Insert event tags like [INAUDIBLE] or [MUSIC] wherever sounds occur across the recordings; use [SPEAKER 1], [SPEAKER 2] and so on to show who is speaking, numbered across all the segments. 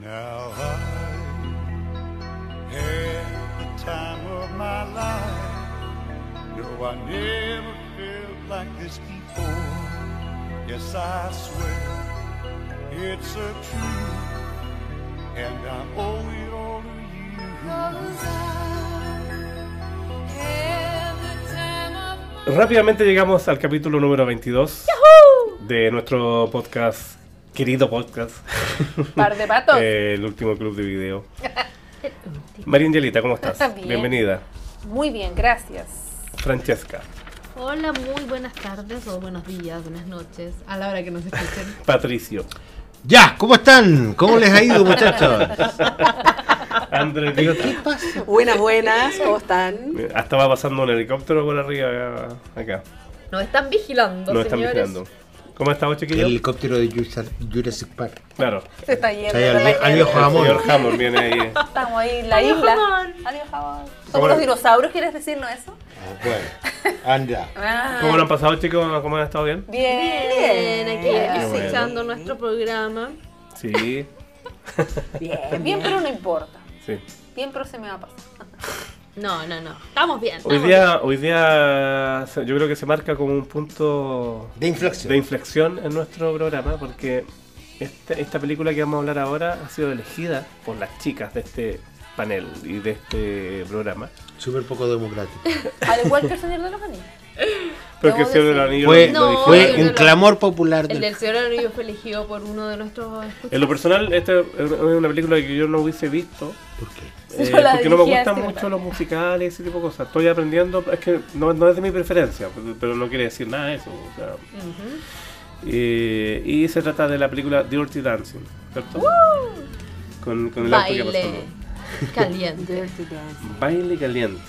[SPEAKER 1] Now I had the time of my life. No, I never felt like this before. Yes, I swear it's a truth, and I owe it all to you.
[SPEAKER 2] Rápidamente llegamos al capítulo número 22 de nuestro podcast, querido podcast,
[SPEAKER 3] Par de patos.
[SPEAKER 2] eh, el último club de video. María Angelita, ¿cómo estás?
[SPEAKER 3] Bien.
[SPEAKER 2] Bienvenida.
[SPEAKER 3] Muy bien, gracias.
[SPEAKER 2] Francesca,
[SPEAKER 4] Hola, muy buenas tardes o buenos días, buenas noches, a la hora que
[SPEAKER 3] [LAUGHS]
[SPEAKER 4] nos escuchen.
[SPEAKER 2] Patricio,
[SPEAKER 5] Ya, ¿cómo están? ¿Cómo les ha
[SPEAKER 2] [LAUGHS]
[SPEAKER 5] ido, muchachos?
[SPEAKER 2] Andrés,
[SPEAKER 5] ¿Pero qué pasa?
[SPEAKER 6] Buenas, buenas, ¿cómo están?
[SPEAKER 2] hasta va pasando un helicóptero por arriba acá.
[SPEAKER 4] Nos están vigilando,
[SPEAKER 2] Nos están
[SPEAKER 4] señores.
[SPEAKER 2] vigilando. ¿Cómo estamos,
[SPEAKER 5] El
[SPEAKER 2] chiquillos?
[SPEAKER 5] helicóptero de Jurassic- Jurassic Park.
[SPEAKER 2] Claro.
[SPEAKER 3] Se está yendo.
[SPEAKER 5] Ahí
[SPEAKER 3] se
[SPEAKER 5] al,
[SPEAKER 3] está
[SPEAKER 5] vie- al
[SPEAKER 3] yendo.
[SPEAKER 5] viejo
[SPEAKER 2] El
[SPEAKER 5] jamón. Ah,
[SPEAKER 2] señor Hammond viene ahí.
[SPEAKER 3] Estamos ahí en la
[SPEAKER 4] Adiós,
[SPEAKER 3] isla.
[SPEAKER 4] jamón.
[SPEAKER 3] Adiós, jamón. Somos
[SPEAKER 2] ¿Cómo
[SPEAKER 3] los
[SPEAKER 2] lo-
[SPEAKER 3] dinosaurios, ¿quieres decirnos eso?
[SPEAKER 5] Bueno, anda.
[SPEAKER 3] Ah,
[SPEAKER 2] ¿Cómo lo han pasado, chicos? ¿Cómo han estado bien?
[SPEAKER 3] Bien,
[SPEAKER 4] Bien, aquí
[SPEAKER 3] Bien,
[SPEAKER 2] bueno.
[SPEAKER 4] escuchando nuestro programa.
[SPEAKER 2] Sí,
[SPEAKER 3] bien, pero no importa.
[SPEAKER 2] [LAUGHS] sí.
[SPEAKER 3] Bien, pero se me va a pasar.
[SPEAKER 4] No, no, no. Estamos bien.
[SPEAKER 2] Hoy
[SPEAKER 4] estamos
[SPEAKER 2] día, hoy día se- yo creo que se marca como un punto
[SPEAKER 5] De inflexión.
[SPEAKER 2] de inflexión en nuestro programa porque esta, esta película que vamos a hablar ahora ha sido elegida por las chicas de este panel y de este programa.
[SPEAKER 5] Súper poco democrático.
[SPEAKER 3] Al igual que el señor de los
[SPEAKER 2] [LAUGHS]
[SPEAKER 3] anillos.
[SPEAKER 2] Pero que
[SPEAKER 3] Debo
[SPEAKER 2] el Señor de los
[SPEAKER 3] decir-
[SPEAKER 2] Anillos
[SPEAKER 5] Fue,
[SPEAKER 2] lo-
[SPEAKER 4] No,
[SPEAKER 2] lo
[SPEAKER 5] fue
[SPEAKER 4] yo
[SPEAKER 2] dijeron.
[SPEAKER 4] no
[SPEAKER 5] un
[SPEAKER 4] lo-
[SPEAKER 5] clamor popular.
[SPEAKER 4] El
[SPEAKER 5] del-
[SPEAKER 4] del Señor Anillo fue elegido por uno de nuestros
[SPEAKER 2] [LAUGHS]
[SPEAKER 4] escuchas.
[SPEAKER 2] En lo personal, esta es una película que yo no hubiese visto
[SPEAKER 5] ¿Por qué?
[SPEAKER 3] Sí,
[SPEAKER 2] eh,
[SPEAKER 3] yo la
[SPEAKER 2] porque no me
[SPEAKER 3] dirigí a
[SPEAKER 2] gustan
[SPEAKER 3] este
[SPEAKER 2] mucho
[SPEAKER 3] lugar.
[SPEAKER 2] los musicales, ese tipo de cosas. Estoy aprendiendo, es que no, no es de mi preferencia, pero- pero no quiere decir nada de eso. o sea. Eh, y se trata de la película Dirty Dancing, ¿cierto? Con, con el auto que pasó,
[SPEAKER 4] Baile
[SPEAKER 2] ¿no?
[SPEAKER 4] caliente.
[SPEAKER 2] Baile caliente.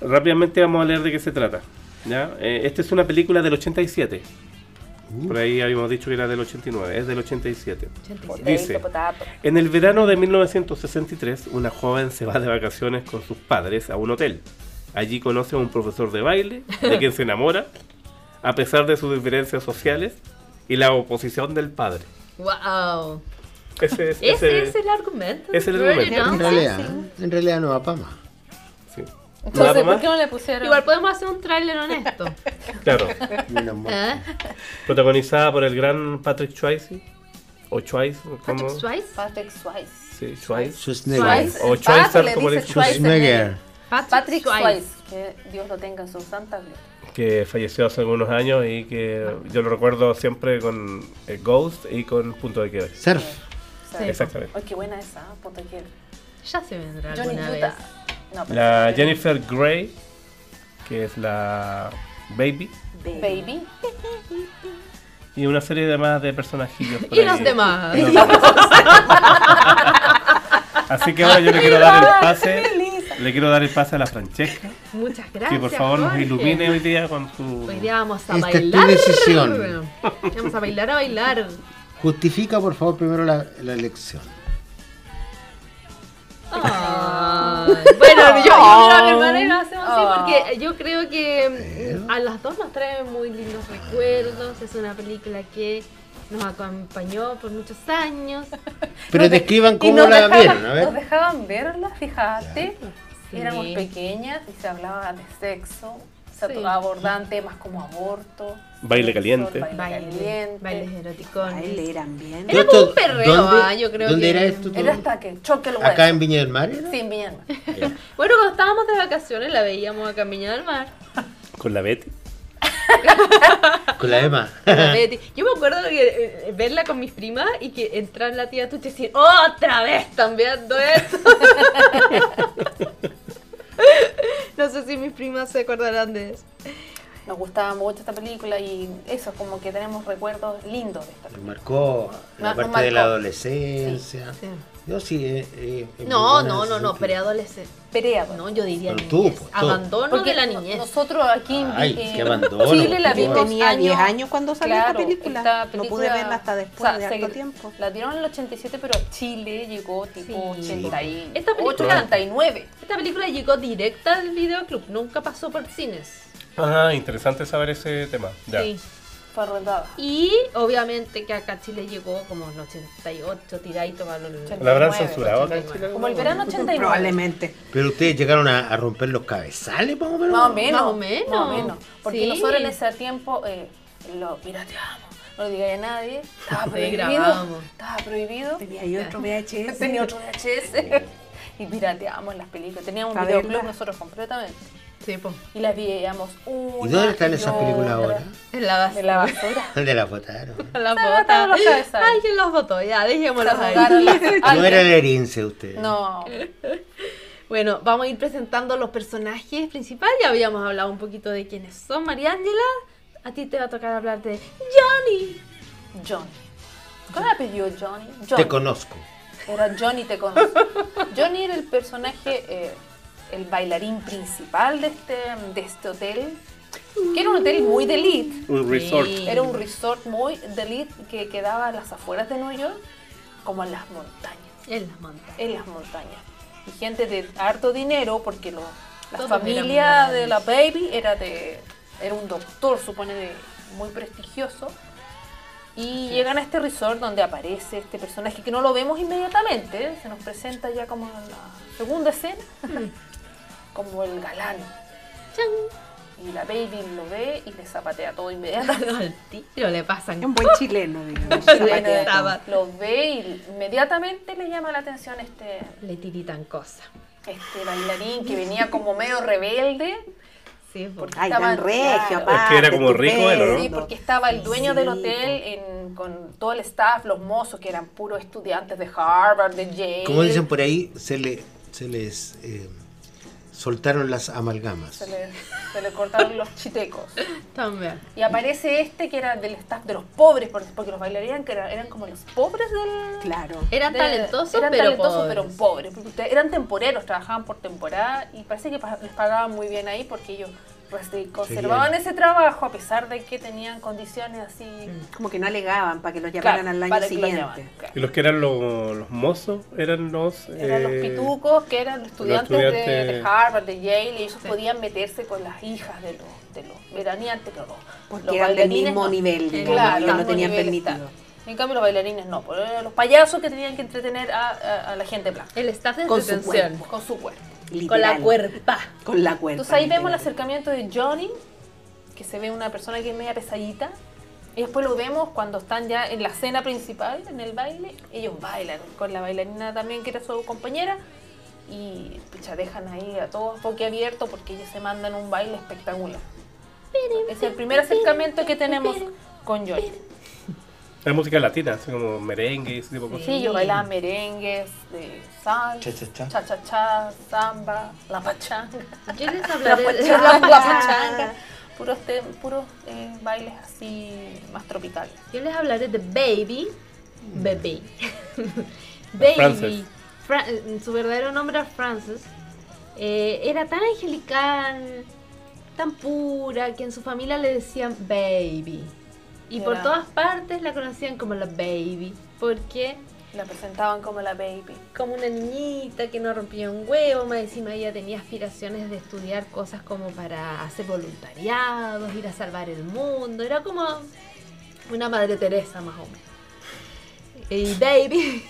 [SPEAKER 2] Rápidamente vamos a leer de qué se trata. ¿ya? Eh, esta es una película del 87. Por ahí habíamos dicho que era del 89, es del 87.
[SPEAKER 4] 87.
[SPEAKER 2] Dice,
[SPEAKER 3] Potato, potato.
[SPEAKER 2] en el verano de 1963, una joven se va de vacaciones con sus padres a un hotel. Allí conoce a un profesor de baile, de quien se enamora, a pesar de sus diferencias sociales y la oposición del padre.
[SPEAKER 4] Wow.
[SPEAKER 2] Ese es,
[SPEAKER 4] Ese,
[SPEAKER 2] ese-
[SPEAKER 4] es el argumento.
[SPEAKER 2] ese es el
[SPEAKER 4] Dirty
[SPEAKER 2] argumento.
[SPEAKER 4] Dancing.
[SPEAKER 5] En realidad, en realidad no va para más.
[SPEAKER 2] sí. ¿Nada
[SPEAKER 3] Entonces, ¿por
[SPEAKER 2] más?
[SPEAKER 3] qué no le pusieron?
[SPEAKER 4] Igual podemos hacer un tráiler honesto.
[SPEAKER 2] Claro.
[SPEAKER 5] Una muerte.
[SPEAKER 4] ¿Eh?
[SPEAKER 2] Protagonizada por el gran Patrick Swayze. O Schweiz,
[SPEAKER 4] Patrick Swayze.
[SPEAKER 3] Patrick Swayze.
[SPEAKER 2] Sí, Schweiz.
[SPEAKER 5] Schwarzenegger.
[SPEAKER 2] O
[SPEAKER 3] Pato
[SPEAKER 2] Schweizer,
[SPEAKER 3] le
[SPEAKER 2] como le
[SPEAKER 3] dice
[SPEAKER 2] dicen.
[SPEAKER 5] Schwarzenegger.
[SPEAKER 3] Patrick Swayze. Que Dios lo tenga en su santa gloria.
[SPEAKER 2] Que falleció hace algunos años y que yo lo recuerdo siempre con eh, Ghost y con Punto de Quiebre.
[SPEAKER 3] O
[SPEAKER 5] Surf.
[SPEAKER 3] sea,
[SPEAKER 4] Sí.
[SPEAKER 2] Exactamente.
[SPEAKER 3] Ay, qué buena esa, ¿ah? puta que.
[SPEAKER 4] Ya se vendrá
[SPEAKER 3] Johnny Utah.
[SPEAKER 4] alguna vez.
[SPEAKER 3] No, pero-
[SPEAKER 2] La Jennifer Grey, que es la Baby.
[SPEAKER 3] Baby.
[SPEAKER 2] Y una serie de más de personajillos. por
[SPEAKER 4] [LAUGHS] Y
[SPEAKER 2] ahí.
[SPEAKER 4] los demás.
[SPEAKER 2] Y los demás. Así que ahora yo le quiero dar el pase. Le quiero dar el pase a la Francesca.
[SPEAKER 4] Muchas gracias.
[SPEAKER 2] Que por favor nos
[SPEAKER 4] Jorge.
[SPEAKER 2] ilumine hoy día con su.
[SPEAKER 4] Hoy día vamos a
[SPEAKER 5] Esta es tu
[SPEAKER 4] bailar.
[SPEAKER 5] decisión.
[SPEAKER 4] Vamos a bailar a bailar.
[SPEAKER 5] Justifica, por favor, primero la, la elección.
[SPEAKER 4] Ay, bueno, yo, yo creo que hermana y lo hacemos así porque yo creo que mm, a las dos nos trae muy lindos recuerdos. Es una película que nos acompañó por muchos años.
[SPEAKER 5] Pero describan
[SPEAKER 3] Y
[SPEAKER 5] cómo
[SPEAKER 3] nos
[SPEAKER 5] la
[SPEAKER 3] dejaban-
[SPEAKER 5] vieron, a
[SPEAKER 3] Nos
[SPEAKER 5] ver.
[SPEAKER 3] dejaban verla, fíjate.
[SPEAKER 4] Sí.
[SPEAKER 3] Éramos pequeñas y se hablaba de sexo. Se
[SPEAKER 4] Sí.
[SPEAKER 3] abordaban temas como aborto.
[SPEAKER 2] Baile
[SPEAKER 3] sexo,
[SPEAKER 2] caliente.
[SPEAKER 3] Baile
[SPEAKER 4] Baile,
[SPEAKER 3] caliente.
[SPEAKER 4] bailes eroticones.
[SPEAKER 6] eran bien.
[SPEAKER 4] Era
[SPEAKER 5] Yo
[SPEAKER 4] como
[SPEAKER 5] esto-
[SPEAKER 4] un perreo,
[SPEAKER 5] ¿dónde-
[SPEAKER 4] ah, yo creo
[SPEAKER 5] ¿Dónde
[SPEAKER 4] que-
[SPEAKER 5] era esto?
[SPEAKER 3] Era hasta que choque el huevo.
[SPEAKER 5] ¿Acá en Viña del Mar? era?
[SPEAKER 3] Sí, en Viña.
[SPEAKER 4] Bueno, cuando estábamos de vacaciones la veíamos a Camino del Mar.
[SPEAKER 2] Con la Betty.
[SPEAKER 5] Con la Emma.
[SPEAKER 4] La Betty. Yo me acuerdo de verla con mis primas y que entrar la tía Tucha y decir, otra vez están viendo esto. no sé si mis primas se acordarán de eso.
[SPEAKER 3] Nos gustaba mucho esta película y eso, como que tenemos recuerdos lindos de esta película.
[SPEAKER 5] Marcó la
[SPEAKER 3] Mar- nos
[SPEAKER 5] parte de la
[SPEAKER 3] marcó.
[SPEAKER 5] adolescencia.
[SPEAKER 4] Sí,
[SPEAKER 5] Yo sí. eh, eh, en
[SPEAKER 4] No,
[SPEAKER 5] mi
[SPEAKER 4] no,
[SPEAKER 5] buena
[SPEAKER 4] no, no,
[SPEAKER 5] sentido.
[SPEAKER 4] preadolescente.
[SPEAKER 3] Perea.
[SPEAKER 4] No, yo diría niñez.
[SPEAKER 5] Pero tú, pues, tú.
[SPEAKER 4] Abandono
[SPEAKER 3] Porque
[SPEAKER 4] de la
[SPEAKER 3] no-
[SPEAKER 4] niñez.
[SPEAKER 3] Nosotros aquí en, Vi-
[SPEAKER 5] Ay,
[SPEAKER 3] en
[SPEAKER 5] qué abandono,
[SPEAKER 3] Chile la
[SPEAKER 5] por
[SPEAKER 3] vimos
[SPEAKER 5] favor.
[SPEAKER 6] Tenía 10 años cuando salió esta
[SPEAKER 3] Claro,
[SPEAKER 6] película.
[SPEAKER 3] esta
[SPEAKER 6] No pude
[SPEAKER 3] película-
[SPEAKER 6] verla hasta
[SPEAKER 3] o
[SPEAKER 6] después
[SPEAKER 3] sea,
[SPEAKER 6] de
[SPEAKER 3] se-
[SPEAKER 6] harto tiempo.
[SPEAKER 3] La dieron en el 87, pero a Chile llegó tipo
[SPEAKER 4] Sí.
[SPEAKER 3] 89.
[SPEAKER 4] Esta película-
[SPEAKER 3] 89.
[SPEAKER 4] Esta película llegó directa del videoclub, nunca pasó por cines.
[SPEAKER 2] Ah, interesante saber ese tema. Ya.
[SPEAKER 4] Sí.
[SPEAKER 3] Fue arrendada.
[SPEAKER 4] Y obviamente que acá a Chile llegó como en 88, tiradito para los...
[SPEAKER 3] Ochenta-
[SPEAKER 2] ¿La habrán censurado acá en
[SPEAKER 4] 89.
[SPEAKER 2] Chile?
[SPEAKER 3] Como el verano 89.
[SPEAKER 6] Probablemente.
[SPEAKER 5] Pero ustedes llegaron a, a romper los cabezales, más o menos.
[SPEAKER 3] Más o
[SPEAKER 5] [LAUGHS]
[SPEAKER 3] menos.
[SPEAKER 4] Más o menos.
[SPEAKER 3] Más o menos. Porque
[SPEAKER 4] Sí.
[SPEAKER 3] nosotros en ese tiempo eh, lo pirateamos. No lo digáis a nadie. Estaba prohibido.
[SPEAKER 4] grabábamos.
[SPEAKER 3] Estaba prohibido.
[SPEAKER 6] Tenía ahí otro VHS.
[SPEAKER 3] Tenía otro VHS. [LAUGHS] Y pirateamos las películas. Teníamos un
[SPEAKER 6] A
[SPEAKER 3] videoclub
[SPEAKER 6] verla.
[SPEAKER 3] nosotros completamente.
[SPEAKER 4] Sí, pues.
[SPEAKER 3] Y las veíamos una.
[SPEAKER 5] ¿Y dónde están esas
[SPEAKER 3] otra.
[SPEAKER 5] películas ahora?
[SPEAKER 4] En la base.
[SPEAKER 3] De la
[SPEAKER 5] [LAUGHS]
[SPEAKER 3] basura.
[SPEAKER 5] ¿Dónde las botaron?
[SPEAKER 4] La
[SPEAKER 3] botaron los
[SPEAKER 4] bota.
[SPEAKER 3] cabezales.
[SPEAKER 4] Alguien los votó, ya, dejémoslos
[SPEAKER 3] Se
[SPEAKER 4] ahí.
[SPEAKER 3] arrugaron las-
[SPEAKER 5] [LAUGHS] No era el herince ustedes.
[SPEAKER 3] Ah, No.
[SPEAKER 4] Bueno, vamos a ir presentando los personajes principales. Ya habíamos hablado un poquito de quiénes son. María Ángela, a ti te va a tocar hablar de Johnny.
[SPEAKER 3] Johnny. ¿Cuál apellido Johnny? Johnny.
[SPEAKER 5] Te conozco.
[SPEAKER 3] Era Johnny te
[SPEAKER 5] [LAUGHS]
[SPEAKER 3] conozco. Johnny era el personaje, eh, el bailarín principal de este, de este hotel, que era un hotel muy de elite.
[SPEAKER 2] Un resort.
[SPEAKER 4] Sí.
[SPEAKER 3] Era un resort muy de elite que quedaba a las afueras de Nueva York, como en las montañas.
[SPEAKER 4] Él las manda.
[SPEAKER 3] En las montañas. Y gente de harto dinero, porque lo- la
[SPEAKER 4] Todos
[SPEAKER 3] familia
[SPEAKER 4] eran
[SPEAKER 3] de la baby era de era un doctor, supone, de- muy prestigioso. Y llegan a este resort donde aparece este personaje que no lo vemos inmediatamente, ¿eh? se nos presenta ya como en la segunda
[SPEAKER 4] [LAUGHS]
[SPEAKER 3] escena, como el galán.
[SPEAKER 4] ¡Chan!
[SPEAKER 3] Y la baby lo ve y le zapatea
[SPEAKER 4] [LAUGHS]
[SPEAKER 3] todo inmediatamente.
[SPEAKER 4] Al tiro le pasan.
[SPEAKER 6] Un buen chileno,
[SPEAKER 3] [LAUGHS]
[SPEAKER 6] digamos.
[SPEAKER 4] Zapatea
[SPEAKER 6] zapateado.
[SPEAKER 4] todo.
[SPEAKER 3] lo ve y inmediatamente le llama la atención este,
[SPEAKER 4] Le tiritan cosas.
[SPEAKER 3] este bailarín que venía como medio rebelde.
[SPEAKER 4] Sí, po.
[SPEAKER 3] Porque
[SPEAKER 6] Ay,
[SPEAKER 3] estaban-
[SPEAKER 6] tan regio,
[SPEAKER 3] claro.
[SPEAKER 6] aparte.
[SPEAKER 2] Es que era como rico él, ¿o no?
[SPEAKER 3] Sí, porque estaba el dueño
[SPEAKER 6] Sí,
[SPEAKER 3] del hotel en- con todo el staff, los mozos que eran puros estudiantes de Harvard, de Yale.
[SPEAKER 5] Como dicen por ahí, se, le, se les eh, soltaron las amalgamas.
[SPEAKER 3] Se le, se le cortaron los chitecos.
[SPEAKER 4] También.
[SPEAKER 3] Y aparece este que era del staff de los pobres, porque porque los bailarines que eran, eran como los pobres del...
[SPEAKER 6] Claro.
[SPEAKER 4] Eran
[SPEAKER 3] de-
[SPEAKER 4] talentosos,
[SPEAKER 3] eran
[SPEAKER 4] pero
[SPEAKER 3] talentosos,
[SPEAKER 4] pobres.
[SPEAKER 3] pero pobres. porque ustedes- eran temporeros, trabajaban por temporada y parece que pa- les pagaban muy bien ahí porque ellos pues, se conservaban ese trabajo a pesar de que tenían condiciones así...
[SPEAKER 4] Mm.
[SPEAKER 6] Como que no alegaban para que los
[SPEAKER 3] Claro,
[SPEAKER 6] llamaran al año
[SPEAKER 3] para que lo
[SPEAKER 6] siguiente.
[SPEAKER 3] llamaran, claro.
[SPEAKER 2] Y los que eran los, los mozos eran los...
[SPEAKER 3] Eran los
[SPEAKER 2] eh,
[SPEAKER 3] pitucos que eran los estudiantes, de- de,
[SPEAKER 2] estudiantes-
[SPEAKER 3] Harvard, de Yale, y ellos
[SPEAKER 4] Sí.
[SPEAKER 3] podían meterse con las hijas de los, de los veraneantes, pero los,
[SPEAKER 6] Porque
[SPEAKER 3] los
[SPEAKER 6] eran del
[SPEAKER 3] bailarines
[SPEAKER 6] mismo
[SPEAKER 3] no.
[SPEAKER 6] nivel, digamos,
[SPEAKER 3] Claro,
[SPEAKER 6] ellos no
[SPEAKER 3] mismo
[SPEAKER 6] tenían
[SPEAKER 3] nivel
[SPEAKER 6] permitido.
[SPEAKER 3] está. En cambio los bailarines no, pero eran los payasos que tenían que entretener a, a- a la gente blanca,
[SPEAKER 4] El staff de
[SPEAKER 6] Con su
[SPEAKER 4] detención.
[SPEAKER 3] con su cuerpo.
[SPEAKER 4] Con la
[SPEAKER 6] Literal.
[SPEAKER 4] cuerpa.
[SPEAKER 6] Con la cuerpa.
[SPEAKER 3] Entonces ahí
[SPEAKER 6] literal.
[SPEAKER 3] vemos el acercamiento de Johnny, que se ve una persona que es media pesadita, y después lo vemos cuando están ya en la cena principal, en el baile, ellos bailan con la bailarina también que era su compañera, y pucha, dejan ahí a todos boquiabiertos porque ellos se mandan un baile espectacular. Es el primer acercamiento que tenemos con Johnny.
[SPEAKER 2] Era música latina, así como merengue y ese tipo de cosas.
[SPEAKER 3] Pues Sí, ellos bailaban merengues, de salsa,
[SPEAKER 5] Cha-cha-cha.
[SPEAKER 3] cha-cha-cha, samba, la pachanga.
[SPEAKER 4] Yo les
[SPEAKER 3] La
[SPEAKER 4] hablaré de
[SPEAKER 3] pachanga, la
[SPEAKER 6] pachanga.
[SPEAKER 3] pachanga. Puros, te- puros eh, bailes así más tropicales.
[SPEAKER 4] Yo les hablaré de Baby. Baby.
[SPEAKER 2] Frances.
[SPEAKER 4] [LAUGHS] Baby. Fra- eh, su verdadero nombre era Frances. Eh, era tan angelical, tan pura, que en su familia le decían Baby. Y por
[SPEAKER 3] Era-
[SPEAKER 4] todas partes la conocían como la Baby. Porque
[SPEAKER 3] La presentaban como la baby.
[SPEAKER 4] como una niñita que no rompía un huevo, más encima ella tenía aspiraciones de estudiar cosas como para hacer voluntariados, ir a salvar el mundo, era como una madre Teresa más o menos. Y Baby,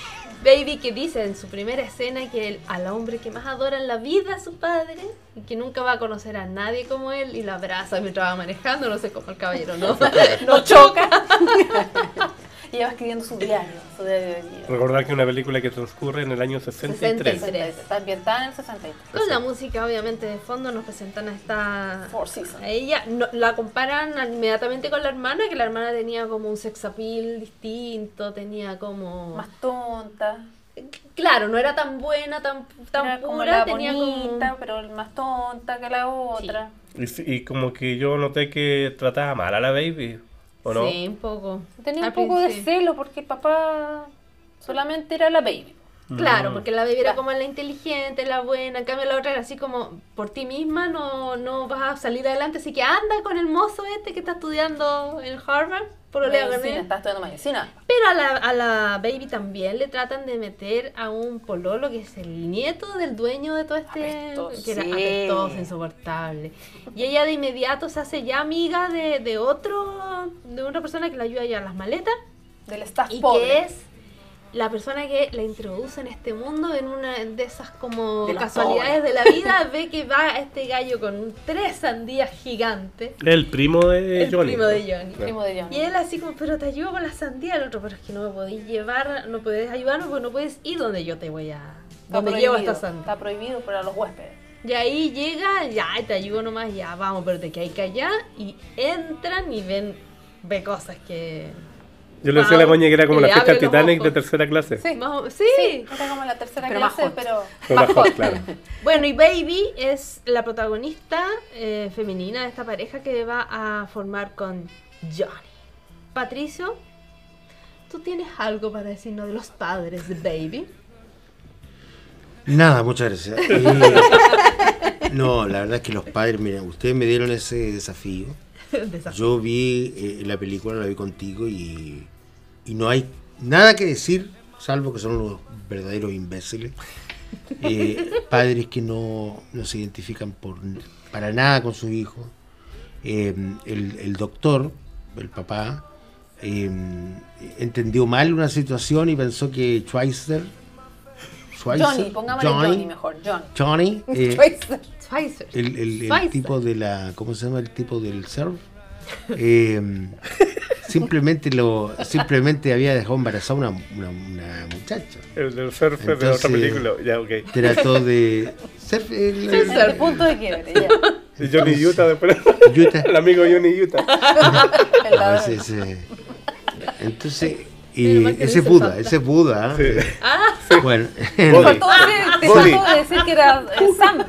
[SPEAKER 4] [LAUGHS] Baby que dice en su primera escena que el- al hombre que más adora en la vida a su padre y que nunca va a conocer a nadie como él y lo abraza mientras va manejando, no sé cómo el caballero no, no choca.
[SPEAKER 3] [LAUGHS] Y ella va escribiendo su diario, su diario de vida.
[SPEAKER 2] Recordar que es una película que transcurre en el año 63.
[SPEAKER 4] 63.
[SPEAKER 3] Está ambientada en el 63.
[SPEAKER 4] Con la música obviamente de fondo nos presentan a esta
[SPEAKER 3] Four Seasons.
[SPEAKER 4] A ella no- la comparan inmediatamente con la hermana, que la hermana tenía como un sex appeal distinto, tenía como...
[SPEAKER 3] Más tonta.
[SPEAKER 4] Claro, no era tan buena, tan, tan
[SPEAKER 3] Era
[SPEAKER 4] pura,
[SPEAKER 3] como la
[SPEAKER 4] tenía
[SPEAKER 3] bonita,
[SPEAKER 4] como...
[SPEAKER 3] pero más tonta que la otra.
[SPEAKER 2] Y, sí, y como que yo noté que trataba mal a la baby, ¿o no?
[SPEAKER 4] Sí, un poco.
[SPEAKER 3] Tenía
[SPEAKER 4] Al
[SPEAKER 3] un poco de
[SPEAKER 4] principio.
[SPEAKER 3] celo porque el papá solamente era la baby.
[SPEAKER 4] Claro,
[SPEAKER 2] Mm.
[SPEAKER 4] porque la baby era
[SPEAKER 3] Claro.
[SPEAKER 4] como la inteligente, la buena, en cambio la otra era así como por ti misma no, no vas a salir adelante, así que anda con el mozo este que está estudiando en Harvard, por lo
[SPEAKER 3] Medicina, Estás estudiando medicina.
[SPEAKER 4] Pero a la, a la baby también le tratan de meter a un pololo que es el nieto del dueño de todo este...
[SPEAKER 3] Apestoso.
[SPEAKER 4] que
[SPEAKER 6] Sí.
[SPEAKER 4] era apestoso, insoportable. Y ella de inmediato se hace ya amiga de, de otro, de una persona que la ayuda a llevar las maletas
[SPEAKER 3] Del staff
[SPEAKER 4] y
[SPEAKER 3] pobre.
[SPEAKER 4] que es la persona que la introduce en este mundo en una de esas como
[SPEAKER 6] De las
[SPEAKER 4] casualidades de la vida ve que va este gallo con tres sandías gigantes
[SPEAKER 2] El primo de
[SPEAKER 4] el
[SPEAKER 2] Johnny.
[SPEAKER 4] primo de Johnny
[SPEAKER 2] Claro.
[SPEAKER 3] Primo de Johnny.
[SPEAKER 4] y él así como pero te ayudo con la sandía el otro pero es que no me podéis llevar no podés ayudarnos porque no puedes ir donde yo te voy a
[SPEAKER 3] Está
[SPEAKER 4] donde llevo
[SPEAKER 3] prohibido,
[SPEAKER 4] esta sandía
[SPEAKER 3] Está prohibido para los huéspedes.
[SPEAKER 4] y ahí llega ya te ayudo nomás ya vamos pero te que callada y entran y ven ve cosas que
[SPEAKER 2] Yo le decía a la coña que era como
[SPEAKER 4] Y
[SPEAKER 2] la
[SPEAKER 4] le
[SPEAKER 2] fiesta
[SPEAKER 4] abre los
[SPEAKER 2] Titanic de
[SPEAKER 4] ojos.
[SPEAKER 2] tercera clase.
[SPEAKER 3] Sí.
[SPEAKER 4] más o- sí,
[SPEAKER 3] Está como la tercera
[SPEAKER 6] Pero
[SPEAKER 3] clase,
[SPEAKER 6] más hot.
[SPEAKER 3] pero.
[SPEAKER 2] Con
[SPEAKER 4] [LAUGHS]
[SPEAKER 2] la hot, claro.
[SPEAKER 4] Bueno, y Baby es la protagonista eh, femenina de esta pareja que va a formar con Johnny. Patricio, ¿tú tienes algo para decirnos de los padres de Baby? [LAUGHS]
[SPEAKER 5] Nada, muchas gracias.
[SPEAKER 3] [LAUGHS]
[SPEAKER 5] Eh, no, la verdad es que los padres, miren, ustedes me dieron ese desafío.
[SPEAKER 4] Desaf-
[SPEAKER 5] Yo vi eh, la película, la vi contigo y, y no hay nada que decir, salvo que son unos
[SPEAKER 3] [LAUGHS]
[SPEAKER 5] verdaderos imbéciles. Eh, padres que no, no se identifican por, para nada con sus hijos. Eh, el, el doctor, el papá, eh, entendió mal una situación y pensó que Schweitzer. Schweitzer-
[SPEAKER 3] Johnny, pongámosle Johnny, mejor. Johnny. [LAUGHS]
[SPEAKER 5] Johnny, eh,
[SPEAKER 3] Schweitzer.
[SPEAKER 4] Pfizer.
[SPEAKER 5] el, el- el
[SPEAKER 4] Pfizer.
[SPEAKER 5] tipo de la. ¿Cómo se llama el tipo del surf?
[SPEAKER 4] [LAUGHS]
[SPEAKER 5] Eh, simplemente lo simplemente había dejado embarazada una, una, una muchacha.
[SPEAKER 2] El del surfer de
[SPEAKER 5] Entonces-
[SPEAKER 2] otra película. Ya, ok.
[SPEAKER 5] Trató de. Surf, el- el-
[SPEAKER 3] Este el punto de quiebre, ya.
[SPEAKER 2] Y Johnny Utah después. [LAUGHS]
[SPEAKER 4] [LAUGHS]
[SPEAKER 5] Utah.
[SPEAKER 2] el amigo Johnny Utah.
[SPEAKER 3] El
[SPEAKER 5] a
[SPEAKER 3] ladrón.
[SPEAKER 5] veces, eh, entonces.
[SPEAKER 4] Menos
[SPEAKER 5] Y
[SPEAKER 4] mal que
[SPEAKER 5] ese es
[SPEAKER 4] dice
[SPEAKER 5] Buda,
[SPEAKER 4] Santa.
[SPEAKER 5] ese es Buda.
[SPEAKER 2] Sí.
[SPEAKER 5] eh,
[SPEAKER 4] Ah,
[SPEAKER 5] Bueno, [LAUGHS]
[SPEAKER 2] Body.
[SPEAKER 3] Faltó decir- Te
[SPEAKER 2] Body.
[SPEAKER 3] faltó decir que era eh, Sam.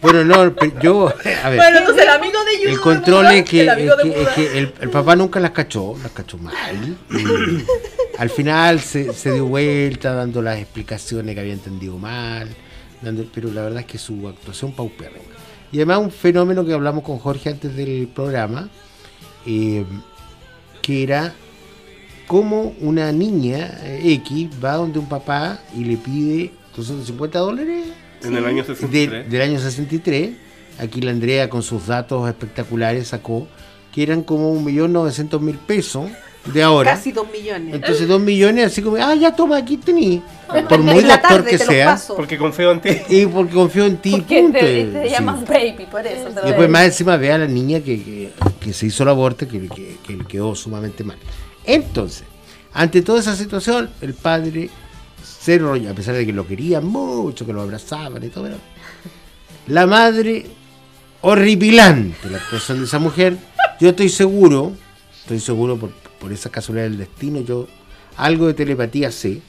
[SPEAKER 5] bueno, no, pero yo. A ver.
[SPEAKER 4] bueno, entonces el amigo de Judo.
[SPEAKER 5] El control es
[SPEAKER 4] [LAUGHS]
[SPEAKER 5] que,
[SPEAKER 4] El amigo
[SPEAKER 5] es
[SPEAKER 4] de
[SPEAKER 5] que- es
[SPEAKER 4] Buda.
[SPEAKER 5] que el, el papá nunca las cachó, las
[SPEAKER 4] [LAUGHS]
[SPEAKER 5] cachó mal. Y Al final se, se dio vuelta dando las explicaciones que había entendido mal, dando- pero la verdad es que su actuación paupérrima. Y además un fenómeno que hablamos con Jorge antes del programa, eh, que era cómo una niña eh, X va donde un papá y le pide 250 dólares
[SPEAKER 2] En el año
[SPEAKER 5] de-
[SPEAKER 2] 63.
[SPEAKER 5] del año 63. Aquí la Andrea con sus datos espectaculares sacó que eran como 1.900.000 pesos de ahora.
[SPEAKER 6] Casi dos millones.
[SPEAKER 5] Entonces 2 millones así como, ah, ya toma, aquí tení. Por
[SPEAKER 6] En
[SPEAKER 5] muy
[SPEAKER 6] la
[SPEAKER 5] actor
[SPEAKER 6] tarde
[SPEAKER 5] que
[SPEAKER 6] te los
[SPEAKER 5] sea.
[SPEAKER 6] paso.
[SPEAKER 2] Porque confío en ti.
[SPEAKER 5] [LAUGHS] Y porque confío en ti,
[SPEAKER 3] Porque
[SPEAKER 5] punto.
[SPEAKER 3] te, te
[SPEAKER 5] Sí.
[SPEAKER 3] llamas baby, por eso. te lo
[SPEAKER 5] Después
[SPEAKER 3] digo.
[SPEAKER 5] pues más encima ve a la niña que, que- que se hizo el aborto, que, que, que le quedó sumamente mal. Entonces, ante toda esa situación, el padre se rolla, a pesar de que lo quería mucho, que lo abrazaban y todo, pero la madre, horripilante la actuación de esa mujer, yo estoy seguro, estoy seguro por, por esa casualidad del destino, yo algo de telepatía sé,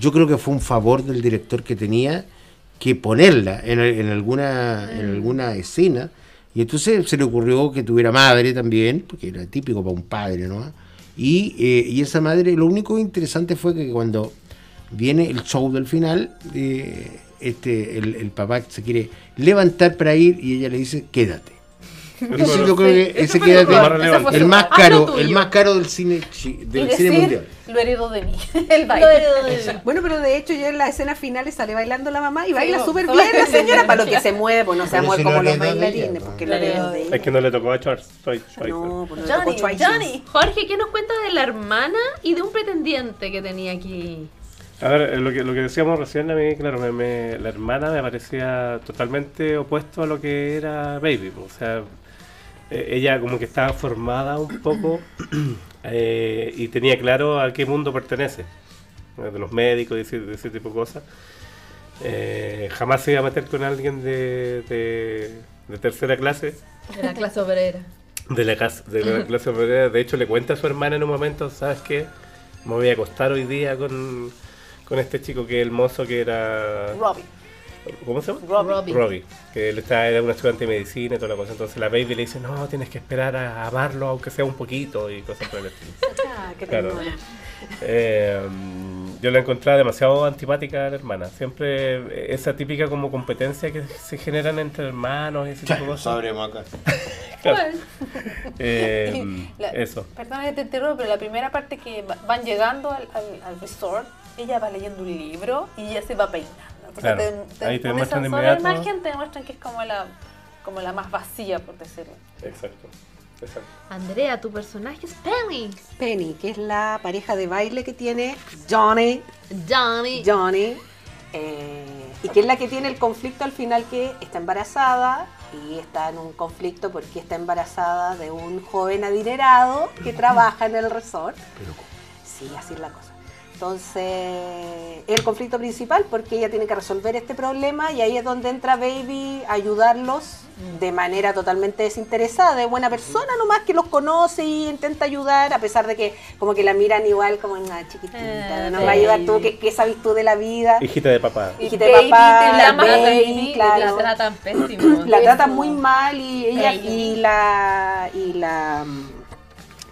[SPEAKER 5] yo creo que fue un favor del director que tenía que ponerla en, en alguna, en
[SPEAKER 4] Mm.
[SPEAKER 5] alguna escena. Y entonces se le ocurrió que tuviera madre también, porque era típico para un padre, ¿no? Y, eh, y esa madre, lo único interesante fue que cuando viene el show del final, eh, este, el, el papá se quiere levantar para ir y ella le dice, quédate. Eso yo creo
[SPEAKER 4] Sí,
[SPEAKER 5] que
[SPEAKER 4] ese
[SPEAKER 5] ese
[SPEAKER 4] fue lo
[SPEAKER 5] quédate,
[SPEAKER 2] más relevante.
[SPEAKER 5] el más
[SPEAKER 4] Hazlo
[SPEAKER 5] caro,
[SPEAKER 4] tuyo.
[SPEAKER 5] el más caro del cine, chi-
[SPEAKER 3] Y
[SPEAKER 5] del cine mundial.
[SPEAKER 3] decir, lo heredó de mí. [LAUGHS] El
[SPEAKER 4] Lo
[SPEAKER 3] baile.
[SPEAKER 4] de-
[SPEAKER 6] Bueno, pero de hecho yo en las escenas finales sale bailando la mamá y baila
[SPEAKER 3] no,
[SPEAKER 6] súper
[SPEAKER 3] todas
[SPEAKER 6] bien
[SPEAKER 3] [LAUGHS]
[SPEAKER 6] la
[SPEAKER 3] las
[SPEAKER 6] señora
[SPEAKER 3] escenas.
[SPEAKER 6] para lo que se mueve, pues no se
[SPEAKER 5] Pero
[SPEAKER 6] mueve
[SPEAKER 5] si no
[SPEAKER 6] como
[SPEAKER 5] le pues.
[SPEAKER 6] los
[SPEAKER 5] da de ella,
[SPEAKER 6] bailarines,
[SPEAKER 5] ¿no?
[SPEAKER 6] porque lo
[SPEAKER 3] Le
[SPEAKER 6] veo
[SPEAKER 3] da
[SPEAKER 6] de
[SPEAKER 2] Es
[SPEAKER 6] ella.
[SPEAKER 2] que no le tocó a Charles. Soy Schweitzer.
[SPEAKER 6] No, pues no le tocó
[SPEAKER 3] Johnny,
[SPEAKER 6] Schweitzer.
[SPEAKER 3] Johnny.
[SPEAKER 4] Jorge, ¿qué nos cuentas de la hermana y de un pretendiente que tenía aquí?
[SPEAKER 2] A ver, eh, lo que, lo que decíamos recién, a mí, claro, me- me- la hermana me parecía totalmente opuesto a lo que era Baby. po. O sea, eh, ella como que estaba formada un poco [CLEARS THROAT] eh, y tenía claro a qué mundo pertenece. eh, De los médicos y ese, de ese tipo de cosas. Eh, jamás se iba a meter con alguien de, de, de tercera clase.
[SPEAKER 4] De la clase obrera.
[SPEAKER 2] De la, casa, de la clase obrera. De hecho, le cuenta a su hermana en un momento, ¿sabes qué? Me voy a acostar hoy día con, con este chico que es el mozo que era...
[SPEAKER 3] Robbie.
[SPEAKER 2] ¿Cómo se llama?
[SPEAKER 3] Robbie.
[SPEAKER 4] Robbie.
[SPEAKER 2] Robbie. Que él está, era un estudiante de medicina y toda la cosa. Entonces la baby le dice, no, tienes que esperar a amarlo, aunque sea un poquito, y cosas por el estilo.
[SPEAKER 6] Ah, qué
[SPEAKER 2] Claro.
[SPEAKER 6] ternura.
[SPEAKER 2] Eh, mm, Yo la encontraba demasiado antipática a la hermana. Siempre eh, esa típica como competencia que se generan entre hermanos y ese tipo de cosas.
[SPEAKER 7] Sobre Maca.
[SPEAKER 2] Claro. Eh,
[SPEAKER 3] La-
[SPEAKER 2] eso.
[SPEAKER 3] Perdona que te interrumpa, pero la primera parte que va- van llegando al, al- al resort, ella va leyendo un libro y ella se va peinando.
[SPEAKER 2] Claro, ahí te
[SPEAKER 3] con esa
[SPEAKER 2] demuestran de
[SPEAKER 3] sola
[SPEAKER 2] inmediato.
[SPEAKER 3] imagen te demuestran que es como la, como la más vacía, por decirlo.
[SPEAKER 2] Exacto. Exacto.
[SPEAKER 4] Andrea, tu personaje es Penny.
[SPEAKER 6] Penny, que es la pareja de baile que tiene Johnny,
[SPEAKER 4] Johnny.
[SPEAKER 6] Johnny, eh, y que es la que tiene el conflicto al final que está embarazada y está en un conflicto porque está embarazada de un joven adinerado que trabaja en el resort. Sí, así es la cosa. Entonces, el conflicto principal porque ella tiene que resolver este problema y ahí es donde entra Baby a ayudarlos de manera totalmente desinteresada, de buena persona nomás que los conoce y intenta ayudar a pesar de que como que la miran igual como una chiquitita,
[SPEAKER 4] Eh,
[SPEAKER 6] no me va a ayudar tú,
[SPEAKER 4] Baby.
[SPEAKER 6] que, sabes tú de la vida.
[SPEAKER 2] Hijita de papá.
[SPEAKER 6] Hijita de papá,
[SPEAKER 3] te llama
[SPEAKER 6] baby,
[SPEAKER 3] baby,
[SPEAKER 6] claro.
[SPEAKER 3] te trata-
[SPEAKER 8] tratan pésimo.
[SPEAKER 6] La trata muy mal y ella
[SPEAKER 8] Baby.
[SPEAKER 6] y la y la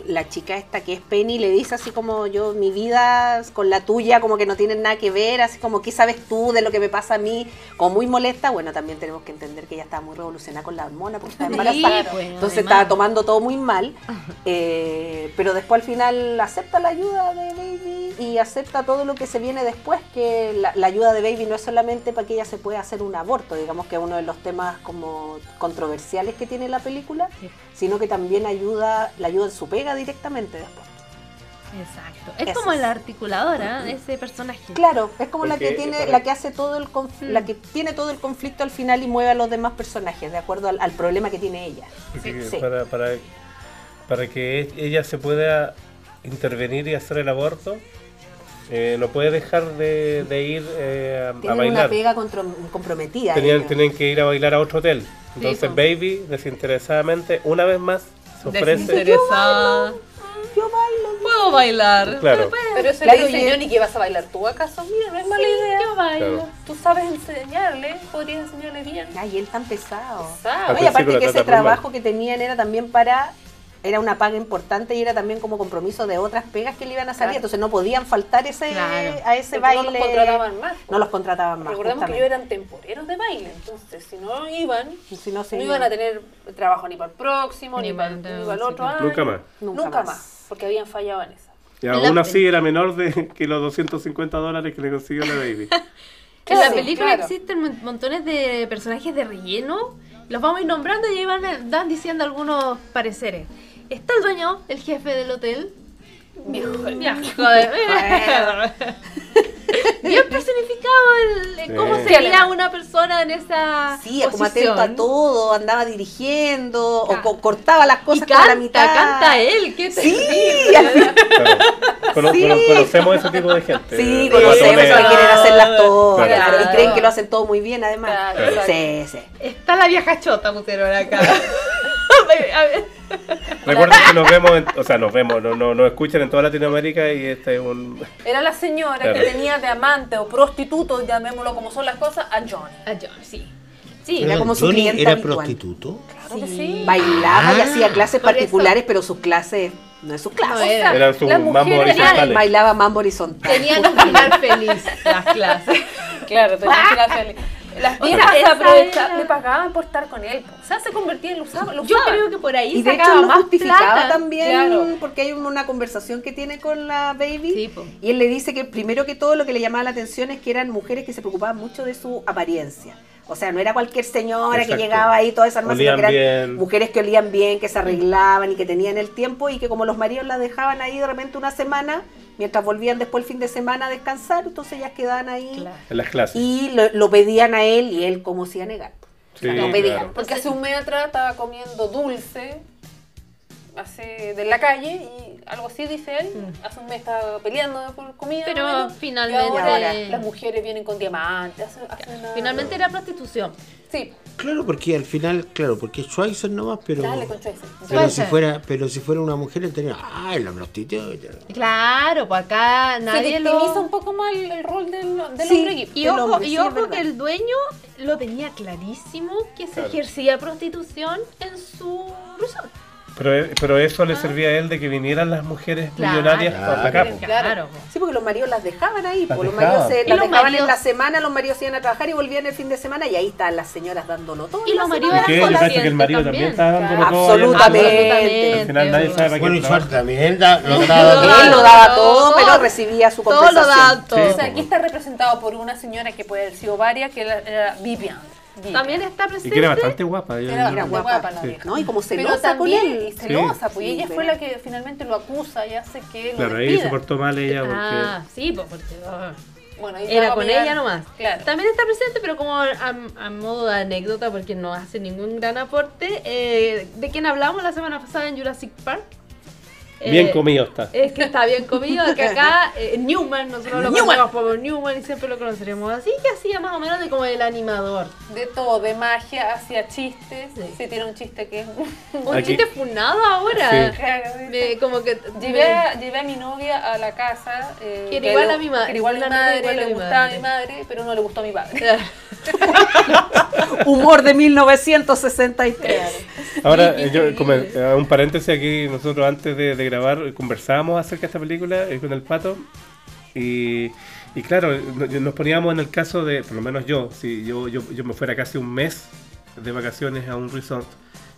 [SPEAKER 6] la chica esta que es Penny le dice así como yo mi vida con la tuya como que no tienen nada que ver, así como qué sabes tú de lo que me pasa a mí, como muy molesta, bueno, también tenemos que entender que ella estaba muy revolucionada con la hormona porque estaba embarazada.
[SPEAKER 4] pues,
[SPEAKER 6] Entonces
[SPEAKER 4] además.
[SPEAKER 6] estaba tomando todo muy mal, eh, pero después al final acepta la ayuda de Baby y acepta todo lo que se viene después, que la, la ayuda de Baby no es solamente para que ella se pueda hacer un aborto, digamos que es uno de los temas como controversiales que tiene la película,
[SPEAKER 4] Sí.
[SPEAKER 6] sino que también ayuda, la ayuda en su pega directamente después.
[SPEAKER 4] Exacto. Es
[SPEAKER 6] Eso
[SPEAKER 4] como
[SPEAKER 6] es.
[SPEAKER 4] la articuladora de ese personaje.
[SPEAKER 6] Claro, es como la
[SPEAKER 2] Porque,
[SPEAKER 6] que tiene,
[SPEAKER 2] para-
[SPEAKER 6] la que hace todo el conf- la que tiene todo el conflicto al final y mueve a los demás personajes de acuerdo al, al problema que tiene ella.
[SPEAKER 2] Porque
[SPEAKER 6] Sí.
[SPEAKER 2] Para, para, para que e- ella se pueda intervenir y hacer el aborto, eh, no puede dejar de, de ir eh, a, a
[SPEAKER 6] Tienen una
[SPEAKER 2] bailar.
[SPEAKER 6] pega contro- comprometida.
[SPEAKER 2] Tenían,
[SPEAKER 6] ellos.
[SPEAKER 2] tienen que ir a bailar a otro hotel. Entonces
[SPEAKER 4] po.
[SPEAKER 6] pues.
[SPEAKER 2] Baby, desinteresadamente, una vez más, se ofrece.
[SPEAKER 8] Desinteresada.
[SPEAKER 6] Yo bailo.
[SPEAKER 8] Puedo bailar.
[SPEAKER 2] Claro,
[SPEAKER 4] pues,
[SPEAKER 3] Pero eso
[SPEAKER 6] Claro,
[SPEAKER 3] le dice
[SPEAKER 6] y-
[SPEAKER 3] Johnny que vas a bailar tú acaso. Mira, no es mala idea.
[SPEAKER 4] Yo bailo.
[SPEAKER 2] claro.
[SPEAKER 3] Tú sabes enseñarle, podrías enseñarle bien.
[SPEAKER 6] Ay, él tan pesado.
[SPEAKER 3] Sabe.
[SPEAKER 2] Al
[SPEAKER 6] Oye,
[SPEAKER 2] principio
[SPEAKER 6] aparte
[SPEAKER 2] la
[SPEAKER 6] que ese
[SPEAKER 2] trata muy mal.
[SPEAKER 6] trabajo que tenían era también para era una paga importante y era también como compromiso de otras pegas que le iban a salir,
[SPEAKER 3] Claro.
[SPEAKER 6] entonces no podían faltar ese
[SPEAKER 4] Claro.
[SPEAKER 6] a ese
[SPEAKER 3] Porque
[SPEAKER 6] baile.
[SPEAKER 3] No los contrataban más.
[SPEAKER 6] No los contrataban más.
[SPEAKER 3] Recordemos que
[SPEAKER 6] justamente.
[SPEAKER 3] ellos eran temporeros de baile, entonces si no iban,
[SPEAKER 6] Si no, se
[SPEAKER 3] no
[SPEAKER 6] iban.
[SPEAKER 3] iban a tener trabajo ni para el próximo, ni,
[SPEAKER 4] Ni
[SPEAKER 3] para,
[SPEAKER 4] para el-
[SPEAKER 3] ni para el otro
[SPEAKER 4] sí,
[SPEAKER 3] año.
[SPEAKER 2] Nunca más.
[SPEAKER 6] Nunca
[SPEAKER 3] Nunca,
[SPEAKER 6] más.
[SPEAKER 3] más. porque habían fallado en esa.
[SPEAKER 2] Y aún así era menor de que los 250 dólares que le consiguió la Baby.
[SPEAKER 4] en la
[SPEAKER 3] Sí,
[SPEAKER 4] película
[SPEAKER 3] claro.
[SPEAKER 4] existen mon- montones de personajes de relleno. Los vamos a ir nombrando y ahí van a- dan diciendo algunos pareceres. Está el dueño, el jefe del hotel. [LAUGHS] Ya, joder.
[SPEAKER 6] [LAUGHS]
[SPEAKER 4] Bien personificado el, el cómo
[SPEAKER 2] Sí.
[SPEAKER 4] sería una persona en esa
[SPEAKER 6] Sí,
[SPEAKER 4] posición.
[SPEAKER 6] como atento a todo, andaba dirigiendo
[SPEAKER 4] Ca-
[SPEAKER 6] o co- cortaba las
[SPEAKER 4] Y
[SPEAKER 6] cosas por la
[SPEAKER 4] canta,
[SPEAKER 6] mitad.
[SPEAKER 4] canta él.
[SPEAKER 3] [LAUGHS]
[SPEAKER 4] Qué
[SPEAKER 6] Sí,
[SPEAKER 2] Claro. Cono- cono- conocemos ese tipo de gente.
[SPEAKER 6] Sí, pues,
[SPEAKER 2] de
[SPEAKER 6] conocemos
[SPEAKER 2] matones.
[SPEAKER 6] que quieren hacerlas todas.
[SPEAKER 2] Claro.
[SPEAKER 6] claro, y creen que lo hacen todo muy bien, además.
[SPEAKER 3] Claro, claro.
[SPEAKER 6] Sí, sí.
[SPEAKER 4] Está la vieja chota, pusieron
[SPEAKER 6] [LAUGHS]
[SPEAKER 4] acá. [LAUGHS] A ver.
[SPEAKER 2] Recuerden que nos vemos, en- o sea, nos vemos, no, no, nos escuchan en toda Latinoamérica y este es un.
[SPEAKER 3] Era la señora que
[SPEAKER 2] Claro.
[SPEAKER 3] tenía de amante o prostituto, llamémoslo como son las cosas, a Johnny.
[SPEAKER 4] A John, Ah, sí. Sí,
[SPEAKER 6] Era como su
[SPEAKER 5] Johnny
[SPEAKER 6] cliente
[SPEAKER 5] era
[SPEAKER 6] habitual.
[SPEAKER 5] prostituto.
[SPEAKER 3] Claro que sí.
[SPEAKER 6] Bailaba y
[SPEAKER 5] Ah.
[SPEAKER 6] hacía clases
[SPEAKER 4] Por eso.
[SPEAKER 6] particulares, pero sus clases no es sus
[SPEAKER 4] No
[SPEAKER 6] clases.
[SPEAKER 4] era.
[SPEAKER 2] Eran sus
[SPEAKER 3] Las
[SPEAKER 2] mambos
[SPEAKER 3] mujeres eran-
[SPEAKER 2] horizontales.
[SPEAKER 6] Bailaba mambo
[SPEAKER 4] [LAUGHS]
[SPEAKER 6] horizontal.
[SPEAKER 4] Tenían un final feliz las clases.
[SPEAKER 3] Claro, tenía que ir a hacerle. Las
[SPEAKER 4] O sea,
[SPEAKER 3] tiendas se
[SPEAKER 4] esa
[SPEAKER 3] aprovechaban,
[SPEAKER 4] era-
[SPEAKER 3] le pagaban por estar con él. po. O sea, se convertía en lo usaba. Lo
[SPEAKER 4] Yo
[SPEAKER 3] usaba.
[SPEAKER 4] creo que por ahí
[SPEAKER 6] Y de
[SPEAKER 4] sacaba
[SPEAKER 6] hecho lo
[SPEAKER 4] más
[SPEAKER 6] justificaba
[SPEAKER 4] plata.
[SPEAKER 6] también
[SPEAKER 3] claro.
[SPEAKER 6] porque hay una conversación que tiene con la baby
[SPEAKER 4] Sí, po.
[SPEAKER 6] y él le dice que primero que todo lo que le llamaba la atención es que eran mujeres que se preocupaban mucho de su apariencia. O sea, no era cualquier señora
[SPEAKER 2] Exacto.
[SPEAKER 6] que llegaba ahí toda esa sino que
[SPEAKER 2] Olían
[SPEAKER 6] eran
[SPEAKER 2] bien.
[SPEAKER 6] mujeres que olían bien, que se arreglaban y que tenían el tiempo y que como los maridos las dejaban ahí de repente una semana, mientras volvían después el fin de semana a descansar, entonces ellas quedaban ahí
[SPEAKER 2] En las clases.
[SPEAKER 6] y lo, lo pedían a él y él como si a negar.
[SPEAKER 2] Sí,
[SPEAKER 6] lo pedían.
[SPEAKER 2] claro.
[SPEAKER 3] Porque hace un mes atrás estaba comiendo dulce así, de la calle y algo así, dice él. Hace un mes estaba peleando por comida.
[SPEAKER 4] Mm. Pero
[SPEAKER 3] bueno,
[SPEAKER 4] finalmente-
[SPEAKER 3] y ahora
[SPEAKER 4] Ahora.
[SPEAKER 3] las mujeres vienen con diamantes. hacen- hacen una-
[SPEAKER 4] Finalmente era prostitución.
[SPEAKER 3] Sí,
[SPEAKER 5] Claro, porque al final, claro, porque es Schweizer nomás, pero.
[SPEAKER 3] dale con Choice.
[SPEAKER 5] Pero si,
[SPEAKER 4] Schweizer.
[SPEAKER 5] fuera, pero si fuera una mujer, él tenía. ¡Ay, la prostituta!
[SPEAKER 4] Claro, pues acá
[SPEAKER 3] Se
[SPEAKER 4] nadie
[SPEAKER 3] victimiza
[SPEAKER 4] lo...
[SPEAKER 3] un poco más el, el rol del, del
[SPEAKER 6] Sí.
[SPEAKER 3] hombre aquí.
[SPEAKER 4] Y
[SPEAKER 6] del
[SPEAKER 4] ojo,
[SPEAKER 6] hombre, sí,
[SPEAKER 4] y
[SPEAKER 6] es
[SPEAKER 4] ojo
[SPEAKER 6] verdad.
[SPEAKER 4] que el dueño lo tenía clarísimo que se ejercía prostitución en su resort.
[SPEAKER 2] Pero, e- pero eso le servía a él de que vinieran las mujeres millonarias
[SPEAKER 5] Claro.
[SPEAKER 2] para acá. pues. po.
[SPEAKER 4] Claro.
[SPEAKER 6] Sí, porque los maridos las dejaban ahí,
[SPEAKER 2] Las
[SPEAKER 6] pues, los
[SPEAKER 2] dejaban.
[SPEAKER 6] maridos se,
[SPEAKER 4] Y
[SPEAKER 6] las
[SPEAKER 4] los
[SPEAKER 6] dejaban en
[SPEAKER 4] maridos-
[SPEAKER 6] la semana, los maridos se iban a trabajar y volvían el fin de semana y ahí estaban las señoras dándolo todo.
[SPEAKER 4] Y
[SPEAKER 6] en la
[SPEAKER 4] los maridos
[SPEAKER 6] semana.
[SPEAKER 2] ¿Y
[SPEAKER 4] eran
[SPEAKER 2] qué? Yo parece que el
[SPEAKER 4] complacientes
[SPEAKER 2] marido también estaba dándolo
[SPEAKER 6] Claro.
[SPEAKER 2] todo allá en la
[SPEAKER 6] Absolutamente.
[SPEAKER 2] ciudad.
[SPEAKER 4] Absolutamente.
[SPEAKER 2] Al final nadie sabe para
[SPEAKER 5] Bueno,
[SPEAKER 2] qué
[SPEAKER 5] y Schwartz
[SPEAKER 2] trabaja.
[SPEAKER 5] también da- lo
[SPEAKER 6] Claro,
[SPEAKER 5] daba
[SPEAKER 4] Todo
[SPEAKER 6] él
[SPEAKER 5] todo.
[SPEAKER 6] lo daba todo,
[SPEAKER 4] todo,
[SPEAKER 6] pero recibía su
[SPEAKER 4] Todo lo
[SPEAKER 6] compensación.
[SPEAKER 4] da todo.
[SPEAKER 3] O sea, aquí está representado por una señora que puede haber sido varias, que era- era Vivian. Vivian.
[SPEAKER 4] También está
[SPEAKER 2] Y
[SPEAKER 4] presente.
[SPEAKER 2] que era bastante guapa.
[SPEAKER 3] Era
[SPEAKER 2] yo- yo-
[SPEAKER 6] Era
[SPEAKER 3] bastante
[SPEAKER 6] guapa,
[SPEAKER 3] guapa la
[SPEAKER 2] sí.
[SPEAKER 3] vieja.
[SPEAKER 6] ¿no? Y como
[SPEAKER 3] Pero
[SPEAKER 6] celosa con
[SPEAKER 3] también y
[SPEAKER 6] él.
[SPEAKER 3] celosa, pues
[SPEAKER 6] Sí,
[SPEAKER 3] ella
[SPEAKER 6] pero-
[SPEAKER 3] fue la que finalmente lo acusa y hace que lo
[SPEAKER 2] Claro, ahí
[SPEAKER 3] despida.
[SPEAKER 2] se portó mal ella porque...
[SPEAKER 4] Ah, sí, pues porque. ah,
[SPEAKER 3] Bueno, ahí ya
[SPEAKER 4] Era
[SPEAKER 3] va
[SPEAKER 4] con
[SPEAKER 3] a mirar-
[SPEAKER 4] ella nomás.
[SPEAKER 3] Claro.
[SPEAKER 4] También está presente, pero como a, a modo de anécdota, porque no hace ningún gran aporte, eh, de quien hablamos la semana pasada en Jurassic Park. Eh,
[SPEAKER 2] Bien comido está.
[SPEAKER 4] Es que está bien comido,
[SPEAKER 2] [LAUGHS]
[SPEAKER 4] que acá eh, Newman, nosotros lo
[SPEAKER 6] Newman.
[SPEAKER 4] conocemos como Newman y siempre lo conoceremos así, que hacía más o menos de como el animador.
[SPEAKER 3] De todo, de magia, hacía chistes.
[SPEAKER 4] Sí.
[SPEAKER 3] Se tiene un [LAUGHS] chiste que es.
[SPEAKER 4] Un
[SPEAKER 2] Aquí-
[SPEAKER 4] chiste funado ahora.
[SPEAKER 2] Sí.
[SPEAKER 4] Me- como que
[SPEAKER 3] Llevé a, llevé a mi novia a la casa. eh,
[SPEAKER 4] Que era igual
[SPEAKER 3] le-
[SPEAKER 4] a mi ma-
[SPEAKER 3] que era igual a mi
[SPEAKER 4] una novia
[SPEAKER 3] madre,
[SPEAKER 4] igual a
[SPEAKER 3] le
[SPEAKER 4] mi
[SPEAKER 3] gustaba
[SPEAKER 4] madre.
[SPEAKER 3] a mi madre, pero no le gustó a mi padre.
[SPEAKER 6] [LAUGHS] Humor de 1963.
[SPEAKER 2] Ahora, eh, yo, como, eh, un paréntesis aquí, nosotros antes de, de grabar eh, conversábamos acerca de esta película eh, con el pato y, y claro, eh, no- nos poníamos en el caso de, por lo menos yo, si yo, yo, yo me fuera casi un mes de vacaciones a un resort,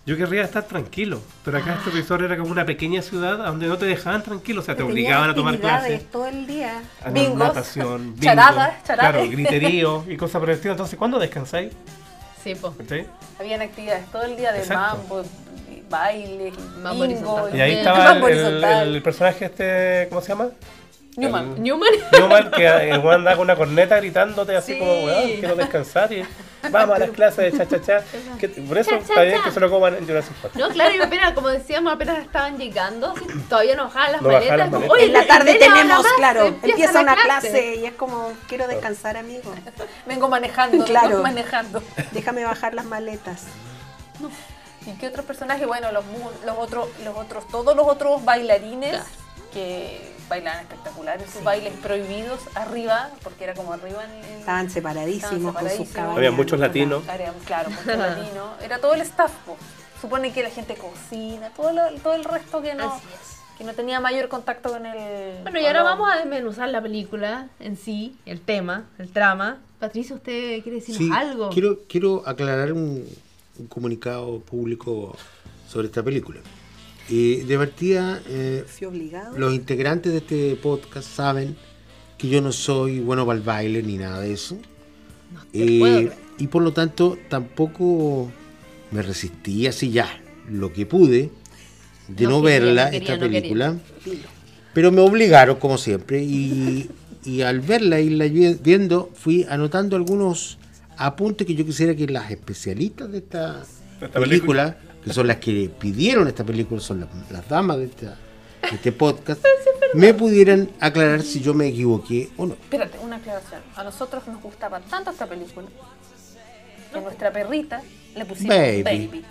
[SPEAKER 2] yo querría estar tranquilo, pero acá
[SPEAKER 3] Ah.
[SPEAKER 2] este resort era como una pequeña ciudad a donde no te dejaban tranquilo, o sea, te obligaban a tomar clases.
[SPEAKER 6] todo el día.
[SPEAKER 2] a na-
[SPEAKER 3] Bingos, [LAUGHS]
[SPEAKER 2] natación, bingo,
[SPEAKER 3] charadas, charadas.
[SPEAKER 2] claro, griterío y cosas por el estilo. Entonces, ¿cuándo descansáis?
[SPEAKER 4] Sí, po.
[SPEAKER 2] ¿Cachai?
[SPEAKER 3] [LAUGHS] Habían actividades todo el día de
[SPEAKER 2] Exacto.
[SPEAKER 3] mambo, y baile, y
[SPEAKER 4] Mambo
[SPEAKER 3] bingo.
[SPEAKER 4] horizontal.
[SPEAKER 2] Y ahí
[SPEAKER 3] [LAUGHS]
[SPEAKER 4] Bien.
[SPEAKER 2] estaba el,
[SPEAKER 3] Mambo
[SPEAKER 2] el-
[SPEAKER 3] horizontal.
[SPEAKER 2] el personaje este, ¿cómo se llama?
[SPEAKER 3] Newman.
[SPEAKER 2] El-
[SPEAKER 4] Newman.
[SPEAKER 2] Newman, que el weón andaba con una corneta gritándote así
[SPEAKER 4] Sí.
[SPEAKER 2] como, weón, quiero descansar y vamos a las clases de cha-cha-cha. Que- Por eso está bien que se lo coman en Jurassic Park.
[SPEAKER 4] No, claro, y apenas, como decíamos, apenas estaban llegando, así, todavía no bajaban las
[SPEAKER 2] No bajaban
[SPEAKER 4] maletas.
[SPEAKER 2] las
[SPEAKER 4] como,
[SPEAKER 2] maletas.
[SPEAKER 4] "Oye,
[SPEAKER 6] En la tarde
[SPEAKER 4] ven ahora
[SPEAKER 6] tenemos,
[SPEAKER 4] más,
[SPEAKER 6] claro, empieza
[SPEAKER 4] la
[SPEAKER 6] una clase y es como, quiero descansar, amigo.
[SPEAKER 3] Vengo manejando,
[SPEAKER 6] Claro.
[SPEAKER 3] vengo [LAUGHS] manejando.
[SPEAKER 6] Déjame bajar las maletas.
[SPEAKER 3] ¿Y qué otros personajes? Bueno, los, mu- los otros, los otros, todos los otros bailarines que bailaban espectacular en sus bailes prohibidos arriba, porque era como arriba en, en-
[SPEAKER 6] Estaban separadísimos con sus
[SPEAKER 3] separadísimos.
[SPEAKER 6] caballos.
[SPEAKER 2] Había muchos latinos.
[SPEAKER 3] Era, claro, mucho latino. Era todo el staff. po. Supone que la gente cocina, todo, lo- todo el resto que no,
[SPEAKER 4] Así es.
[SPEAKER 3] que no tenía mayor contacto con el.
[SPEAKER 4] Bueno, y ahora vamos a desmenuzar la película en sí, el tema, el trama. Patricia, ¿usted quiere decirnos
[SPEAKER 5] Sí,
[SPEAKER 4] algo?
[SPEAKER 5] Quiero, quiero aclarar un, un comunicado público sobre esta película. Eh, de partida, eh,
[SPEAKER 6] Sí, obligado. [LAUGHS]
[SPEAKER 5] los integrantes de este podcast saben que yo no soy bueno para el baile ni nada de eso. Eh,
[SPEAKER 4] puedo creer.
[SPEAKER 5] y por lo tanto, tampoco me resistí así ya lo que pude de no,
[SPEAKER 4] No quería,
[SPEAKER 5] verla,
[SPEAKER 4] no quería,
[SPEAKER 5] esta
[SPEAKER 4] no quería.
[SPEAKER 5] película. Pero me obligaron, como siempre, y, y al verla y la vi- viendo, fui anotando algunos apuntes que yo quisiera que las especialistas de esta,
[SPEAKER 2] Esta
[SPEAKER 5] película, que son las que pidieron esta película, son las, las damas de, esta- de este podcast, me pudieran aclarar si yo me equivoqué o no.
[SPEAKER 3] Espérate, una aclaración. A nosotros nos gustaba tanto esta película que a nuestra perrita le pusimos
[SPEAKER 5] Baby.
[SPEAKER 3] Baby.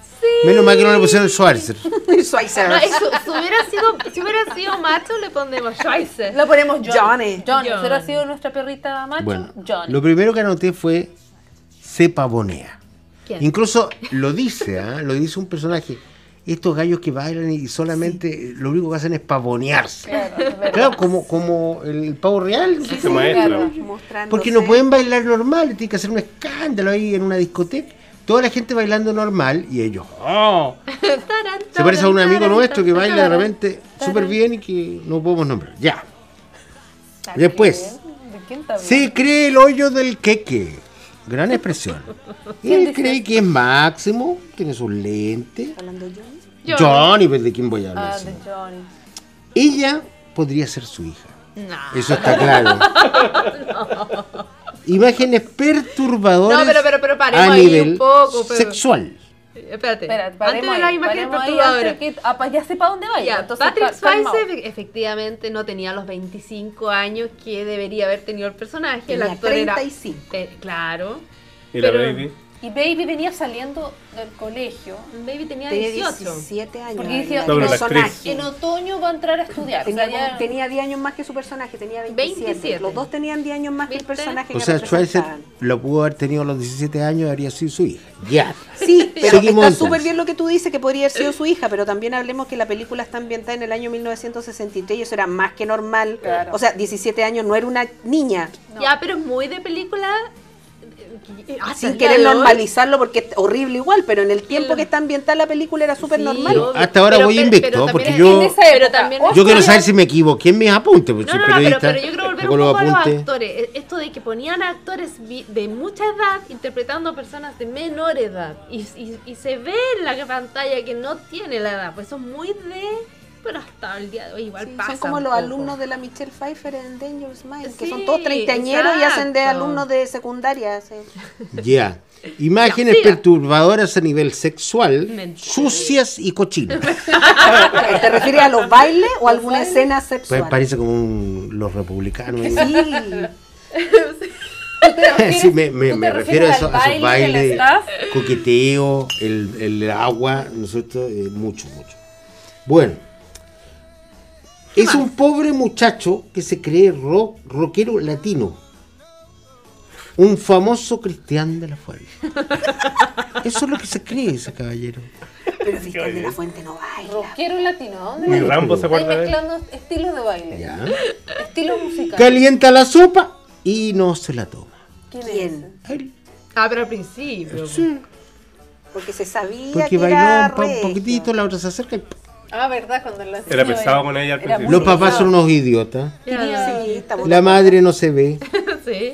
[SPEAKER 5] Menos mal que no le pusieron Schwarzer.
[SPEAKER 6] Schweizer.
[SPEAKER 4] No, eso, si, hubiera sido, si hubiera sido macho, le pondremos Schweizer.
[SPEAKER 3] Lo ponemos John.
[SPEAKER 6] Johnny.
[SPEAKER 3] Johnny.
[SPEAKER 4] John.
[SPEAKER 3] ¿Será sido nuestra perrita macho?
[SPEAKER 5] Bueno,
[SPEAKER 3] Johnny.
[SPEAKER 5] lo primero que anoté fue se pavonea.
[SPEAKER 3] [LAUGHS]
[SPEAKER 4] ¿Quién?
[SPEAKER 5] Incluso lo dice, ¿ah? lo dice un personaje. Estos gallos que bailan y solamente lo único que hacen es pavonearse.
[SPEAKER 3] Claro, es verdad.
[SPEAKER 5] Claro, Este como, como el pavo real.
[SPEAKER 2] Ese maestro.
[SPEAKER 3] claro.
[SPEAKER 5] Porque no pueden bailar normal, tienen que hacer un escándalo ahí en una discoteca. Toda la gente bailando normal y ellos. ¡oh! Se parece a un amigo nuestro que baila de repente súper bien y que no podemos nombrar. Ya.
[SPEAKER 3] Está
[SPEAKER 5] Después.
[SPEAKER 3] bien. ¿De quién está hablando?
[SPEAKER 5] Se cree el hoyo del queque. Gran expresión. Él cree que es máximo, tiene sus lentes.
[SPEAKER 4] Johnny.
[SPEAKER 5] Johnny, pues, ¿de quién voy a hablar?
[SPEAKER 3] Ah,
[SPEAKER 5] si
[SPEAKER 3] de
[SPEAKER 5] no?
[SPEAKER 3] Johnny.
[SPEAKER 5] Ella podría ser su hija.
[SPEAKER 4] Nah.
[SPEAKER 5] Eso está claro.
[SPEAKER 4] [LAUGHS]
[SPEAKER 5] Imágenes perturbadoras
[SPEAKER 4] No, pero- pero- pero paremos
[SPEAKER 5] a
[SPEAKER 4] ahí
[SPEAKER 5] nivel
[SPEAKER 4] un poco, pero-
[SPEAKER 5] sexual.
[SPEAKER 4] Espérate,
[SPEAKER 3] Espera,
[SPEAKER 4] antes
[SPEAKER 3] paremos
[SPEAKER 4] de la
[SPEAKER 3] ahí,
[SPEAKER 4] imagen
[SPEAKER 3] paremos ahí
[SPEAKER 4] perturbadora.
[SPEAKER 3] antes que- ah, pa- ya sé para dónde vaya.
[SPEAKER 4] Ya,
[SPEAKER 3] entonces,
[SPEAKER 4] Patrick
[SPEAKER 3] ca- calmao.
[SPEAKER 4] Swayze efe- efectivamente no tenía los 25 años que debería haber tenido el personaje. el
[SPEAKER 6] Tenía
[SPEAKER 4] actor era-
[SPEAKER 6] 35.
[SPEAKER 4] eh, claro.
[SPEAKER 2] Y la
[SPEAKER 4] Pero-
[SPEAKER 2] baby.
[SPEAKER 3] Y Baby venía saliendo del colegio.
[SPEAKER 4] Baby tenía
[SPEAKER 6] Tenía
[SPEAKER 4] 18.
[SPEAKER 6] 17 años.
[SPEAKER 3] Porque
[SPEAKER 6] el
[SPEAKER 3] decía-
[SPEAKER 2] No, pero la
[SPEAKER 6] personaje.
[SPEAKER 3] En otoño va a entrar a estudiar. o
[SPEAKER 6] Tenía,
[SPEAKER 3] sea,
[SPEAKER 6] como-
[SPEAKER 3] ya-
[SPEAKER 6] tenía 10 años más que su personaje, tenía 27.
[SPEAKER 4] 27.
[SPEAKER 6] Los dos tenían 10 años más que el
[SPEAKER 4] ¿Viste?
[SPEAKER 6] personaje
[SPEAKER 5] O
[SPEAKER 6] que
[SPEAKER 5] sea, Schweizer
[SPEAKER 6] representaban.
[SPEAKER 4] [LAUGHS]
[SPEAKER 5] lo pudo haber tenido a los 17 años, habría sido su hija. Ya.
[SPEAKER 6] Sí, pero
[SPEAKER 5] Seguimos
[SPEAKER 6] está súper
[SPEAKER 5] entonces.
[SPEAKER 6] bien lo que tú dices, que podría haber sido su hija, pero también hablemos que la película está ambientada en el año 1963 y eso era más que normal.
[SPEAKER 3] Claro.
[SPEAKER 6] O sea, 17 años no era una niña.
[SPEAKER 3] No.
[SPEAKER 4] Ya, pero es muy de película. eh, hasta
[SPEAKER 6] Sin
[SPEAKER 4] el día
[SPEAKER 6] querer
[SPEAKER 4] de hoy.
[SPEAKER 6] normalizarlo porque es horrible igual, pero en el tiempo que está ambientada la película era súper
[SPEAKER 4] Sí,
[SPEAKER 6] normal.
[SPEAKER 4] obvio.
[SPEAKER 5] Hasta ahora voy
[SPEAKER 4] pe-
[SPEAKER 5] invicto,
[SPEAKER 4] también
[SPEAKER 5] porque
[SPEAKER 4] es-
[SPEAKER 5] yo-
[SPEAKER 4] en esa época, pero también
[SPEAKER 5] Yo quiero saber si me equivoqué en mis apuntes, porque
[SPEAKER 4] No,
[SPEAKER 5] soy
[SPEAKER 4] no, no, pero,
[SPEAKER 5] periodista.
[SPEAKER 4] pero yo quiero volver un
[SPEAKER 5] saco los
[SPEAKER 4] poco a los
[SPEAKER 5] apuntes.
[SPEAKER 4] actores. E- Esto de que ponían a actores vi- de mucha edad interpretando a personas de menor edad. Y, y- y se ve en la pantalla que no tiene la edad. Pues eso es muy de. Pero hasta el día de hoy igual
[SPEAKER 6] Sí,
[SPEAKER 4] pasa.
[SPEAKER 6] son como
[SPEAKER 4] un
[SPEAKER 6] los
[SPEAKER 4] poco.
[SPEAKER 6] alumnos de la Michelle Pfeiffer en Dangerous Minds, que
[SPEAKER 4] Sí,
[SPEAKER 6] son todos treintañeros y hacen de
[SPEAKER 4] exacto.
[SPEAKER 6] alumnos de secundaria. sí.
[SPEAKER 5] [LAUGHS] Ya. Imágenes
[SPEAKER 4] Ya, siga.
[SPEAKER 5] perturbadoras a nivel sexual,
[SPEAKER 4] Mentira.
[SPEAKER 5] sucias y cochinas.
[SPEAKER 3] [LAUGHS]
[SPEAKER 6] ¿Te refieres a los bailes o a alguna escena
[SPEAKER 5] Pues
[SPEAKER 6] sexual?
[SPEAKER 5] parece como un- los republicanos. ¿no?
[SPEAKER 6] Sí.
[SPEAKER 3] ¿Tú te refieres-
[SPEAKER 5] [LAUGHS] [LAUGHS] Sí, me, me-
[SPEAKER 3] tú te
[SPEAKER 5] me refiero
[SPEAKER 3] refieres
[SPEAKER 5] a, eso-
[SPEAKER 3] al
[SPEAKER 5] a esos
[SPEAKER 3] baile del
[SPEAKER 5] bailes,
[SPEAKER 3] staff?
[SPEAKER 5] coqueteo, el, el agua, ¿no es cierto? Eh, mucho, mucho. Bueno, es un pobre muchacho que se cree rock, rockero latino. Un famoso cristian de la
[SPEAKER 3] [LAUGHS]
[SPEAKER 5] fuente. Eso es lo que se cree ese caballero.
[SPEAKER 6] Pero Cristian de la Fuente no baila.
[SPEAKER 3] Rockero latino, ¿a ¿dónde
[SPEAKER 2] Ni
[SPEAKER 3] vas?
[SPEAKER 2] Rambo se
[SPEAKER 3] Estáis
[SPEAKER 2] acuerda de él.
[SPEAKER 3] mezclando estilos de baile,
[SPEAKER 5] Ya.
[SPEAKER 3] estilos musicales.
[SPEAKER 5] Calienta la sopa y no se la toma.
[SPEAKER 3] ¿Quién es?
[SPEAKER 6] ¿Quién?
[SPEAKER 5] Él,
[SPEAKER 4] Ah, pero al principio.
[SPEAKER 5] sí,
[SPEAKER 6] Porque se sabía
[SPEAKER 5] porque
[SPEAKER 6] que era
[SPEAKER 5] bailó un, pa- un
[SPEAKER 6] regio.
[SPEAKER 5] poquitito, la otra se acerca y
[SPEAKER 3] Ah, ¿verdad? Cuando lo
[SPEAKER 2] Era
[SPEAKER 3] enseñaba
[SPEAKER 2] pesado
[SPEAKER 3] él.
[SPEAKER 2] con ella al
[SPEAKER 3] Era
[SPEAKER 2] principio.
[SPEAKER 5] Los papás son unos idiotas.
[SPEAKER 4] Era-
[SPEAKER 6] Sí, está bueno.
[SPEAKER 5] La madre no se ve.
[SPEAKER 4] Sí.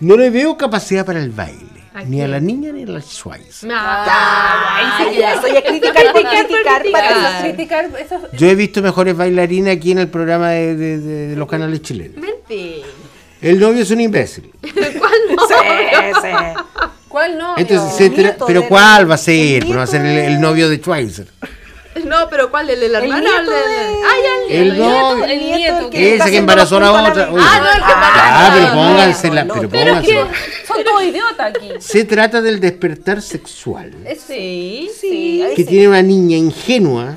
[SPEAKER 5] No le veo capacidad para el baile.
[SPEAKER 4] ¿A
[SPEAKER 5] Ni a
[SPEAKER 4] quién?
[SPEAKER 5] la niña ni a la Schweiz.
[SPEAKER 4] Ah,
[SPEAKER 6] Ah, ya, soy a criticar por criticar para
[SPEAKER 3] Eso es criticar, eso es-
[SPEAKER 5] Yo he visto mejores bailarinas aquí en el programa de, de- de- de los canales chilenos.
[SPEAKER 4] Mentira.
[SPEAKER 5] El novio es un imbécil.
[SPEAKER 6] Sí, sí.
[SPEAKER 3] ¿Cuál no?
[SPEAKER 5] Entonces
[SPEAKER 6] El
[SPEAKER 5] se entera-
[SPEAKER 6] nieto
[SPEAKER 5] pero
[SPEAKER 6] del-
[SPEAKER 5] ¿cuál va a ser?
[SPEAKER 6] el
[SPEAKER 5] No va a ser el,
[SPEAKER 6] nieto
[SPEAKER 5] el novio de Schweizer.
[SPEAKER 4] No, pero ¿cuál? ¿El de la
[SPEAKER 6] El
[SPEAKER 4] hermana o el
[SPEAKER 6] nieto
[SPEAKER 4] de.?
[SPEAKER 6] de-
[SPEAKER 4] Ah, ya,
[SPEAKER 5] El
[SPEAKER 4] nieto.
[SPEAKER 5] novio.
[SPEAKER 3] el nieto
[SPEAKER 6] le
[SPEAKER 5] Esa
[SPEAKER 6] está
[SPEAKER 5] que
[SPEAKER 6] haciendo
[SPEAKER 5] embarazó a la
[SPEAKER 6] culpa
[SPEAKER 5] otra.
[SPEAKER 6] niña.
[SPEAKER 4] Ah, no, el que
[SPEAKER 5] Ah,
[SPEAKER 4] embarazó.
[SPEAKER 5] pero póngansela.
[SPEAKER 6] no,
[SPEAKER 5] Pero
[SPEAKER 4] Pero es que-
[SPEAKER 5] póngansela.
[SPEAKER 3] Son todos idiotas aquí.
[SPEAKER 5] Se trata del despertar sexual.
[SPEAKER 4] Sí.
[SPEAKER 6] Sí, ahí
[SPEAKER 5] Que
[SPEAKER 6] sí.
[SPEAKER 5] tiene una niña ingenua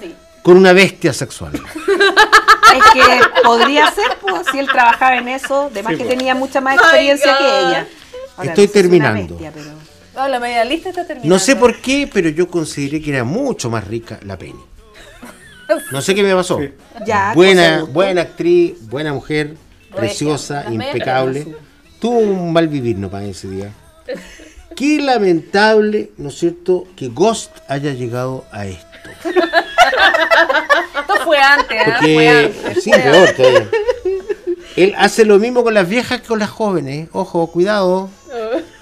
[SPEAKER 3] Sí.
[SPEAKER 5] con una bestia sexual.
[SPEAKER 6] Es que podría ser, pues, si él trabajaba en eso, de más
[SPEAKER 2] Sí,
[SPEAKER 6] que
[SPEAKER 2] pues.
[SPEAKER 6] tenía mucha más experiencia que ella.
[SPEAKER 5] Estoy
[SPEAKER 6] no sé si es una
[SPEAKER 5] terminando.
[SPEAKER 6] pero-
[SPEAKER 3] No, la media lista está terminando.
[SPEAKER 5] No sé por qué, pero yo consideré que era mucho más rica la Penny. No sé qué me pasó.
[SPEAKER 6] Ya, Ah, cosa de
[SPEAKER 5] buena,
[SPEAKER 6] gusto.
[SPEAKER 5] buena actriz, buena mujer,
[SPEAKER 3] Regia,
[SPEAKER 5] preciosa,
[SPEAKER 3] la media
[SPEAKER 5] impecable.
[SPEAKER 3] pena,
[SPEAKER 5] Tuvo un mal vivir, no para ese día. Qué lamentable, ¿no es cierto?, que Ghost haya llegado a esto.
[SPEAKER 3] Esto fue antes, ¿ah? Fue
[SPEAKER 5] Porque,
[SPEAKER 3] antes.
[SPEAKER 5] sí, peor todavía. Él hace lo mismo con las viejas que con las jóvenes. Ojo, cuidado.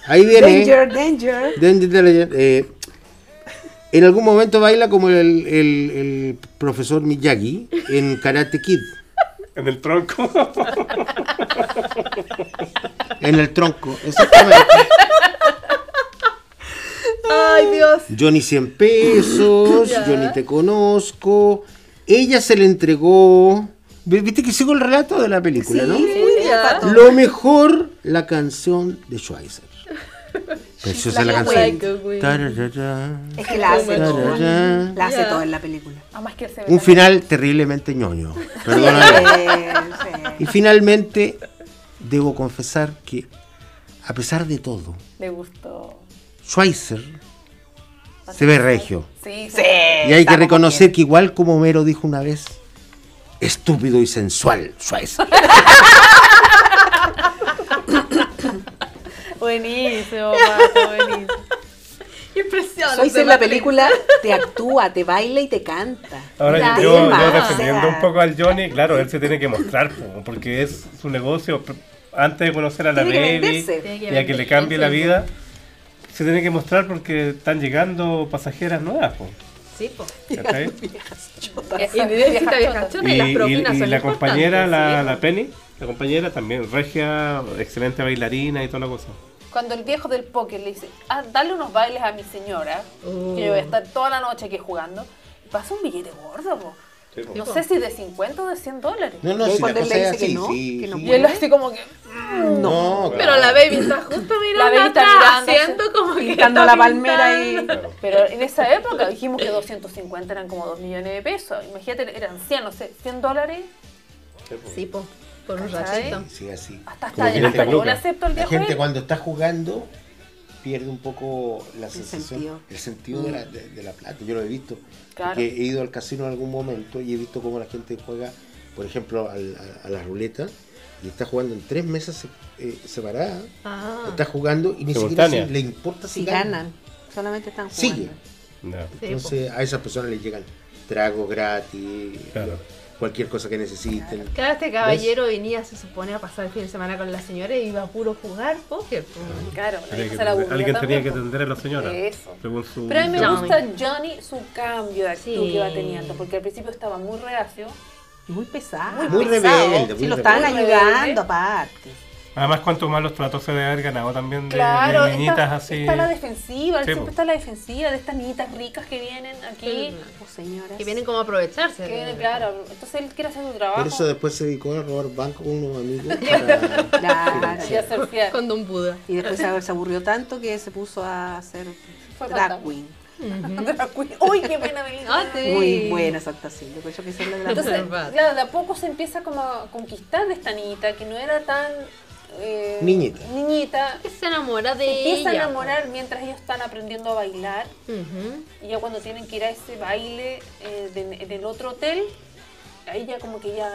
[SPEAKER 5] Ahí viene.
[SPEAKER 6] Danger, danger.
[SPEAKER 5] Danger Danger, eh, en algún momento baila como el, el- el profesor Miyagi en Karate Kid,
[SPEAKER 2] En el tronco.
[SPEAKER 6] [LAUGHS]
[SPEAKER 5] en el tronco. Exactamente.
[SPEAKER 4] Ay, Dios.
[SPEAKER 5] Johnny 100 pesos, Johnny te conozco. Ella se le entregó. ¿Ve- ¿Viste que sigo el relato de la película, no?
[SPEAKER 6] Muy bien, Pato.
[SPEAKER 5] Lo mejor, la canción de
[SPEAKER 6] [LAUGHS]
[SPEAKER 5] Schweizer. Preciosa la
[SPEAKER 6] Like a
[SPEAKER 5] canción.
[SPEAKER 4] wind.
[SPEAKER 5] Tararara,
[SPEAKER 6] Es que la hace todo.
[SPEAKER 5] tararara.
[SPEAKER 6] La hace
[SPEAKER 4] Ya.
[SPEAKER 6] todo en la película.
[SPEAKER 3] Además que se ve.
[SPEAKER 5] Un final terriblemente ñoño.
[SPEAKER 6] [LAUGHS]
[SPEAKER 5] Perdóname.
[SPEAKER 6] Sí, sí.
[SPEAKER 5] Y finalmente, debo confesar que, a pesar de todo,
[SPEAKER 3] Le gustó.
[SPEAKER 5] Schweizer se ve regio.
[SPEAKER 3] Sí, sí.
[SPEAKER 6] Sí,
[SPEAKER 5] Y hay que
[SPEAKER 6] estamos
[SPEAKER 5] reconocer que igual como Homero dijo una vez, estúpido y sensual, Schweizer.
[SPEAKER 3] Buenísimo, Pato, buenísimo.
[SPEAKER 6] bien.
[SPEAKER 4] Impresionante.
[SPEAKER 6] Soy en la película, te actúa, te baila y te canta.
[SPEAKER 2] Ahora
[SPEAKER 6] La
[SPEAKER 2] yo,
[SPEAKER 6] tema,
[SPEAKER 2] yo
[SPEAKER 6] o
[SPEAKER 2] defendiendo
[SPEAKER 6] sea,
[SPEAKER 2] un poco al Johnny, claro, él se tiene que mostrar, po, porque es su negocio. pr- Antes de conocer a la
[SPEAKER 6] Tiene que
[SPEAKER 2] baby
[SPEAKER 6] venderse.
[SPEAKER 2] y a que le cambie la vida, se tiene que mostrar porque están llegando pasajeras nuevas. po,
[SPEAKER 4] Sí, po.
[SPEAKER 2] ¿cachai?
[SPEAKER 6] [LAUGHS]
[SPEAKER 3] Esa
[SPEAKER 4] Y necesita
[SPEAKER 3] vieja
[SPEAKER 4] vieja
[SPEAKER 3] chota.
[SPEAKER 4] chona y las
[SPEAKER 2] y,
[SPEAKER 4] propinas
[SPEAKER 2] y
[SPEAKER 4] son
[SPEAKER 2] la compañera, la,
[SPEAKER 4] importantes,
[SPEAKER 2] la Penny, la compañera también, regia, excelente bailarina y toda la cosa.
[SPEAKER 3] Cuando el viejo del póker le dice, ah, dale unos bailes a mi señora,
[SPEAKER 4] Oh.
[SPEAKER 3] que yo voy a estar toda la noche aquí jugando, y pasa un billete gordo, po.
[SPEAKER 2] Sí, po.
[SPEAKER 3] No sé si de 50 o de 100 dólares.
[SPEAKER 5] [LAUGHS] No, no,
[SPEAKER 6] Y ahí
[SPEAKER 5] si la
[SPEAKER 6] cuando él
[SPEAKER 5] cosa
[SPEAKER 6] le
[SPEAKER 5] es
[SPEAKER 6] dice que
[SPEAKER 5] así,
[SPEAKER 6] no,
[SPEAKER 5] sí,
[SPEAKER 6] que no
[SPEAKER 5] sí.
[SPEAKER 3] Y él así como que...
[SPEAKER 5] No,
[SPEAKER 4] Pero la baby está justo mirando
[SPEAKER 3] baby está
[SPEAKER 4] atrás,
[SPEAKER 3] mirando,
[SPEAKER 4] haciendo como que
[SPEAKER 6] Pintando
[SPEAKER 4] está
[SPEAKER 6] la palmera y...
[SPEAKER 4] pintando.
[SPEAKER 2] claro.
[SPEAKER 3] Pero en esa época dijimos que 250 eran como 2 millones de pesos. Imagínate, eran 100, no sé, 100 dólares.
[SPEAKER 2] Sí, po.
[SPEAKER 4] Sí, po, por un
[SPEAKER 3] ¿Cachai?
[SPEAKER 4] ratito.
[SPEAKER 5] Sí, así.
[SPEAKER 3] Hasta,
[SPEAKER 5] Como
[SPEAKER 3] hasta,
[SPEAKER 5] que la
[SPEAKER 3] hasta
[SPEAKER 2] gente-
[SPEAKER 3] yo le acepto el
[SPEAKER 5] La
[SPEAKER 3] viejo.
[SPEAKER 5] gente
[SPEAKER 3] él.
[SPEAKER 5] cuando está jugando pierde un poco la sensación,
[SPEAKER 6] sentido.
[SPEAKER 5] el sentido de, la, de- de la plata. Yo lo he visto.
[SPEAKER 3] Claro.
[SPEAKER 5] Porque he ido al casino en algún momento y he visto cómo la gente juega, por ejemplo, al- a, a la ruleta y está jugando en tres mesas se- eh, separadas.
[SPEAKER 4] Ah,
[SPEAKER 5] Está jugando y ni siquiera
[SPEAKER 2] Simultánea.
[SPEAKER 5] se- le importa si,
[SPEAKER 6] Si ganan, solamente están jugando.
[SPEAKER 5] Sigue.
[SPEAKER 2] No.
[SPEAKER 4] sí, po.
[SPEAKER 5] Entonces a esas personas les llegan trago gratis,
[SPEAKER 2] Claro.
[SPEAKER 5] cualquier cosa que necesiten.
[SPEAKER 4] Claro, este caballero venía, se supone, a pasar el fin de semana con la señora y iba a puro jugar póker. po.
[SPEAKER 3] Claro, la
[SPEAKER 2] Tenía que
[SPEAKER 3] vieja se la
[SPEAKER 2] atender-
[SPEAKER 3] aburría
[SPEAKER 2] alguien tenía
[SPEAKER 3] también,
[SPEAKER 2] que
[SPEAKER 3] po.
[SPEAKER 2] atender a la señora.
[SPEAKER 3] Eso.
[SPEAKER 2] Según su.
[SPEAKER 3] Pero a mí me
[SPEAKER 4] Johnny.
[SPEAKER 3] gusta Johnny su cambio de actitud
[SPEAKER 4] Sí.
[SPEAKER 3] que va teniendo, porque al principio estaba muy reacio.
[SPEAKER 6] Muy pesado.
[SPEAKER 5] Muy
[SPEAKER 6] pesado.
[SPEAKER 5] rebelde,
[SPEAKER 6] Si
[SPEAKER 5] muy
[SPEAKER 6] lo estaban
[SPEAKER 3] rebelde.
[SPEAKER 6] ayudando aparte.
[SPEAKER 2] Además, cuántos malos tratos se debe haber ganado también de,
[SPEAKER 3] Claro,
[SPEAKER 2] de niñitas
[SPEAKER 3] está,
[SPEAKER 2] así.
[SPEAKER 3] está la defensiva, él
[SPEAKER 2] Sí,
[SPEAKER 3] siempre
[SPEAKER 2] po.
[SPEAKER 3] está la defensiva de estas niñitas ricas que vienen aquí.
[SPEAKER 6] Oh, señoras.
[SPEAKER 4] Que vienen como a aprovecharse.
[SPEAKER 3] Que vienen, claro, entonces él quiere hacer su trabajo
[SPEAKER 5] Por eso después se dedicó a robar bancos con unos
[SPEAKER 6] [LAUGHS]
[SPEAKER 5] amigos. para-
[SPEAKER 6] Claro.
[SPEAKER 3] y hacer fiar.
[SPEAKER 4] Con Don Buda.
[SPEAKER 6] Y después se se aburrió tanto que se puso a hacer
[SPEAKER 3] Fue
[SPEAKER 6] drag
[SPEAKER 3] fantasma.
[SPEAKER 6] queen.
[SPEAKER 3] [LAUGHS] Drag
[SPEAKER 6] [LAUGHS]
[SPEAKER 3] queen. Uy, qué pena Belinda.
[SPEAKER 4] Ah, sí.
[SPEAKER 6] Muy buena esa actuación. Yo creo que esa es la gran-
[SPEAKER 3] Entonces,
[SPEAKER 4] [LAUGHS] Verdad.
[SPEAKER 3] claro, de a poco se empieza como a conquistar de esta niñita que no era tan eh,
[SPEAKER 5] Niñita.
[SPEAKER 3] niñita.
[SPEAKER 4] Que se enamora de
[SPEAKER 3] Se empieza a
[SPEAKER 4] ella.
[SPEAKER 3] enamorar mientras ellos están aprendiendo a bailar.
[SPEAKER 4] Ujú.
[SPEAKER 3] Y ya cuando tienen que ir a ese baile eh, de- en el otro hotel, ahí ya como que ya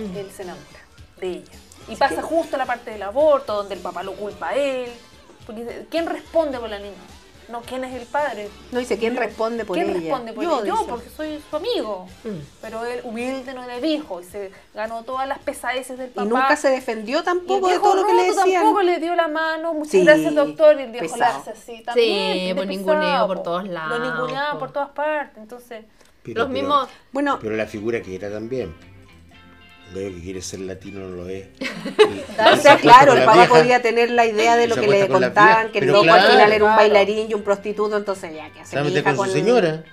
[SPEAKER 3] él se enamora de ella. Y pasa justo la parte del aborto, donde el papá lo culpa a él. Porque dice, ¿quién responde por la niña? No, ¿quién es el padre?
[SPEAKER 6] No dice quién responde por
[SPEAKER 3] ¿Quién
[SPEAKER 6] ella.
[SPEAKER 3] responde por
[SPEAKER 6] yo,
[SPEAKER 3] él? Yo,
[SPEAKER 6] dice.
[SPEAKER 3] porque soy su amigo.
[SPEAKER 4] Mm.
[SPEAKER 3] Pero él humilde no le dijo y se ganó todas las pesadeces del
[SPEAKER 6] Y
[SPEAKER 3] papá.
[SPEAKER 6] nunca se
[SPEAKER 3] Y
[SPEAKER 6] defendió
[SPEAKER 3] el
[SPEAKER 6] tampoco de
[SPEAKER 3] viejo
[SPEAKER 6] todo lo que le
[SPEAKER 3] roto
[SPEAKER 6] decían.
[SPEAKER 3] pues, tampoco le dio la mano. Muchas
[SPEAKER 6] Sí,
[SPEAKER 3] gracias, doctor. Y el viejo la
[SPEAKER 6] pesado.
[SPEAKER 3] hace así también.
[SPEAKER 4] Sí,
[SPEAKER 3] de pesado,
[SPEAKER 4] pues, ninguneo por
[SPEAKER 3] po.
[SPEAKER 4] todos lados,
[SPEAKER 3] Lo ninguneaban
[SPEAKER 4] po.
[SPEAKER 3] por todas partes. Entonces,
[SPEAKER 5] Pero-
[SPEAKER 4] Los
[SPEAKER 5] pero-
[SPEAKER 4] mismos.
[SPEAKER 6] Bueno,
[SPEAKER 5] Pero la figura que era también. Veo que quiere ser latino, no lo es.
[SPEAKER 6] [LAUGHS] o sea, claro, el papá podía tener la idea de
[SPEAKER 5] Y
[SPEAKER 6] lo
[SPEAKER 5] se
[SPEAKER 6] que
[SPEAKER 5] acuesta
[SPEAKER 6] le
[SPEAKER 5] con las
[SPEAKER 6] contaban,
[SPEAKER 5] viejas.
[SPEAKER 6] que el
[SPEAKER 5] Pero
[SPEAKER 6] loco al
[SPEAKER 5] claro.
[SPEAKER 6] final era un bailarín y un prostituto, entonces ya que hace mi
[SPEAKER 5] Solamente
[SPEAKER 6] hija
[SPEAKER 5] con su señora.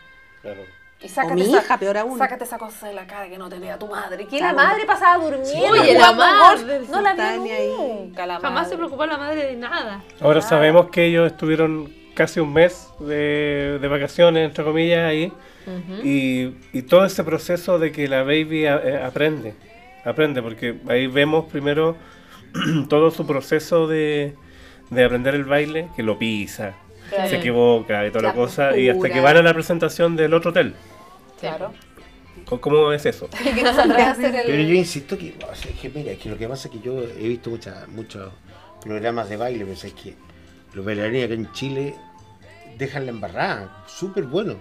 [SPEAKER 2] Claro.
[SPEAKER 3] y
[SPEAKER 6] O
[SPEAKER 3] sácate,
[SPEAKER 6] mi
[SPEAKER 3] esa,
[SPEAKER 6] hija, peor aún.
[SPEAKER 3] sácate esa cosa de la cara que no te vea tu madre. Que
[SPEAKER 6] Claro.
[SPEAKER 3] la madre pasaba durmiendo.
[SPEAKER 4] Oye, la
[SPEAKER 3] jugando golf.
[SPEAKER 4] madre,
[SPEAKER 3] No la
[SPEAKER 6] está ni ahí.
[SPEAKER 3] vi nunca. La
[SPEAKER 4] Jamás se
[SPEAKER 3] madre.
[SPEAKER 4] preocupó la madre de nada.
[SPEAKER 2] Ahora sabemos que ellos estuvieron casi un mes de, de vacaciones, entre comillas, ahí. y, y todo ese proceso de que la baby a- eh, aprende. Aprende, porque ahí vemos primero [CLEARS THROAT] todo su proceso de, de aprender el baile, que lo pisa,
[SPEAKER 3] Claro.
[SPEAKER 2] se equivoca y toda la,
[SPEAKER 6] La
[SPEAKER 2] cosa, y hasta
[SPEAKER 6] postura.
[SPEAKER 2] que van a la presentación del otro hotel.
[SPEAKER 3] Claro.
[SPEAKER 2] ¿Cómo- ¿Cómo es eso?
[SPEAKER 3] [LAUGHS] Y que no sabrás hacer
[SPEAKER 5] Pero
[SPEAKER 3] el.
[SPEAKER 5] yo insisto que, o sea, que mira, es que lo que pasa es que yo he visto mucha- muchos programas de baile, pero es que los bailarines acá en Chile dejan la embarrada, súper bueno.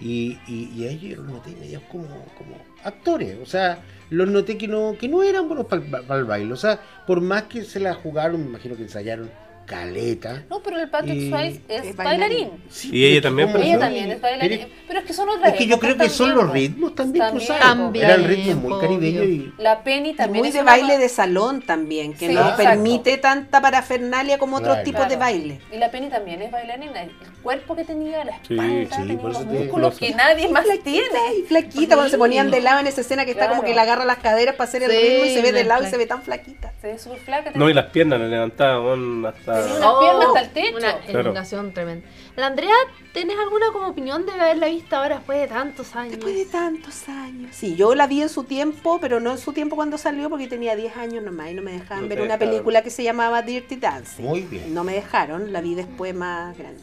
[SPEAKER 5] Y, y, y a ellos los noté medios como, como actores, o sea, los noté que no, que no eran buenos para el baile, o sea, por más que se la jugaron, me imagino que ensayaron caleta.
[SPEAKER 3] No, pero el Patrick
[SPEAKER 5] Y-
[SPEAKER 3] Swayze es,
[SPEAKER 6] es bailarín.
[SPEAKER 3] bailarín.
[SPEAKER 5] Sí,
[SPEAKER 2] Y ella
[SPEAKER 5] pero
[SPEAKER 2] también,
[SPEAKER 5] como-
[SPEAKER 2] pues,
[SPEAKER 3] Ella
[SPEAKER 2] ¿no?
[SPEAKER 3] también es bailarín.
[SPEAKER 5] Pero-
[SPEAKER 3] Pero es que son otras
[SPEAKER 5] Es que yo creo que
[SPEAKER 3] épocas
[SPEAKER 5] son
[SPEAKER 3] también,
[SPEAKER 5] los
[SPEAKER 3] po.
[SPEAKER 5] ritmos también, tú
[SPEAKER 3] También,
[SPEAKER 5] sabes, po.
[SPEAKER 4] también,
[SPEAKER 5] eran ritmos muy
[SPEAKER 4] obvio.
[SPEAKER 5] caribeños y
[SPEAKER 3] La Penny
[SPEAKER 6] Y
[SPEAKER 3] también
[SPEAKER 6] muy
[SPEAKER 3] es
[SPEAKER 6] de
[SPEAKER 3] una
[SPEAKER 6] baile
[SPEAKER 3] ma-
[SPEAKER 6] de salón también, que
[SPEAKER 3] Sí,
[SPEAKER 6] no
[SPEAKER 3] exacto.
[SPEAKER 6] permite tanta parafernalia como otros
[SPEAKER 5] Claro.
[SPEAKER 6] tipos de
[SPEAKER 3] Claro.
[SPEAKER 6] baile.
[SPEAKER 3] Y la Penny también es bailarina. El cuerpo que tenía, la
[SPEAKER 2] Sí,
[SPEAKER 3] espalda,
[SPEAKER 5] sí,
[SPEAKER 3] tenía
[SPEAKER 5] por eso
[SPEAKER 3] los
[SPEAKER 5] te digo.
[SPEAKER 3] músculos que nadie más tiene.
[SPEAKER 6] Ay, flaquita, cuando se ponían de lado en esa escena que está
[SPEAKER 3] Claro.
[SPEAKER 6] como que le agarra las caderas para hacer el
[SPEAKER 4] Sí,
[SPEAKER 6] ritmo y se ve
[SPEAKER 4] una
[SPEAKER 6] de lado y
[SPEAKER 4] flaca.
[SPEAKER 6] se ve tan flaquita.
[SPEAKER 3] Se ve súper flaca.
[SPEAKER 2] No, y las piernas le levantaban
[SPEAKER 3] Tenía
[SPEAKER 2] hasta...
[SPEAKER 3] una- Las piernas hasta el techo.
[SPEAKER 4] Oh, Una
[SPEAKER 2] Claro.
[SPEAKER 4] elongación tremenda. La Andrea, ¿tenés alguna como opinión de haberla visto ahora después de tantos años?
[SPEAKER 6] Después de tantos años. Sí, yo la vi en su tiempo, pero no en su tiempo cuando salió porque tenía 10 años nomás y no me dejaban
[SPEAKER 2] No te
[SPEAKER 6] ver una
[SPEAKER 2] dejaron.
[SPEAKER 6] película que se llamaba Dirty Dancing.
[SPEAKER 5] Muy bien.
[SPEAKER 6] No me dejaron, la vi después más grande.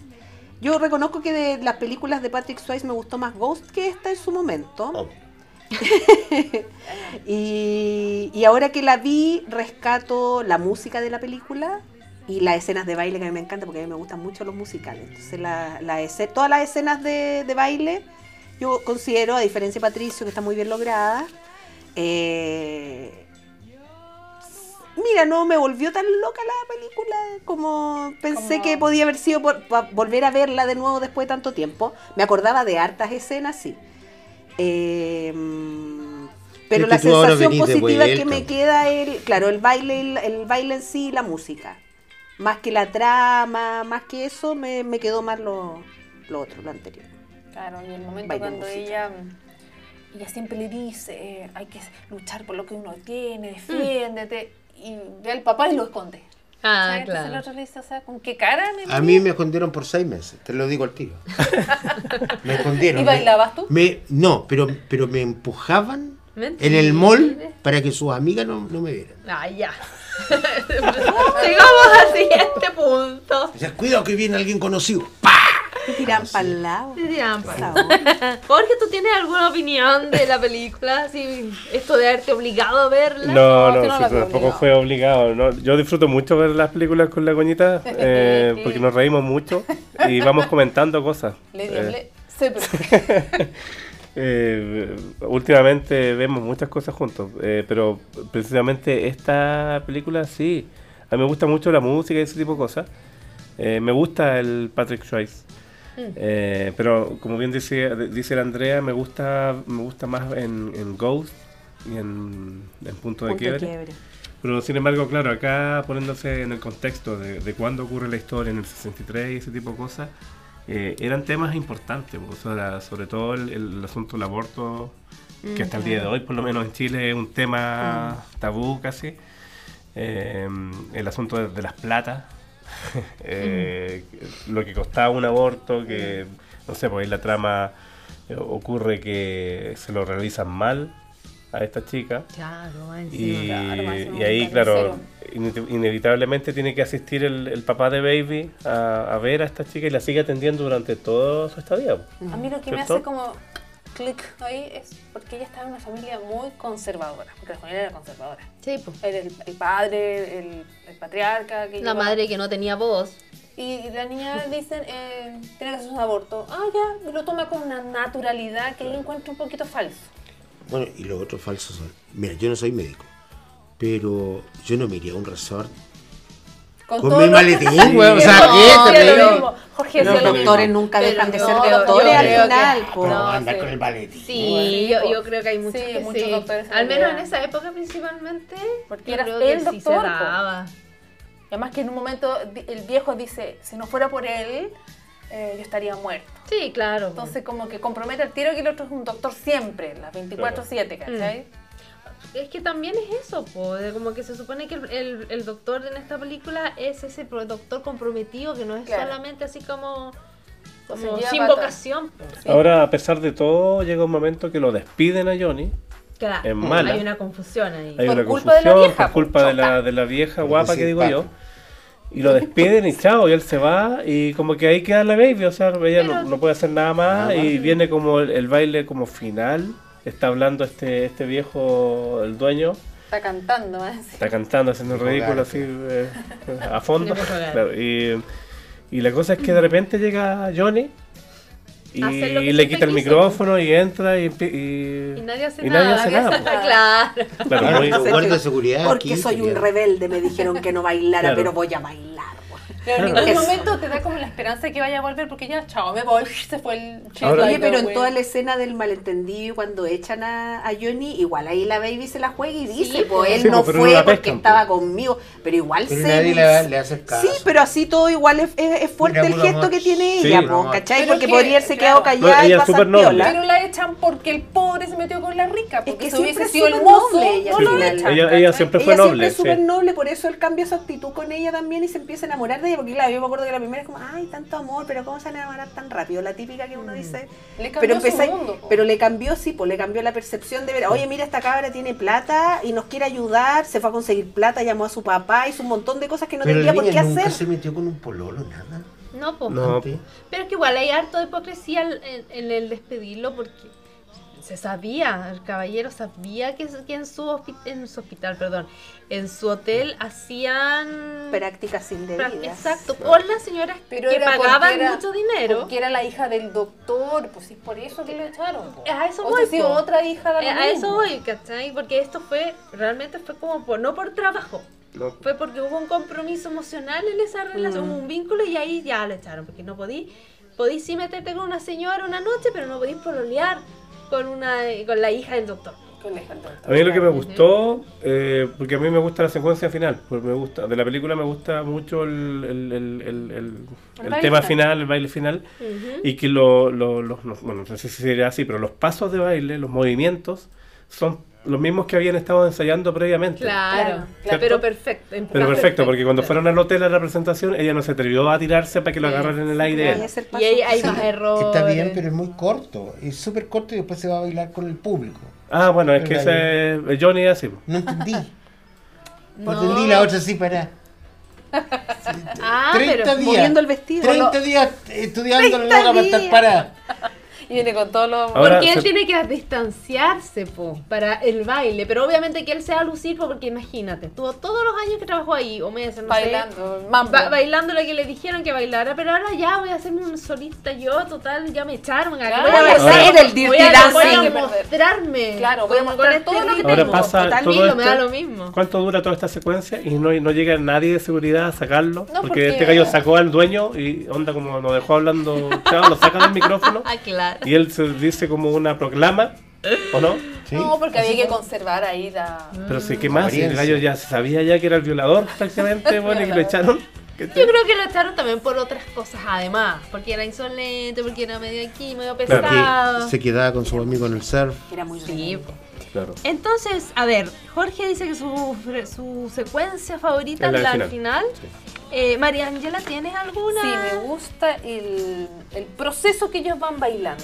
[SPEAKER 6] Yo reconozco que de las películas de Patrick Swayze me gustó más Ghost que esta en su momento.
[SPEAKER 5] Obvio.
[SPEAKER 6] Y, y ahora que la vi, rescato la música de la película y las escenas de baile que a mí me encanta porque a mí me gustan mucho los musicales. Entonces, la, la esce- todas las escenas de, de baile, yo considero, a diferencia de Patricio, que está muy bien lograda, eh, mira, no me volvió tan loca la película como pensé
[SPEAKER 3] Como-
[SPEAKER 6] que podía haber sido por, pa- volver a verla de nuevo después de tanto tiempo. Me acordaba de hartas escenas, sí. Eh, mm, pero
[SPEAKER 5] Es que
[SPEAKER 6] la
[SPEAKER 5] tú ahora
[SPEAKER 6] sensación
[SPEAKER 5] venís de
[SPEAKER 6] positiva que
[SPEAKER 5] vuelta.
[SPEAKER 6] me queda el, claro, el baile, el, el baile en sí y la música. Más que la trama, más que eso, me, me quedó más lo, lo otro, lo anterior.
[SPEAKER 3] Claro, y el momento
[SPEAKER 6] Baile
[SPEAKER 3] cuando
[SPEAKER 6] música.
[SPEAKER 3] ella ella siempre le dice, eh, hay que luchar por lo que uno tiene, defiéndete. Y ve al papá y lo esconde.
[SPEAKER 4] Ah,
[SPEAKER 3] ¿sabes? Entonces el
[SPEAKER 4] claro.
[SPEAKER 3] otro le dice, o sea, ¿con qué cara? me
[SPEAKER 5] A mí me escondieron por seis meses, te lo digo al tiro. Me escondieron.
[SPEAKER 3] ¿Y bailabas tú?
[SPEAKER 5] Me, no, pero, pero me empujaban
[SPEAKER 4] Mentira.
[SPEAKER 5] en el mall para que sus amigas no, no me vieran.
[SPEAKER 4] Ah, [LAUGHS] ya. Sigamos al siguiente punto.
[SPEAKER 5] Decían, cuidado que viene alguien conocido. ¡Pah!
[SPEAKER 6] Te
[SPEAKER 5] Ah,
[SPEAKER 6] tiran para el lado.
[SPEAKER 4] Dirían, pa-
[SPEAKER 6] Sabor.
[SPEAKER 4] Jorge, ¿tú tienes alguna opinión de la película? Si esto de haberte obligado a
[SPEAKER 2] No,
[SPEAKER 4] verla.
[SPEAKER 6] No,
[SPEAKER 2] no,
[SPEAKER 6] que no
[SPEAKER 2] sí,
[SPEAKER 6] la veo
[SPEAKER 2] tampoco
[SPEAKER 6] obligado.
[SPEAKER 2] fue obligado. ¿no? Yo disfruto mucho ver las películas con la
[SPEAKER 6] [LAUGHS]
[SPEAKER 2] coñita eh, porque nos reímos mucho y vamos comentando
[SPEAKER 6] [LAUGHS]
[SPEAKER 2] cosas.
[SPEAKER 3] Le
[SPEAKER 2] Eh,
[SPEAKER 3] dio, le- se-
[SPEAKER 2] [LAUGHS] eh, últimamente vemos muchas cosas juntos, eh, pero precisamente esta película sí. A mí me gusta mucho la música y ese tipo de cosas. Eh, me gusta el Patrick Swayze. Eh, pero como bien dice, dice la Andrea, me gusta, me gusta más en, en Ghost y en, en Punto de
[SPEAKER 6] Punto
[SPEAKER 2] Quiebre. Pero sin embargo, claro, acá poniéndose en el contexto de, de cuándo ocurre la historia en el 63 y ese tipo de cosas, eh, eran temas importantes, pues, o sea, la- sobre todo el, el asunto del aborto, que hasta el día de hoy, por lo menos en Chile, es un tema tabú casi. Eh, el asunto de, de las platas, [LAUGHS] eh, lo que costaba un aborto, que no sé, por ahí la trama eh, ocurre que se lo realizan mal a esta chica.
[SPEAKER 4] Claro,
[SPEAKER 2] Y,
[SPEAKER 4] encima.
[SPEAKER 3] claro, más encima
[SPEAKER 2] y
[SPEAKER 3] un
[SPEAKER 2] ahí, claro,
[SPEAKER 3] carnicero.
[SPEAKER 2] ine- inevitablemente tiene que asistir el, el papá de Baby a, a ver a esta chica y la sigue atendiendo durante todo su estadía. po.
[SPEAKER 3] A mí lo que me
[SPEAKER 2] ¿Cierto?
[SPEAKER 3] hace como clic ahí es porque ella estaba en una familia muy conservadora, porque la familia era conservadora.
[SPEAKER 4] Sí, pues.
[SPEAKER 3] Era el, el padre, el, el patriarca. que
[SPEAKER 4] La
[SPEAKER 3] llevaba-
[SPEAKER 4] madre que no tenía voz.
[SPEAKER 3] Y, y la niña dicen, eh, tiene que hacer un aborto. Ah, ya, y lo toma con una naturalidad que ahí encuentro un poquito falso.
[SPEAKER 5] Bueno, y los otros falsos son. Mira, yo no soy médico, pero yo no me iría a un resort
[SPEAKER 3] Con,
[SPEAKER 5] con
[SPEAKER 3] todo
[SPEAKER 5] mi
[SPEAKER 3] lo-
[SPEAKER 5] maletín,
[SPEAKER 3] Sí,
[SPEAKER 5] weón.
[SPEAKER 3] [LAUGHS]
[SPEAKER 5] O sea,
[SPEAKER 3] no,
[SPEAKER 5] ¿qué?
[SPEAKER 3] sí,
[SPEAKER 5] Terrible.
[SPEAKER 3] es lo mismo. Jorge,
[SPEAKER 2] No,
[SPEAKER 3] sí, es lo
[SPEAKER 2] pero-
[SPEAKER 3] mismo.
[SPEAKER 6] Doctores nunca
[SPEAKER 4] Pero
[SPEAKER 6] dejan de
[SPEAKER 4] no,
[SPEAKER 6] ser
[SPEAKER 4] yo
[SPEAKER 6] doctores al
[SPEAKER 4] creo
[SPEAKER 6] final. po.
[SPEAKER 5] Pero
[SPEAKER 4] No,
[SPEAKER 5] andar
[SPEAKER 4] sí.
[SPEAKER 5] con el maletín.
[SPEAKER 4] Sí,
[SPEAKER 3] Bueno.
[SPEAKER 4] yo, yo creo que hay muchos
[SPEAKER 3] Sí,
[SPEAKER 4] que
[SPEAKER 3] muchos
[SPEAKER 4] sí.
[SPEAKER 3] doctores se
[SPEAKER 4] Al menos en
[SPEAKER 3] olvidaban.
[SPEAKER 4] esa época principalmente.
[SPEAKER 3] Porque
[SPEAKER 4] yo
[SPEAKER 3] era
[SPEAKER 4] creo que
[SPEAKER 3] el
[SPEAKER 4] sí se
[SPEAKER 3] doctor, po.
[SPEAKER 4] daba.
[SPEAKER 3] Y Además que en un momento di- el viejo dice, si no fuera por él, eh, yo estaría muerto.
[SPEAKER 4] Sí, claro. po.
[SPEAKER 3] Entonces como que compromete al tiro que el otro es un doctor siempre, las 24-7, ¿cachai?
[SPEAKER 4] Es que también es eso, po, de como que se supone que el, el- el doctor en esta película es ese pro- doctor comprometido que no es
[SPEAKER 3] Claro.
[SPEAKER 4] solamente así como, como
[SPEAKER 3] lleva
[SPEAKER 4] sin
[SPEAKER 3] patas.
[SPEAKER 4] vocación. po.
[SPEAKER 2] Ahora, a pesar de todo, llega un momento que lo despiden a Johnny.
[SPEAKER 4] Claro,
[SPEAKER 2] Es mala.
[SPEAKER 4] hay una confusión ahí.
[SPEAKER 2] Hay
[SPEAKER 3] Por
[SPEAKER 2] una
[SPEAKER 3] culpa de la
[SPEAKER 2] confusión
[SPEAKER 3] vieja, po,
[SPEAKER 2] por culpa de la,
[SPEAKER 3] chota.
[SPEAKER 2] de la vieja
[SPEAKER 5] Porque
[SPEAKER 2] guapa
[SPEAKER 5] sí,
[SPEAKER 2] que digo
[SPEAKER 5] pa.
[SPEAKER 2] yo. Y lo despiden y chao, y él se va y como que ahí queda la baby, o sea, ella no,
[SPEAKER 4] Pero-
[SPEAKER 2] no puede hacer nada más y viene como el, el baile como final, está hablando este, este viejo, el dueño,
[SPEAKER 3] Está cantando, ¿eh? más.
[SPEAKER 2] está cantando, haciendo el
[SPEAKER 5] Jogar,
[SPEAKER 2] ridículo
[SPEAKER 5] claro.
[SPEAKER 2] así eh, a fondo.
[SPEAKER 4] Debe jogar.
[SPEAKER 2] Claro, y, y la cosa es que de repente llega Johnny y,
[SPEAKER 4] A hacer lo que
[SPEAKER 2] le
[SPEAKER 4] siempre
[SPEAKER 2] quita el
[SPEAKER 4] quiso.
[SPEAKER 2] micrófono y entra y, empie- y-
[SPEAKER 4] Y nadie hace
[SPEAKER 2] y
[SPEAKER 4] nada.
[SPEAKER 2] hace
[SPEAKER 4] que
[SPEAKER 2] nada,
[SPEAKER 4] eso-
[SPEAKER 2] po.
[SPEAKER 4] claro.
[SPEAKER 2] Claro,
[SPEAKER 5] Ahora,
[SPEAKER 2] muy-
[SPEAKER 5] los guardias de seguridad.
[SPEAKER 6] Porque
[SPEAKER 5] aquí,
[SPEAKER 6] soy un
[SPEAKER 5] serían-
[SPEAKER 6] rebelde, me dijeron que no bailara,
[SPEAKER 2] Claro.
[SPEAKER 6] pero voy a bailar. po.
[SPEAKER 3] Pero en ningún
[SPEAKER 6] Eso.
[SPEAKER 3] momento te da como la esperanza de que vaya a volver porque ya, chao, me voy, [LAUGHS] se fue el chico.
[SPEAKER 2] Ahora-
[SPEAKER 6] Oye, pero en
[SPEAKER 3] güey.
[SPEAKER 6] toda la escena del malentendido, cuando echan a, a Johnny, igual ahí la baby se la juega y dice,
[SPEAKER 4] Sí,
[SPEAKER 6] pues él
[SPEAKER 2] Sí,
[SPEAKER 6] no
[SPEAKER 2] pero
[SPEAKER 6] fue
[SPEAKER 2] no la
[SPEAKER 6] porque
[SPEAKER 2] pescan,
[SPEAKER 6] estaba conmigo, pero igual
[SPEAKER 5] Pero
[SPEAKER 6] se...
[SPEAKER 5] nadie le, le hace caso.
[SPEAKER 6] Sí, pero así todo igual es, es- es fuerte
[SPEAKER 5] Mira,
[SPEAKER 6] el
[SPEAKER 5] puro
[SPEAKER 6] gesto
[SPEAKER 5] amor.
[SPEAKER 6] que tiene
[SPEAKER 2] Sí,
[SPEAKER 6] ella,
[SPEAKER 2] puro
[SPEAKER 6] po,
[SPEAKER 5] amor.
[SPEAKER 6] ¿cachai?
[SPEAKER 3] Pero
[SPEAKER 6] Porque
[SPEAKER 3] es que,
[SPEAKER 6] podría haberse
[SPEAKER 3] claro.
[SPEAKER 6] quedado callada
[SPEAKER 2] No, ella
[SPEAKER 6] y
[SPEAKER 2] es
[SPEAKER 6] pasar
[SPEAKER 2] súper noble.
[SPEAKER 4] Ah.
[SPEAKER 6] piola.
[SPEAKER 3] Pero la echan porque el pobre se metió con la rica, porque
[SPEAKER 6] que
[SPEAKER 3] si
[SPEAKER 6] siempre
[SPEAKER 3] hubiese
[SPEAKER 6] es
[SPEAKER 3] sido el
[SPEAKER 6] súper
[SPEAKER 3] mozo,
[SPEAKER 6] noble ella
[SPEAKER 3] no
[SPEAKER 6] al
[SPEAKER 3] lo
[SPEAKER 6] final.
[SPEAKER 3] echan.
[SPEAKER 2] Ella- ella
[SPEAKER 3] ¿cachai?
[SPEAKER 2] siempre
[SPEAKER 6] Ella
[SPEAKER 2] fue
[SPEAKER 6] siempre
[SPEAKER 2] noble,
[SPEAKER 6] es súper
[SPEAKER 2] sí.
[SPEAKER 6] noble, por eso él cambia su actitud con ella también y se empieza a enamorar de ella. Porque claro, yo me acuerdo que la primera es como, ay, tanto amor, pero ¿cómo se van a enamorar tan rápido? La típica que
[SPEAKER 3] Mm.
[SPEAKER 6] uno dice.
[SPEAKER 3] Le
[SPEAKER 6] Pero,
[SPEAKER 3] cambió su
[SPEAKER 6] empezá-
[SPEAKER 3] mundo, po.
[SPEAKER 6] pero le cambió, sí, pues le cambió la percepción de ver, oye, mira, esta cabra tiene plata y nos quiere ayudar, se fue a conseguir plata, llamó a su papá, hizo un montón de cosas que no
[SPEAKER 5] Pero la
[SPEAKER 6] tendría por
[SPEAKER 5] niña
[SPEAKER 6] qué
[SPEAKER 5] nunca
[SPEAKER 6] hacer.
[SPEAKER 5] se metió con un pololo, nada.
[SPEAKER 4] No, po.
[SPEAKER 2] No,
[SPEAKER 5] antes.
[SPEAKER 4] Pero es que igual hay harto de hipocresía al- en, en el despedirlo porque se sabía, el caballero sabía que, que en, su hospi- en su hospital, perdón, en su hotel hacían...
[SPEAKER 6] Prácticas indebidas.
[SPEAKER 4] pra- Exacto, por las señoras que
[SPEAKER 3] era porque
[SPEAKER 4] pagaban
[SPEAKER 3] era-
[SPEAKER 4] mucho dinero.
[SPEAKER 3] Porque era la hija del doctor, pues es por eso que lo echaron. po.
[SPEAKER 4] A eso
[SPEAKER 3] O
[SPEAKER 4] voy,
[SPEAKER 3] si
[SPEAKER 4] po.
[SPEAKER 3] otra hija de
[SPEAKER 4] Eh, a eso voy, ¿cachai? Porque esto fue, realmente fue como por, no por trabajo, fue porque hubo un compromiso emocional en esa relación,
[SPEAKER 6] Mm.
[SPEAKER 4] hubo un vínculo y ahí ya lo echaron, porque no podí, podí [LAUGHS] sí meterte con una señora una noche, pero no podí pololear con una, con la hija del doctor.
[SPEAKER 6] Conejo al doctor.
[SPEAKER 2] A mí lo que me gustó, eh, porque a mí me gusta la secuencia final, porque me gusta, de la película me gusta mucho el, el- el- el- el- el
[SPEAKER 3] baile
[SPEAKER 2] tema
[SPEAKER 3] final.
[SPEAKER 2] final, el baile final, y que lo, lo- los- los- bueno, no sé si sería así, pero los pasos de baile, los movimientos, son los mismos que habían estado ensayando previamente.
[SPEAKER 4] Claro,
[SPEAKER 2] Claro.
[SPEAKER 4] pero perfecto. en
[SPEAKER 2] Pero
[SPEAKER 4] plan
[SPEAKER 2] perfecto, porque cuando fueron al hotel a la presentación, ella no se atrevió a tirarse para que lo
[SPEAKER 4] Sí,
[SPEAKER 2] agarraran en el
[SPEAKER 6] Ahí
[SPEAKER 2] aire.
[SPEAKER 6] es el
[SPEAKER 4] Y ahí hay
[SPEAKER 6] paso.
[SPEAKER 4] más errores.
[SPEAKER 5] Está bien, pero es muy corto. Es súper corto y después se va a bailar con el público.
[SPEAKER 2] Ah, bueno, es que ese Johnny es así.
[SPEAKER 5] No entendí. No
[SPEAKER 4] No.
[SPEAKER 5] entendí la otra sí para.
[SPEAKER 4] Ah,
[SPEAKER 5] 30
[SPEAKER 4] pero.
[SPEAKER 5] días.
[SPEAKER 6] moviendo el vestido.
[SPEAKER 5] 30 días estudiando la nota para estar parada.
[SPEAKER 3] Y viene con todos los.
[SPEAKER 2] Ahora-
[SPEAKER 4] porque él
[SPEAKER 2] se-
[SPEAKER 4] tiene que distanciarse po, para el baile, pero obviamente que él se va a lucir po, porque imagínate, estuvo todos los años que trabajó ahí, o meses, no sé,
[SPEAKER 3] bailando, mambo.
[SPEAKER 4] ba- bailando lo que le dijeron que bailara, pero ahora ya voy a hacerme un solista yo, total, ya me echaron, acá,
[SPEAKER 3] Claro.
[SPEAKER 4] voy
[SPEAKER 6] Voy a
[SPEAKER 4] a,
[SPEAKER 2] Ahora-
[SPEAKER 6] hacer el dirty
[SPEAKER 4] voy a- voy a
[SPEAKER 3] hay que
[SPEAKER 6] dancing.
[SPEAKER 3] perder.
[SPEAKER 4] mostrarme,
[SPEAKER 3] Claro, voy a
[SPEAKER 4] como
[SPEAKER 3] mostrar
[SPEAKER 4] con este
[SPEAKER 3] todo lo que
[SPEAKER 4] ritmo,
[SPEAKER 2] Ahora pasa
[SPEAKER 4] total,
[SPEAKER 2] todo
[SPEAKER 4] mismo,
[SPEAKER 2] esto-
[SPEAKER 4] me da lo mismo.
[SPEAKER 2] ¿Cuánto dura toda esta secuencia? Y no, no llega nadie de seguridad a sacarlo.
[SPEAKER 3] No,
[SPEAKER 2] porque,
[SPEAKER 3] porque-
[SPEAKER 2] este gallo sacó al dueño y onda como nos dejó
[SPEAKER 4] [LAUGHS]
[SPEAKER 2] hablando. Chao, lo saca del micrófono.
[SPEAKER 8] Ah, claro.
[SPEAKER 2] Y él se dice como una proclama. ¿O no?
[SPEAKER 5] Sí.
[SPEAKER 3] No, porque había que conservar ahí la.
[SPEAKER 2] Pero sí, ¿qué más? Y el
[SPEAKER 5] Apariencia.
[SPEAKER 2] gallo ya se sabía ya que era el violador prácticamente, bueno, y que lo echaron. ¿Qué
[SPEAKER 4] Yo
[SPEAKER 2] tal?
[SPEAKER 4] creo que lo echaron también por otras cosas además, porque era insolente, porque era medio aquí, medio pesado.
[SPEAKER 5] Porque se quedaba con su amigo en el surf.
[SPEAKER 6] Era muy
[SPEAKER 4] Sí, po.
[SPEAKER 2] Claro.
[SPEAKER 4] Entonces, a ver, Jorge dice que su, su secuencia favorita
[SPEAKER 2] Es
[SPEAKER 4] es
[SPEAKER 2] la
[SPEAKER 4] la
[SPEAKER 2] del
[SPEAKER 4] al final. Eh, María Ángela, ¿tienes alguna?
[SPEAKER 3] Sí, me gusta el, el proceso que ellos van bailando.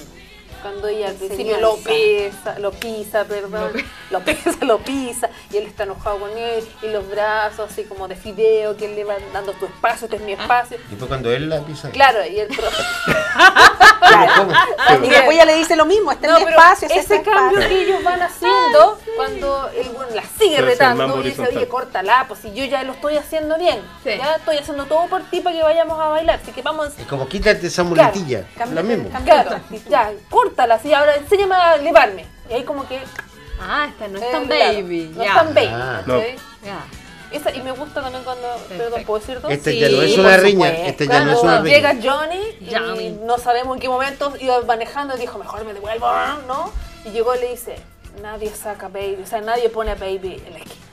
[SPEAKER 3] Cuando ella al principio lo pesa, lo pisa, perdón, [LAUGHS] lo pesa, lo pisa, y él está enojado con él, y los brazos así como de fideo, que él le va dando tu espacio, este es
[SPEAKER 6] Ah.
[SPEAKER 3] mi espacio.
[SPEAKER 5] Y fue cuando él la pisa.
[SPEAKER 3] Claro, y el
[SPEAKER 6] [LAUGHS]
[SPEAKER 3] proceso.
[SPEAKER 6] Y después ya le dice lo mismo, este es mi espacio, este es
[SPEAKER 3] ese
[SPEAKER 6] tu
[SPEAKER 3] cambio
[SPEAKER 6] espacio.
[SPEAKER 3] que ellos van haciendo cuando el bueno la sigue
[SPEAKER 2] Pero es el mambo
[SPEAKER 3] retando y dice,
[SPEAKER 2] horizontal.
[SPEAKER 3] oye, córtala, pues si yo ya lo estoy haciendo bien,
[SPEAKER 4] Sí.
[SPEAKER 3] ya estoy haciendo todo por ti para que vayamos a bailar, así que vamos
[SPEAKER 5] Es como quítate esa
[SPEAKER 3] Claro,
[SPEAKER 5] muletilla.
[SPEAKER 6] cambia-
[SPEAKER 5] lo mismo.
[SPEAKER 6] cambia-
[SPEAKER 3] Claro, ya, córtala, así, ahora enséñame a elevarme. Y ahí como que...
[SPEAKER 4] Ah, esta no es
[SPEAKER 3] eh,
[SPEAKER 4] tan
[SPEAKER 3] claro,
[SPEAKER 4] baby.
[SPEAKER 3] No
[SPEAKER 4] ya.
[SPEAKER 3] es tan baby.
[SPEAKER 5] Ah.
[SPEAKER 3] ¿cachai?
[SPEAKER 4] Ya.
[SPEAKER 3] Esa- y me gusta también cuando... Perdón,
[SPEAKER 4] Perfecto.
[SPEAKER 3] ¿puedo decir dos?
[SPEAKER 5] Esta
[SPEAKER 4] Sí,
[SPEAKER 5] Este ya no es
[SPEAKER 4] por
[SPEAKER 5] una
[SPEAKER 6] supuesto.
[SPEAKER 5] riña. Esta ya no
[SPEAKER 3] Claro,
[SPEAKER 5] es una riña.
[SPEAKER 3] llega Johnny y
[SPEAKER 4] Johnny.
[SPEAKER 3] no sabemos en qué momento iba manejando y dijo, mejor me devuelvo, ¿no? Y llegó y le dice, nadie saca baby, o sea, nadie pone a baby en la esquina.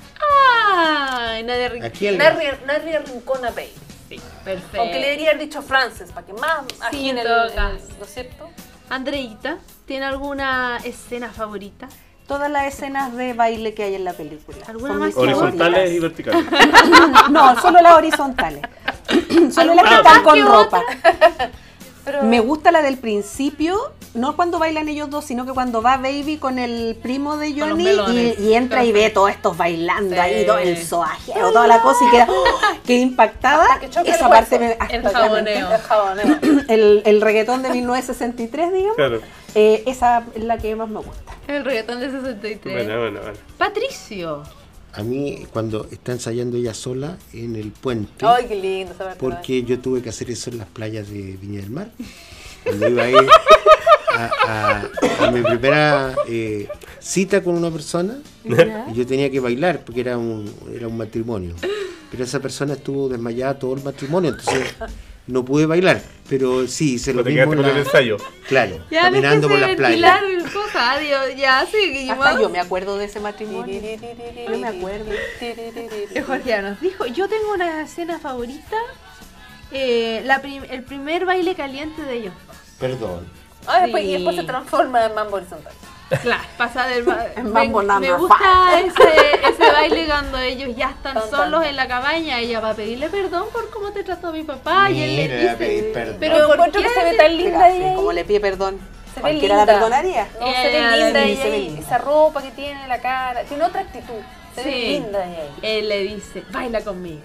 [SPEAKER 4] Ay, nadie
[SPEAKER 2] Eh.
[SPEAKER 4] rico.
[SPEAKER 5] Aquí el-
[SPEAKER 3] Nadie, nadie arrincona a baby.
[SPEAKER 4] Perfecto.
[SPEAKER 3] Aunque le debería haber dicho Frances, para que más aquí en el,
[SPEAKER 4] todo
[SPEAKER 3] en
[SPEAKER 4] caso.
[SPEAKER 3] el- ¿No es cierto?
[SPEAKER 4] Andreita, ¿tiene alguna escena favorita?
[SPEAKER 6] Todas las escenas de baile que hay en la película.
[SPEAKER 4] ¿Alguna
[SPEAKER 6] Son
[SPEAKER 4] más
[SPEAKER 6] mis
[SPEAKER 2] Horizontales y
[SPEAKER 6] favoritas.
[SPEAKER 2] verticales.
[SPEAKER 6] [LAUGHS] No, solo las horizontales. solo las que
[SPEAKER 2] ¿Alguna
[SPEAKER 6] están
[SPEAKER 4] más que
[SPEAKER 6] con
[SPEAKER 4] otra?
[SPEAKER 6] ropa.
[SPEAKER 3] Pero
[SPEAKER 6] Me gusta la del principio, no cuando bailan ellos dos, sino que cuando va Baby con el primo de
[SPEAKER 8] los
[SPEAKER 6] Johnny y,
[SPEAKER 8] melones.
[SPEAKER 6] y entra y ve todos estos bailando
[SPEAKER 8] Sí.
[SPEAKER 6] ahí, todo el soajero, toda la cosa y queda, ¡oh! qué impactada.
[SPEAKER 3] que choque
[SPEAKER 6] Esa
[SPEAKER 3] el
[SPEAKER 6] parte me ah,
[SPEAKER 3] hueso,
[SPEAKER 6] hasta
[SPEAKER 8] el
[SPEAKER 6] ya me
[SPEAKER 8] jaboneo.
[SPEAKER 6] encanta. [COUGHS] El, el reggaetón de 1963, digamos.
[SPEAKER 2] Claro.
[SPEAKER 6] Eh, esa es la que más me gusta.
[SPEAKER 4] El reggaetón de 63.
[SPEAKER 2] Bueno, bueno, bueno.
[SPEAKER 4] Patricio.
[SPEAKER 5] A mí, cuando está ensayando ella sola en el puente,
[SPEAKER 3] Ay, qué lindo saber
[SPEAKER 5] porque yo tuve que hacer eso en las playas de Viña del Mar, cuando iba a ir a, a- a mi primera eh, cita con una persona, y yo tenía que bailar porque era un, era un matrimonio. Pero esa persona estuvo desmayada todo el matrimonio, entonces no pude bailar. Pero sí, hice
[SPEAKER 2] Pero
[SPEAKER 5] lo
[SPEAKER 2] te
[SPEAKER 5] mismo.
[SPEAKER 2] quedaste
[SPEAKER 5] en
[SPEAKER 2] con el
[SPEAKER 5] la-
[SPEAKER 2] ensayo.
[SPEAKER 5] claro,
[SPEAKER 4] Ya
[SPEAKER 5] caminando por las playas.
[SPEAKER 4] Pilar, cosa, adiós. Ya, sí,
[SPEAKER 6] Hasta
[SPEAKER 4] Guillermo.
[SPEAKER 6] yo me acuerdo de ese matrimonio.
[SPEAKER 3] No
[SPEAKER 6] me acuerdo.
[SPEAKER 4] Eh, Jorge ya nos dijo, yo tengo una escena favorita, eh, la prim- el primer baile caliente de ellos.
[SPEAKER 5] Perdón.
[SPEAKER 3] Ah, después, Y
[SPEAKER 4] Sí.
[SPEAKER 3] después se transforma en mambo horizontal.
[SPEAKER 4] Claro, pasa del
[SPEAKER 3] [LAUGHS]
[SPEAKER 4] ba-
[SPEAKER 6] En
[SPEAKER 4] me-
[SPEAKER 6] Mambo
[SPEAKER 4] me,
[SPEAKER 6] Number
[SPEAKER 4] gusta ese, ese baile cuando ellos ya están
[SPEAKER 3] Tan, tan,
[SPEAKER 4] solos
[SPEAKER 3] tan.
[SPEAKER 4] en la cabaña, ella va a pedirle perdón por cómo te trató mi papá y él le
[SPEAKER 5] Mira,
[SPEAKER 4] dice,
[SPEAKER 5] pedí perdón.
[SPEAKER 4] pero
[SPEAKER 3] Yo
[SPEAKER 4] ¿por
[SPEAKER 3] encuentro
[SPEAKER 4] qué
[SPEAKER 3] que se ve
[SPEAKER 4] se-
[SPEAKER 3] tan
[SPEAKER 6] Mira,
[SPEAKER 3] linda ella
[SPEAKER 6] sí,
[SPEAKER 3] ahí.
[SPEAKER 6] como le pide perdón.
[SPEAKER 3] Se ve
[SPEAKER 6] Cualquiera la
[SPEAKER 3] linda.
[SPEAKER 6] perdonaría.
[SPEAKER 3] No, se
[SPEAKER 4] Eh,
[SPEAKER 3] ve linda
[SPEAKER 6] sí,
[SPEAKER 3] ella
[SPEAKER 6] se ve
[SPEAKER 3] ahí,
[SPEAKER 6] linda.
[SPEAKER 3] esa ropa que tiene, la cara, tiene otra actitud. Se ve
[SPEAKER 4] Sí.
[SPEAKER 3] linda ella ahí.
[SPEAKER 4] él le dice, baila conmigo.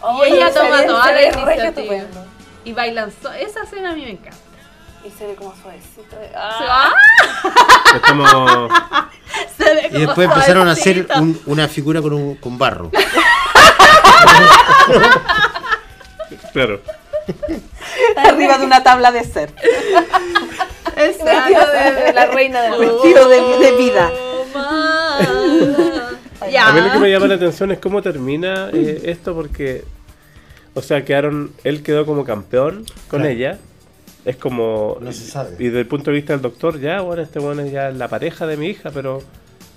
[SPEAKER 3] Oh,
[SPEAKER 4] y ella
[SPEAKER 3] se
[SPEAKER 4] toma
[SPEAKER 3] ve-
[SPEAKER 4] toda
[SPEAKER 3] se
[SPEAKER 4] la
[SPEAKER 3] ve re
[SPEAKER 4] iniciativa
[SPEAKER 3] estupendo.
[SPEAKER 4] y bailan. so-
[SPEAKER 3] [LAUGHS]
[SPEAKER 4] Esa escena a mí me encanta.
[SPEAKER 3] Y se ve como suavecito.
[SPEAKER 4] Se
[SPEAKER 3] Ah,
[SPEAKER 4] va,
[SPEAKER 2] Estamos.
[SPEAKER 4] se ve
[SPEAKER 5] Y
[SPEAKER 4] como
[SPEAKER 5] después empezaron a hacer
[SPEAKER 4] suavecito.
[SPEAKER 5] un- una figura con, un, con barro.
[SPEAKER 2] Claro.
[SPEAKER 6] Arriba de una tabla de ser.
[SPEAKER 4] Exacto, de-
[SPEAKER 3] la reina de la
[SPEAKER 6] Vestido de, de vida.
[SPEAKER 4] Ya.
[SPEAKER 2] A mí lo que me llama la atención es cómo termina eh, esto porque, o sea, quedaron, él quedó como campeón con
[SPEAKER 5] Claro.
[SPEAKER 2] ella. Es como...
[SPEAKER 5] No se sabe.
[SPEAKER 2] Y desde el punto de vista del doctor, ya, bueno, este bueno es ya la pareja de mi hija, pero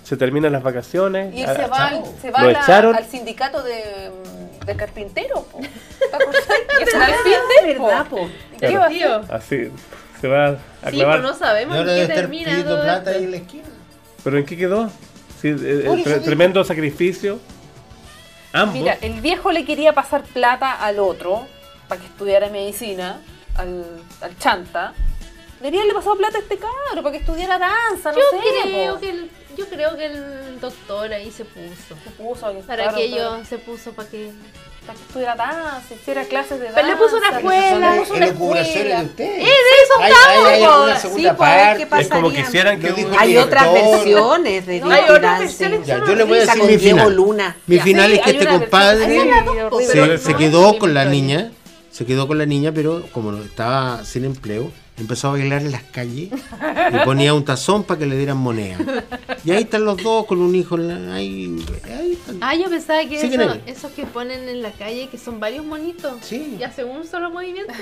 [SPEAKER 2] se terminan las vacaciones.
[SPEAKER 3] Y él
[SPEAKER 2] ah,
[SPEAKER 3] se va, al-
[SPEAKER 2] chao.
[SPEAKER 3] se va
[SPEAKER 2] Lo
[SPEAKER 3] a la-
[SPEAKER 2] echaron.
[SPEAKER 3] al sindicato de, mm, de carpinteros. po. ¿Te acordás? Y se va al Finder, po.
[SPEAKER 8] ¿Verdad, po?
[SPEAKER 3] ¿Y ¿Qué va a hacer?
[SPEAKER 2] Así, se va a
[SPEAKER 4] Sí, pues
[SPEAKER 2] clavar.
[SPEAKER 4] no sabemos en qué termina todo esto.
[SPEAKER 5] la esquina.
[SPEAKER 2] ¿Pero en qué quedó? Sí, eh, eh,
[SPEAKER 5] Por eso
[SPEAKER 2] tre-
[SPEAKER 5] digo.
[SPEAKER 2] tremendo sacrificio. Ambos.
[SPEAKER 3] Mira, el viejo le quería pasar plata al otro para que estudiara medicina, al, al chanta. Debería le pasado plata a este cabro para que estudiara danza, no
[SPEAKER 4] Yo
[SPEAKER 3] sé.
[SPEAKER 4] creo
[SPEAKER 3] po.
[SPEAKER 4] que el, yo creo que el doctor ahí se puso.
[SPEAKER 3] Se puso a
[SPEAKER 4] Para que yo se puso para que.
[SPEAKER 3] Para que estudiara danza, hiciera clases de danza.
[SPEAKER 4] Pero le puso una escuela.
[SPEAKER 3] Le puso una escuela.
[SPEAKER 5] ustedes.
[SPEAKER 4] eso
[SPEAKER 5] Hay- hay- hay alguna segunda
[SPEAKER 6] Sí, pues, a ver qué
[SPEAKER 5] parte.
[SPEAKER 2] es como
[SPEAKER 6] pasaría.
[SPEAKER 2] quisieran que
[SPEAKER 5] Lo dijo
[SPEAKER 2] hubo-
[SPEAKER 6] Hay
[SPEAKER 5] Director.
[SPEAKER 6] otras versiones de
[SPEAKER 3] No,
[SPEAKER 6] Diego
[SPEAKER 3] hay otras
[SPEAKER 6] Danza.
[SPEAKER 3] versiones.
[SPEAKER 5] Ya, yo le voy a
[SPEAKER 6] Esa
[SPEAKER 5] decir
[SPEAKER 6] con
[SPEAKER 5] mi
[SPEAKER 6] Diego
[SPEAKER 5] final.
[SPEAKER 6] Luna.
[SPEAKER 5] Mi
[SPEAKER 3] Ya,
[SPEAKER 5] final
[SPEAKER 3] sí,
[SPEAKER 5] es que
[SPEAKER 3] hay
[SPEAKER 5] este
[SPEAKER 3] una versión-
[SPEAKER 5] compadre
[SPEAKER 3] hay una dos, po,
[SPEAKER 5] se,
[SPEAKER 3] pero
[SPEAKER 5] se
[SPEAKER 3] no
[SPEAKER 5] quedó
[SPEAKER 4] es
[SPEAKER 5] con la
[SPEAKER 4] mi historia.
[SPEAKER 5] niña, se quedó con la niña, pero como estaba sin empleo, empezó a bailar en las calles y ponía un tazón para que le dieran moneda. Y ahí están los dos con un hijo. en la- Ahí, ahí están.
[SPEAKER 4] Ah, yo pensaba que
[SPEAKER 5] Sí,
[SPEAKER 4] eso-
[SPEAKER 5] Nelly.
[SPEAKER 4] esos que ponen en la calle, que son varios monitos,
[SPEAKER 5] Sí.
[SPEAKER 4] y hacen un solo movimiento.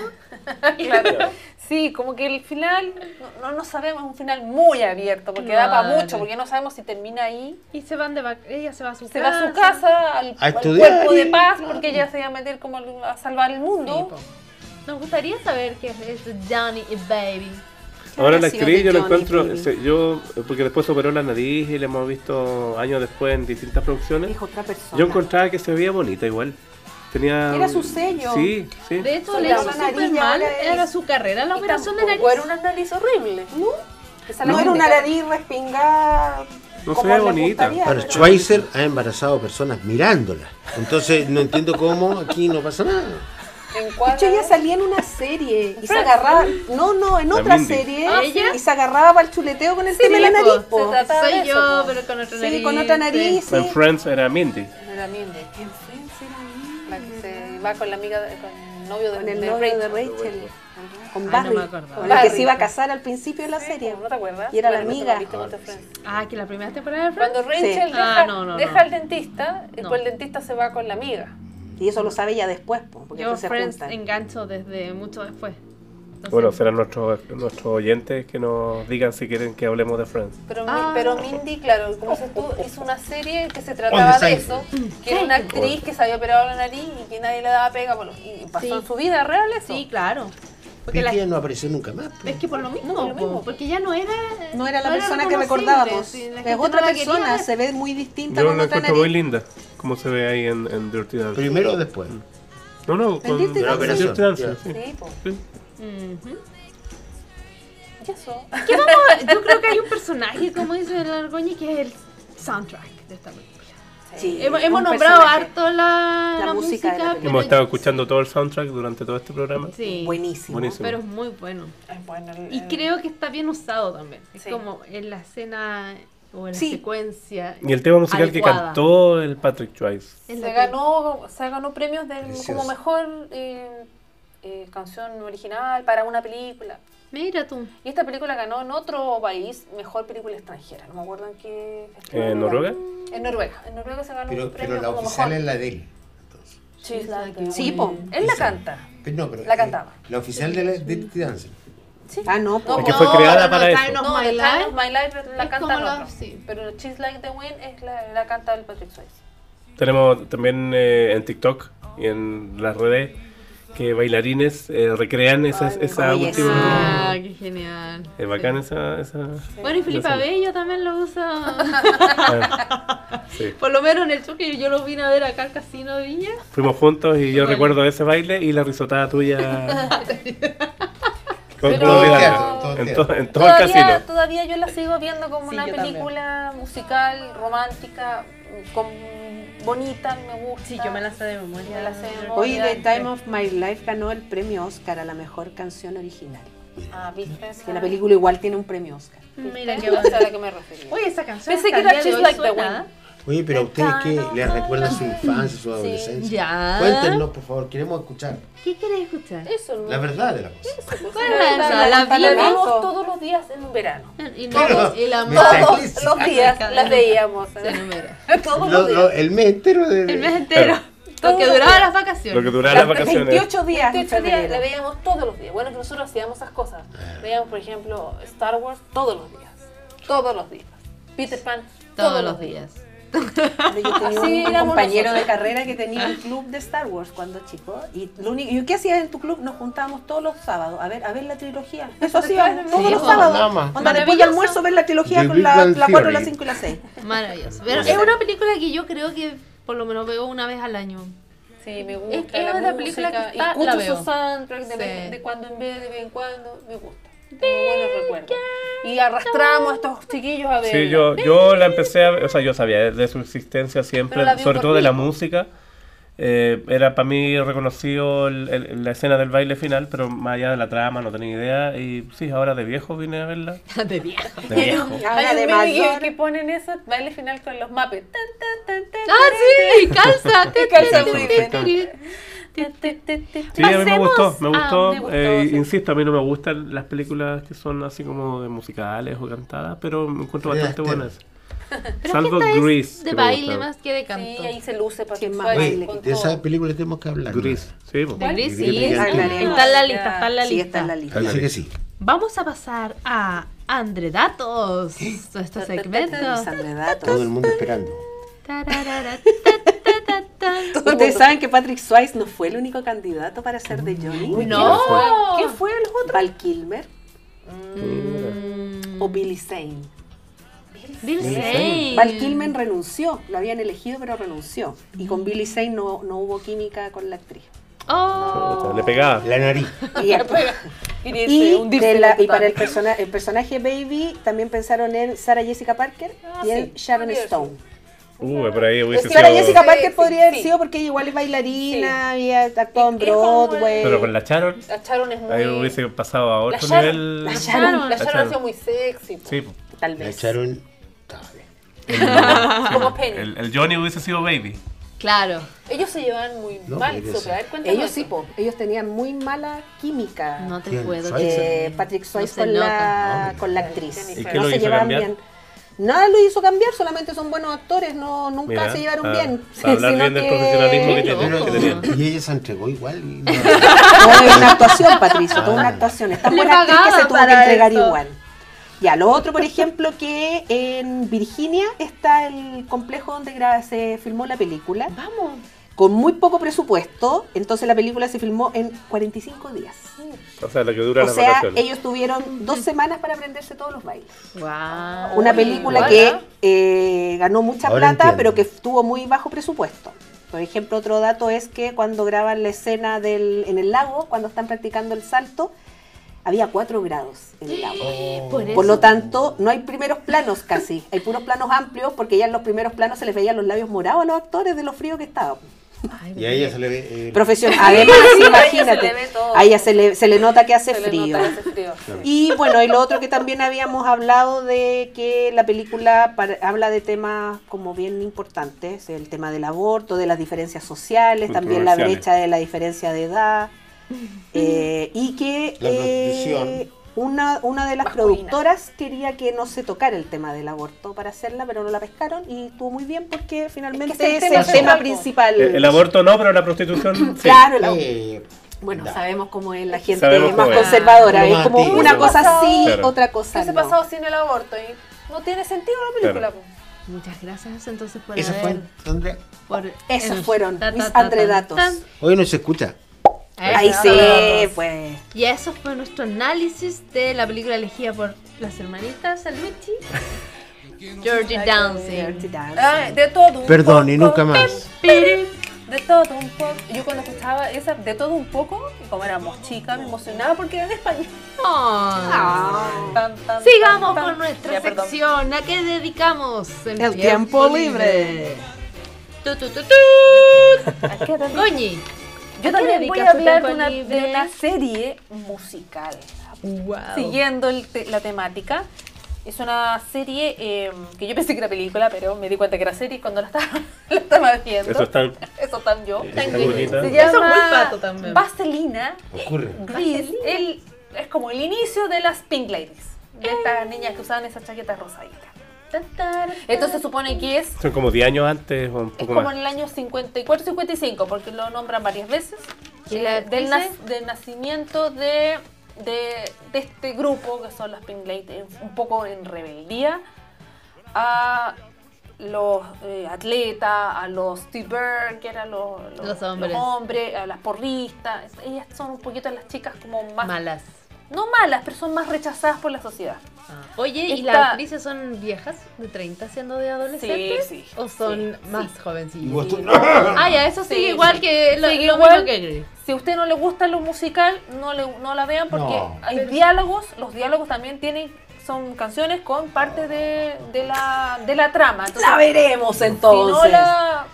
[SPEAKER 3] Claro. Sí, como que el final, no, no, no sabemos, es un final muy abierto, porque da para
[SPEAKER 8] Claro.
[SPEAKER 3] mucho, porque no sabemos si termina ahí.
[SPEAKER 4] Y se van de vac ella se va a su
[SPEAKER 3] Se va
[SPEAKER 4] casa.
[SPEAKER 3] a su casa, al,
[SPEAKER 5] A
[SPEAKER 3] al
[SPEAKER 5] estudiar
[SPEAKER 3] cuerpo de
[SPEAKER 5] y-
[SPEAKER 3] paz, porque ella se va a meter como al- a salvar el mundo.
[SPEAKER 4] Nos gustaría saber qué es esto, Johnny y Baby.
[SPEAKER 2] Ahora la
[SPEAKER 6] habrá sido
[SPEAKER 2] actriz
[SPEAKER 6] de
[SPEAKER 2] yo la
[SPEAKER 6] Johnny
[SPEAKER 2] encuentro,
[SPEAKER 6] Depp?
[SPEAKER 2] se- yo, porque después se operó la nariz y la hemos visto años después en distintas producciones.
[SPEAKER 6] Es otra persona.
[SPEAKER 2] Yo encontraba que se veía bonita igual. Tenía.
[SPEAKER 6] Era su sello.
[SPEAKER 2] Sí, sí.
[SPEAKER 4] De hecho,
[SPEAKER 6] Se
[SPEAKER 4] le
[SPEAKER 6] lava
[SPEAKER 4] hizo
[SPEAKER 6] la
[SPEAKER 4] súper
[SPEAKER 6] nariz,
[SPEAKER 4] mal.
[SPEAKER 6] ahora es-
[SPEAKER 4] Era su carrera la
[SPEAKER 3] Y
[SPEAKER 4] operación de nariz.
[SPEAKER 3] tampoco Era una nariz horrible. No.
[SPEAKER 6] No era una nariz respingada.
[SPEAKER 2] No
[SPEAKER 6] como
[SPEAKER 2] se ve
[SPEAKER 6] le
[SPEAKER 2] bonita.
[SPEAKER 6] gustaría,
[SPEAKER 5] Pero
[SPEAKER 6] pero-
[SPEAKER 5] Schweizer ha embarazado personas mirándola. Entonces no entiendo cómo aquí no pasa nada.
[SPEAKER 3] ¿En
[SPEAKER 6] De
[SPEAKER 3] cuál?
[SPEAKER 6] hecho, ella salía en una serie y se agarraba. No, no, en
[SPEAKER 2] La
[SPEAKER 6] otra
[SPEAKER 2] Mindy.
[SPEAKER 6] serie.
[SPEAKER 4] Ah, ¿ella?
[SPEAKER 6] Y se agarraba para el chuleteo con el tema de la
[SPEAKER 4] po,
[SPEAKER 6] nariz. po.
[SPEAKER 3] se trata-
[SPEAKER 4] Soy
[SPEAKER 3] Estaba
[SPEAKER 4] yo,
[SPEAKER 3] eso,
[SPEAKER 4] pero con otra
[SPEAKER 6] Sí,
[SPEAKER 4] nariz.
[SPEAKER 6] con otra nariz.
[SPEAKER 2] Pero En
[SPEAKER 6] sí.
[SPEAKER 2] Friends era Mindy.
[SPEAKER 3] Era Mindy. ¿En Friends era Mindy? La que se va con la amiga, de- con el novio de,
[SPEAKER 6] Con el
[SPEAKER 3] de
[SPEAKER 6] novio de
[SPEAKER 3] Rachel.
[SPEAKER 6] Rachel. Con
[SPEAKER 8] no
[SPEAKER 6] Barry.
[SPEAKER 8] me acordaba.
[SPEAKER 6] con la que
[SPEAKER 3] Barry.
[SPEAKER 6] se iba a casar al principio de la serie.
[SPEAKER 4] pues.
[SPEAKER 3] ¿No te acuerdas?
[SPEAKER 6] Y era la
[SPEAKER 3] Bueno,
[SPEAKER 6] amiga.
[SPEAKER 3] te moriste con tu Friends.
[SPEAKER 4] Ah, que la primera temporada de Friends.
[SPEAKER 3] Cuando Rachel
[SPEAKER 6] Sí.
[SPEAKER 3] deja,
[SPEAKER 4] Ah, no, no,
[SPEAKER 3] deja
[SPEAKER 4] no.
[SPEAKER 3] al dentista, y
[SPEAKER 4] No.
[SPEAKER 3] después el dentista se va con la amiga.
[SPEAKER 6] Y eso lo sabe ella después, po, porque
[SPEAKER 4] Yo
[SPEAKER 6] después se
[SPEAKER 4] Friends
[SPEAKER 6] juntan.
[SPEAKER 4] engancho desde mucho después. Entonces,
[SPEAKER 2] Bueno, serán nuestros nuestros oyentes que nos digan si quieren que hablemos de Friends.
[SPEAKER 3] Pero, Mi-
[SPEAKER 4] Ah.
[SPEAKER 3] pero Mindy, claro, como dices tú, hizo una serie que se trataba de eso, que era una
[SPEAKER 4] pues.
[SPEAKER 3] actriz que se había operado la nariz y que nadie le daba pega, por lo- y pasó
[SPEAKER 4] Sí.
[SPEAKER 3] en su vida real eso.
[SPEAKER 4] Sí, claro. Porque
[SPEAKER 5] Porque
[SPEAKER 4] la,
[SPEAKER 5] no apareció nunca más. pues.
[SPEAKER 4] es que por lo mismo,
[SPEAKER 3] No, por lo
[SPEAKER 4] po,
[SPEAKER 3] mismo.
[SPEAKER 4] porque ya no era.
[SPEAKER 6] No era la
[SPEAKER 4] no
[SPEAKER 6] persona que
[SPEAKER 4] reconocible,
[SPEAKER 6] recordábamos.
[SPEAKER 4] sí, la gente
[SPEAKER 6] es
[SPEAKER 4] no
[SPEAKER 6] otra
[SPEAKER 4] la quería
[SPEAKER 6] persona,
[SPEAKER 4] ver.
[SPEAKER 6] se ve muy distinta
[SPEAKER 2] Yo
[SPEAKER 6] con
[SPEAKER 2] la
[SPEAKER 6] otra
[SPEAKER 2] encuentro
[SPEAKER 6] nariz.
[SPEAKER 2] muy linda, como se ve ahí en, en Dirty Dancing.
[SPEAKER 5] Primero o después.
[SPEAKER 2] No, no,
[SPEAKER 6] En
[SPEAKER 2] con
[SPEAKER 6] Dirty
[SPEAKER 5] Dancing.
[SPEAKER 2] Dirty Dancing, sí.
[SPEAKER 3] Sí, po.
[SPEAKER 4] pues,
[SPEAKER 2] Sí.
[SPEAKER 4] Ujú.
[SPEAKER 3] Y eso.
[SPEAKER 4] ¿Qué vamos a- Yo creo que hay un personaje, como dice el Argoñi, que es el soundtrack de esta película.
[SPEAKER 6] Sí,
[SPEAKER 4] Hemos,
[SPEAKER 6] un
[SPEAKER 4] hemos nombrado
[SPEAKER 6] personaje
[SPEAKER 4] harto la,
[SPEAKER 6] La
[SPEAKER 4] la
[SPEAKER 6] música
[SPEAKER 4] música.
[SPEAKER 6] de la película.
[SPEAKER 4] pero-
[SPEAKER 2] Hemos estado escuchando todo el soundtrack durante todo este programa.
[SPEAKER 4] Sí,
[SPEAKER 6] Buenísimo.
[SPEAKER 2] Buenísimo.
[SPEAKER 4] pero es muy bueno.
[SPEAKER 3] Ay, bueno, el-
[SPEAKER 4] Y
[SPEAKER 3] el-
[SPEAKER 4] creo que está bien usado también. Es
[SPEAKER 3] Sí.
[SPEAKER 4] como en la escena o en la
[SPEAKER 6] Sí.
[SPEAKER 4] secuencia.
[SPEAKER 2] Y el tema musical que
[SPEAKER 4] adecuada.
[SPEAKER 2] cantó el Patrick Twice.
[SPEAKER 4] Es lo
[SPEAKER 3] se
[SPEAKER 4] que-
[SPEAKER 3] ganó, se ganó premios del,
[SPEAKER 5] Precioso.
[SPEAKER 3] como mejor eh, eh, canción original para una película.
[SPEAKER 4] Mira tú.
[SPEAKER 3] Y esta película ganó en otro país mejor película extranjera. No me acuerdo en qué. festival
[SPEAKER 2] ¿En
[SPEAKER 3] era.
[SPEAKER 2] Noruega?
[SPEAKER 3] En Noruega. En Noruega se ganó un
[SPEAKER 5] Pero,
[SPEAKER 3] premio
[SPEAKER 5] pero la
[SPEAKER 3] como
[SPEAKER 5] oficial es
[SPEAKER 3] mejor.
[SPEAKER 5] la de él.
[SPEAKER 3] Chislander.
[SPEAKER 6] Sí, po.
[SPEAKER 3] Él la canta.
[SPEAKER 5] Pero Eh, no, pero,
[SPEAKER 3] La cantaba.
[SPEAKER 5] La oficial de la de Dirty Dancing.
[SPEAKER 6] Ah, no, po.
[SPEAKER 2] Es que fue creada para eso.
[SPEAKER 4] Time of
[SPEAKER 3] No,
[SPEAKER 4] My
[SPEAKER 3] The Time
[SPEAKER 4] Life.
[SPEAKER 3] of My Life la
[SPEAKER 4] Es
[SPEAKER 3] canta
[SPEAKER 4] como
[SPEAKER 3] el
[SPEAKER 4] la-
[SPEAKER 3] otro.
[SPEAKER 4] sí.
[SPEAKER 3] Pero She's Like the Wind es la, la canta del Patrick Swayze.
[SPEAKER 2] Tenemos también eh, en TikTok y en las redes que bailarines eh, recrean esas, esa
[SPEAKER 6] belleza.
[SPEAKER 2] última.
[SPEAKER 4] Ah, qué genial.
[SPEAKER 2] Es bacán esa. esa...
[SPEAKER 4] Bueno, y Filipa
[SPEAKER 2] esa-
[SPEAKER 4] Bello también lo usa. [LAUGHS]
[SPEAKER 2] Ah, sí.
[SPEAKER 4] Por lo menos en el show que yo lo vine a ver acá al casino de Viña.
[SPEAKER 2] Fuimos juntos y yo
[SPEAKER 4] Bueno.
[SPEAKER 2] recuerdo ese baile y la risotada tuya. Con
[SPEAKER 3] Pero-
[SPEAKER 2] todo el
[SPEAKER 5] Teatro, todo el
[SPEAKER 2] en,
[SPEAKER 5] teatro.
[SPEAKER 2] to- en todo el
[SPEAKER 3] Todavía,
[SPEAKER 2] casino.
[SPEAKER 3] todavía yo la sigo viendo como
[SPEAKER 8] Sí,
[SPEAKER 3] una
[SPEAKER 8] yo
[SPEAKER 3] película musical, romántica, con- bonita, me gusta.
[SPEAKER 4] Sí, yo me la sé de memoria.
[SPEAKER 3] Me la sé de memoria.
[SPEAKER 6] Hoy The Time of My Life ganó el premio Oscar a la mejor canción original.
[SPEAKER 3] Ah, viste.
[SPEAKER 6] Que la película igual tiene un premio Oscar.
[SPEAKER 4] Mira qué
[SPEAKER 3] Esa es a la que me refería.
[SPEAKER 4] Oye, esa canción.
[SPEAKER 3] Pensé
[SPEAKER 4] hasta
[SPEAKER 3] que
[SPEAKER 4] el
[SPEAKER 3] era
[SPEAKER 4] día de
[SPEAKER 3] Just
[SPEAKER 4] hoy
[SPEAKER 3] Like the
[SPEAKER 4] suena.
[SPEAKER 3] Wind.
[SPEAKER 5] Oye, pero a ustedes qué les recuerda su infancia, su adolescencia.
[SPEAKER 4] Ya.
[SPEAKER 5] Cuéntenos, por favor, queremos escuchar
[SPEAKER 4] ¿Qué quieres escuchar?
[SPEAKER 3] Eso, ¿no?
[SPEAKER 5] la verdad de la cosa.
[SPEAKER 4] ¿Cuál es la- la- la-
[SPEAKER 3] la
[SPEAKER 4] la-
[SPEAKER 3] vimos
[SPEAKER 6] la-
[SPEAKER 3] todos los días en verano.
[SPEAKER 4] Y
[SPEAKER 5] Pero-
[SPEAKER 4] no, y la
[SPEAKER 5] Me
[SPEAKER 4] moda
[SPEAKER 5] está-
[SPEAKER 3] Todos los días las veíamos.
[SPEAKER 4] se enumera.
[SPEAKER 3] Todos
[SPEAKER 5] Lo-
[SPEAKER 3] los
[SPEAKER 5] lo-
[SPEAKER 3] días.
[SPEAKER 5] el mes entero de.
[SPEAKER 4] El mes entero. Lo que duraba las vacaciones.
[SPEAKER 2] Lo que duraba las vacaciones.
[SPEAKER 6] 28 días.
[SPEAKER 3] 28
[SPEAKER 6] febrero.
[SPEAKER 3] días la veíamos todos los días. Bueno, que nosotros
[SPEAKER 2] Ah.
[SPEAKER 3] hacíamos esas cosas. Veíamos, por ejemplo, Star Wars todos los días. Todos los días. Peter Pan
[SPEAKER 4] Todos, los días.
[SPEAKER 6] Yo tenía
[SPEAKER 3] Así
[SPEAKER 6] un
[SPEAKER 3] éramos
[SPEAKER 6] compañero
[SPEAKER 3] nosotros.
[SPEAKER 6] de carrera que tenía un club de Star Wars cuando chico. Y lo único, ¿y qué hacías en tu club? Nos juntábamos todos los sábados a ver, a ver la trilogía. Eso hacíamos todos
[SPEAKER 4] Sí,
[SPEAKER 6] los
[SPEAKER 4] po.
[SPEAKER 5] Nada
[SPEAKER 6] sábados.
[SPEAKER 5] más.
[SPEAKER 6] Onda, después de almuerzo ver la trilogía
[SPEAKER 5] The
[SPEAKER 6] con
[SPEAKER 5] Big
[SPEAKER 6] la,
[SPEAKER 5] Bang
[SPEAKER 6] la 4, la
[SPEAKER 5] Theory.
[SPEAKER 6] 5 y la 6.
[SPEAKER 4] Maravilloso. Pero es una película que yo creo que por lo menos veo una vez al año.
[SPEAKER 3] Sí, me gusta.
[SPEAKER 4] Es que es
[SPEAKER 3] la
[SPEAKER 4] una película que
[SPEAKER 3] música,
[SPEAKER 4] está-
[SPEAKER 3] escucho
[SPEAKER 4] la veo.
[SPEAKER 3] su soundtrack de, vez-
[SPEAKER 4] Sí.
[SPEAKER 3] de cuando en vez de vez en cuando. Me gusta. Tengo buenos recuerdos. Y arrastramos a estos chiquillos a ver.
[SPEAKER 2] Sí, yo, yo la empecé a ver, o sea, yo sabía de su existencia siempre,
[SPEAKER 3] Pero la vi
[SPEAKER 2] sobre
[SPEAKER 3] por
[SPEAKER 2] todo de la
[SPEAKER 3] mí.
[SPEAKER 2] música. Eh, era para mí reconocido el- el- la escena del baile final, pero más allá de la trama no tenía idea. Y sí, ahora de viejo vine a
[SPEAKER 4] [LAUGHS]
[SPEAKER 2] verla.
[SPEAKER 4] De viejo.
[SPEAKER 2] De viejo.
[SPEAKER 6] Ahora
[SPEAKER 3] Hay un
[SPEAKER 6] de
[SPEAKER 3] meme que,
[SPEAKER 6] mayor.
[SPEAKER 3] que ponen eso, baile final con los mapes. Tan, tan, tan, tan,
[SPEAKER 4] ¡Ah, sí! ¡Calza!
[SPEAKER 6] Calza muy
[SPEAKER 3] tan, tan, tan, tan,
[SPEAKER 2] Sí, a mí me
[SPEAKER 4] Pasemos
[SPEAKER 2] gustó, me
[SPEAKER 4] a-
[SPEAKER 2] gustó.
[SPEAKER 4] me gustó,
[SPEAKER 2] eh,
[SPEAKER 4] sí.
[SPEAKER 2] Insisto, a mí no me gustan las películas que son así como de musicales o cantadas, pero me encuentro bastante
[SPEAKER 5] Esther.
[SPEAKER 2] buenas.
[SPEAKER 4] Pero
[SPEAKER 2] Salvo
[SPEAKER 4] es que esta
[SPEAKER 2] Grease.
[SPEAKER 4] es de
[SPEAKER 2] que me
[SPEAKER 4] baile
[SPEAKER 2] gusta.
[SPEAKER 4] más que de canto.
[SPEAKER 3] Sí, ahí se luce para
[SPEAKER 6] Qué
[SPEAKER 3] que
[SPEAKER 6] mal.
[SPEAKER 5] Oye,
[SPEAKER 3] suene con
[SPEAKER 5] de esa
[SPEAKER 3] [LAUGHS] todo.
[SPEAKER 5] película tenemos que hablar. ¿no?
[SPEAKER 2] Grease, sí, po.
[SPEAKER 3] ¿Cuál?
[SPEAKER 4] Grease,
[SPEAKER 5] Grease,
[SPEAKER 4] sí, está
[SPEAKER 5] Grease.
[SPEAKER 4] está en la lista, está en la
[SPEAKER 6] Sí,
[SPEAKER 4] lista.
[SPEAKER 6] está en la lista.
[SPEAKER 5] Parece que sí.
[SPEAKER 4] Vamos a pasar a Andredatos,
[SPEAKER 6] [GASPS]
[SPEAKER 4] nuestro segmento.
[SPEAKER 6] Sangre
[SPEAKER 5] Todo
[SPEAKER 6] datos.
[SPEAKER 5] el mundo esperando.
[SPEAKER 6] [LAUGHS]
[SPEAKER 4] Tararara, ta, ta, ta, ta.
[SPEAKER 6] Ustedes saben que Patrick Swayze no fue el único candidato para ser
[SPEAKER 3] Mm,
[SPEAKER 6] de Johnny.
[SPEAKER 4] ¡No!
[SPEAKER 6] ¿Quién fue el otro? Val Kilmer
[SPEAKER 4] Mm,
[SPEAKER 6] o Billy Zane.
[SPEAKER 4] Bill Zane.
[SPEAKER 6] Val Kilmer renunció, lo habían elegido pero renunció. Y con Billy Zane no, no hubo química con la actriz.
[SPEAKER 4] Oh.
[SPEAKER 2] Le pegaba.
[SPEAKER 5] La nariz.
[SPEAKER 6] Y,
[SPEAKER 3] [LAUGHS] Y,
[SPEAKER 6] y de la- y para
[SPEAKER 3] personaje.
[SPEAKER 6] el, persona- el personaje Baby también pensaron en Sarah Jessica Parker
[SPEAKER 3] Ah,
[SPEAKER 6] y en
[SPEAKER 3] sí,
[SPEAKER 6] Sharon
[SPEAKER 3] curioso.
[SPEAKER 6] Stone. Pues
[SPEAKER 2] Uy, Uh, por ahí hubiese
[SPEAKER 3] Sí,
[SPEAKER 6] Sarah
[SPEAKER 2] sido-
[SPEAKER 6] Jessica Parker
[SPEAKER 3] sí,
[SPEAKER 6] podría haber
[SPEAKER 3] sí.
[SPEAKER 6] sido porque ella igual es bailarina,
[SPEAKER 3] Sí.
[SPEAKER 6] había actuado en
[SPEAKER 3] Es como el-
[SPEAKER 6] Broadway.
[SPEAKER 2] Pero con la Sharon,
[SPEAKER 3] La Sharon es muy.
[SPEAKER 2] ahí hubiese pasado a
[SPEAKER 3] La
[SPEAKER 2] otro
[SPEAKER 3] Sharon-
[SPEAKER 2] nivel.
[SPEAKER 3] La Sharon, la
[SPEAKER 2] La
[SPEAKER 3] Sharon ha sido
[SPEAKER 2] Sharon.
[SPEAKER 3] muy sexy. po. [LAUGHS]
[SPEAKER 2] Sí, po.
[SPEAKER 6] Tal
[SPEAKER 5] La
[SPEAKER 6] vez.
[SPEAKER 5] echaron.
[SPEAKER 3] Como Penny.
[SPEAKER 2] el, el Johnny hubiese sido Baby.
[SPEAKER 4] Claro.
[SPEAKER 3] Ellos se llevaban muy
[SPEAKER 5] No, pues,
[SPEAKER 3] mal,
[SPEAKER 5] ellos-
[SPEAKER 3] super. A ver, cuéntanos
[SPEAKER 6] Ellos sí,
[SPEAKER 3] eso.
[SPEAKER 6] po, ellos tenían muy mala química.
[SPEAKER 4] No te
[SPEAKER 5] ¿Quién?
[SPEAKER 4] puedo
[SPEAKER 5] Schweitzer.
[SPEAKER 4] creer.
[SPEAKER 6] eh, Patrick Swayze
[SPEAKER 4] No se
[SPEAKER 6] con,
[SPEAKER 4] nota.
[SPEAKER 6] la, con la actriz.
[SPEAKER 3] ¿Y
[SPEAKER 2] qué lo hizo cambiar?
[SPEAKER 6] Nada lo hizo cambiar, solamente son buenos actores, no nunca
[SPEAKER 2] Mira,
[SPEAKER 6] se llevaron
[SPEAKER 2] a-
[SPEAKER 6] bien.
[SPEAKER 2] a [LAUGHS] hablar bien del profesionalismo que
[SPEAKER 4] Qué
[SPEAKER 2] tiene.
[SPEAKER 5] Pero,
[SPEAKER 4] loco.
[SPEAKER 2] que tenía.
[SPEAKER 5] y ella se entregó igual. y-
[SPEAKER 6] No, es una actuación, Patricio,
[SPEAKER 2] Ah.
[SPEAKER 6] toda una actuación. Es tan
[SPEAKER 4] Le
[SPEAKER 6] buena actriz que se
[SPEAKER 4] pagaban
[SPEAKER 6] tuvo que
[SPEAKER 4] para
[SPEAKER 6] entregar
[SPEAKER 4] eso.
[SPEAKER 6] igual. Ya, lo otro, por ejemplo, que en Virginia está el complejo donde gra- se filmó la película,
[SPEAKER 4] Vamos.
[SPEAKER 6] con muy poco presupuesto, entonces la película se filmó en 45 días.
[SPEAKER 2] O sea, lo que dura
[SPEAKER 6] O
[SPEAKER 2] las
[SPEAKER 6] sea,
[SPEAKER 2] vacaciones.
[SPEAKER 6] ellos tuvieron dos semanas para aprenderse todos los bailes.
[SPEAKER 3] Ah,
[SPEAKER 4] Wow.
[SPEAKER 6] Una película
[SPEAKER 4] igual,
[SPEAKER 6] que eh, ganó mucha
[SPEAKER 5] Ahora
[SPEAKER 6] plata,
[SPEAKER 5] entiendo.
[SPEAKER 6] pero que tuvo muy bajo presupuesto. Por ejemplo, otro dato es que cuando graban la escena del, en el lago, cuando están practicando el salto, había 4 grados en el lago.
[SPEAKER 4] Por eso.
[SPEAKER 6] Por lo tanto, no hay primeros planos casi, hay puros planos amplios porque ya en los primeros planos se les veían los labios morados a los actores de lo frío que estaba.
[SPEAKER 4] Ay,
[SPEAKER 5] Y a ella se le ve. eh,
[SPEAKER 3] [LAUGHS]
[SPEAKER 6] Profesional. Además,
[SPEAKER 3] se
[SPEAKER 6] imagínate,
[SPEAKER 3] le ve todo.
[SPEAKER 6] a ella se le, se le nota que hace
[SPEAKER 3] Se le nota
[SPEAKER 6] frío.
[SPEAKER 3] que hace frío.
[SPEAKER 6] Y bueno, y lo otro que también habíamos hablado de que la película para- habla de temas como bien importantes, el tema del aborto, de las diferencias sociales, también la
[SPEAKER 2] Controversiales.
[SPEAKER 6] brecha de la diferencia de edad, eh, y que
[SPEAKER 5] La
[SPEAKER 6] eh,
[SPEAKER 5] prostitución.
[SPEAKER 6] una, una de las
[SPEAKER 3] Masculina.
[SPEAKER 6] productoras quería que no se tocara el tema del aborto para hacerla, pero no la pescaron y estuvo muy bien porque finalmente
[SPEAKER 3] el
[SPEAKER 6] es
[SPEAKER 3] tema
[SPEAKER 6] el tema,
[SPEAKER 3] central, po.
[SPEAKER 6] principal.
[SPEAKER 2] El, el aborto no, pero
[SPEAKER 3] [COUGHS]
[SPEAKER 2] la prostitución sí.
[SPEAKER 6] Claro, el aborto.
[SPEAKER 5] eh,
[SPEAKER 6] Bueno,
[SPEAKER 5] da.
[SPEAKER 6] sabemos cómo es la gente
[SPEAKER 2] Sabemos
[SPEAKER 6] más
[SPEAKER 2] cómo es.
[SPEAKER 6] conservadora.
[SPEAKER 5] Lo
[SPEAKER 6] Es
[SPEAKER 5] más
[SPEAKER 6] como
[SPEAKER 5] antiguo,
[SPEAKER 6] una
[SPEAKER 5] lo más-
[SPEAKER 6] cosa sí,
[SPEAKER 2] Claro.
[SPEAKER 6] otra cosa
[SPEAKER 3] ¿Qué se
[SPEAKER 6] no.
[SPEAKER 3] ha pasado sin el aborto? Y no tiene sentido la película.
[SPEAKER 2] Claro.
[SPEAKER 3] po.
[SPEAKER 4] Muchas gracias entonces por
[SPEAKER 5] Esa fue.
[SPEAKER 4] haber.
[SPEAKER 5] Andrea.
[SPEAKER 4] por-
[SPEAKER 6] Esos
[SPEAKER 4] eh,
[SPEAKER 6] fueron
[SPEAKER 4] ta, ta,
[SPEAKER 6] mis
[SPEAKER 4] ta, ta,
[SPEAKER 6] Andredatos.
[SPEAKER 4] tan.
[SPEAKER 5] Hoy no se escucha.
[SPEAKER 6] Ahí
[SPEAKER 4] Esos
[SPEAKER 6] sí,
[SPEAKER 4] Andredatos.
[SPEAKER 6] pues.
[SPEAKER 4] Y eso fue nuestro análisis de la película elegida por las
[SPEAKER 3] [LAUGHS]
[SPEAKER 4] hermanitas Salmichi. Georgie
[SPEAKER 6] Dirty
[SPEAKER 4] Dancing.
[SPEAKER 6] Dancing.
[SPEAKER 3] Ah, de todo. un
[SPEAKER 5] Perdón, y
[SPEAKER 3] poco.
[SPEAKER 5] nunca más.
[SPEAKER 4] Pirim.
[SPEAKER 3] De todo un poco. Yo cuando escuchaba esa de todo un poco, y como éramos chicas, me emocionaba porque era en español.
[SPEAKER 4] Oh.
[SPEAKER 6] Ah.
[SPEAKER 3] Pam, pam,
[SPEAKER 4] Sigamos
[SPEAKER 3] pam,
[SPEAKER 4] con
[SPEAKER 3] pam.
[SPEAKER 4] nuestra
[SPEAKER 3] Ya, perdón.
[SPEAKER 4] sección. ¿A qué dedicamos
[SPEAKER 6] El tiempo libre.
[SPEAKER 4] Tu, tu, tu,
[SPEAKER 3] [LAUGHS]
[SPEAKER 4] tu.
[SPEAKER 3] ¿A qué te-
[SPEAKER 4] Goñi.
[SPEAKER 3] Yo
[SPEAKER 4] ¿A qué
[SPEAKER 3] también
[SPEAKER 4] dedicas
[SPEAKER 3] voy
[SPEAKER 4] tu
[SPEAKER 3] a hablar
[SPEAKER 4] tiempo
[SPEAKER 3] de una,
[SPEAKER 4] libre?
[SPEAKER 3] de una serie musical.
[SPEAKER 4] Wow.
[SPEAKER 3] Siguiendo el te- la temática, es una serie eh, que yo pensé que era película, pero me di cuenta que era serie cuando la estaba, [LAUGHS] la estaba viendo.
[SPEAKER 2] Eso está,
[SPEAKER 3] Eso tan yo.
[SPEAKER 2] está bonita.
[SPEAKER 3] Se
[SPEAKER 4] Eso es
[SPEAKER 3] llama
[SPEAKER 4] muy pato también.
[SPEAKER 3] Vaselina.
[SPEAKER 5] Ocurre.
[SPEAKER 3] Grease. El- es como el inicio de las Pink Ladies. De estas niñas que usaban esas chaquetas rosaditas. Entonces se supone que es
[SPEAKER 2] Son como 10 años antes o un
[SPEAKER 3] Es
[SPEAKER 2] poco
[SPEAKER 3] como
[SPEAKER 2] más.
[SPEAKER 3] en el año 54-55, porque lo nombran varias veces.
[SPEAKER 4] ¿Y
[SPEAKER 3] Eh,
[SPEAKER 4] la
[SPEAKER 3] del,
[SPEAKER 4] actriz
[SPEAKER 3] nac- del nacimiento de, de, de este grupo, que son las Pink Ladies, un poco en rebeldía, a los eh, atletas, a los T-Bird, que eran los,
[SPEAKER 4] Los hombres.
[SPEAKER 3] hombres, a las porristas. Ellas son un poquito las chicas como más...
[SPEAKER 4] Malas.
[SPEAKER 3] No malas, pero son más rechazadas por la sociedad.
[SPEAKER 4] Ah. Oye, ¿y
[SPEAKER 3] Esta-
[SPEAKER 4] las actrices son viejas de 30 siendo de adolescentes?
[SPEAKER 3] Sí, sí,
[SPEAKER 4] ¿O son
[SPEAKER 3] sí,
[SPEAKER 4] más
[SPEAKER 5] Y
[SPEAKER 4] jovencillas?
[SPEAKER 5] vos tú-
[SPEAKER 4] Ah, ya, eso sigue
[SPEAKER 3] Sí,
[SPEAKER 4] igual
[SPEAKER 3] sí.
[SPEAKER 4] que lo,
[SPEAKER 3] Sigue
[SPEAKER 4] lo
[SPEAKER 3] igual.
[SPEAKER 4] mismo que Grey.
[SPEAKER 3] Si a usted no le gusta lo musical, no, le, no la vean porque
[SPEAKER 5] No.
[SPEAKER 3] hay diálogos, los diálogos también tienen son canciones con parte de, de la, de la trama. Entonces,
[SPEAKER 6] La veremos
[SPEAKER 3] Si no
[SPEAKER 6] entonces.
[SPEAKER 3] la.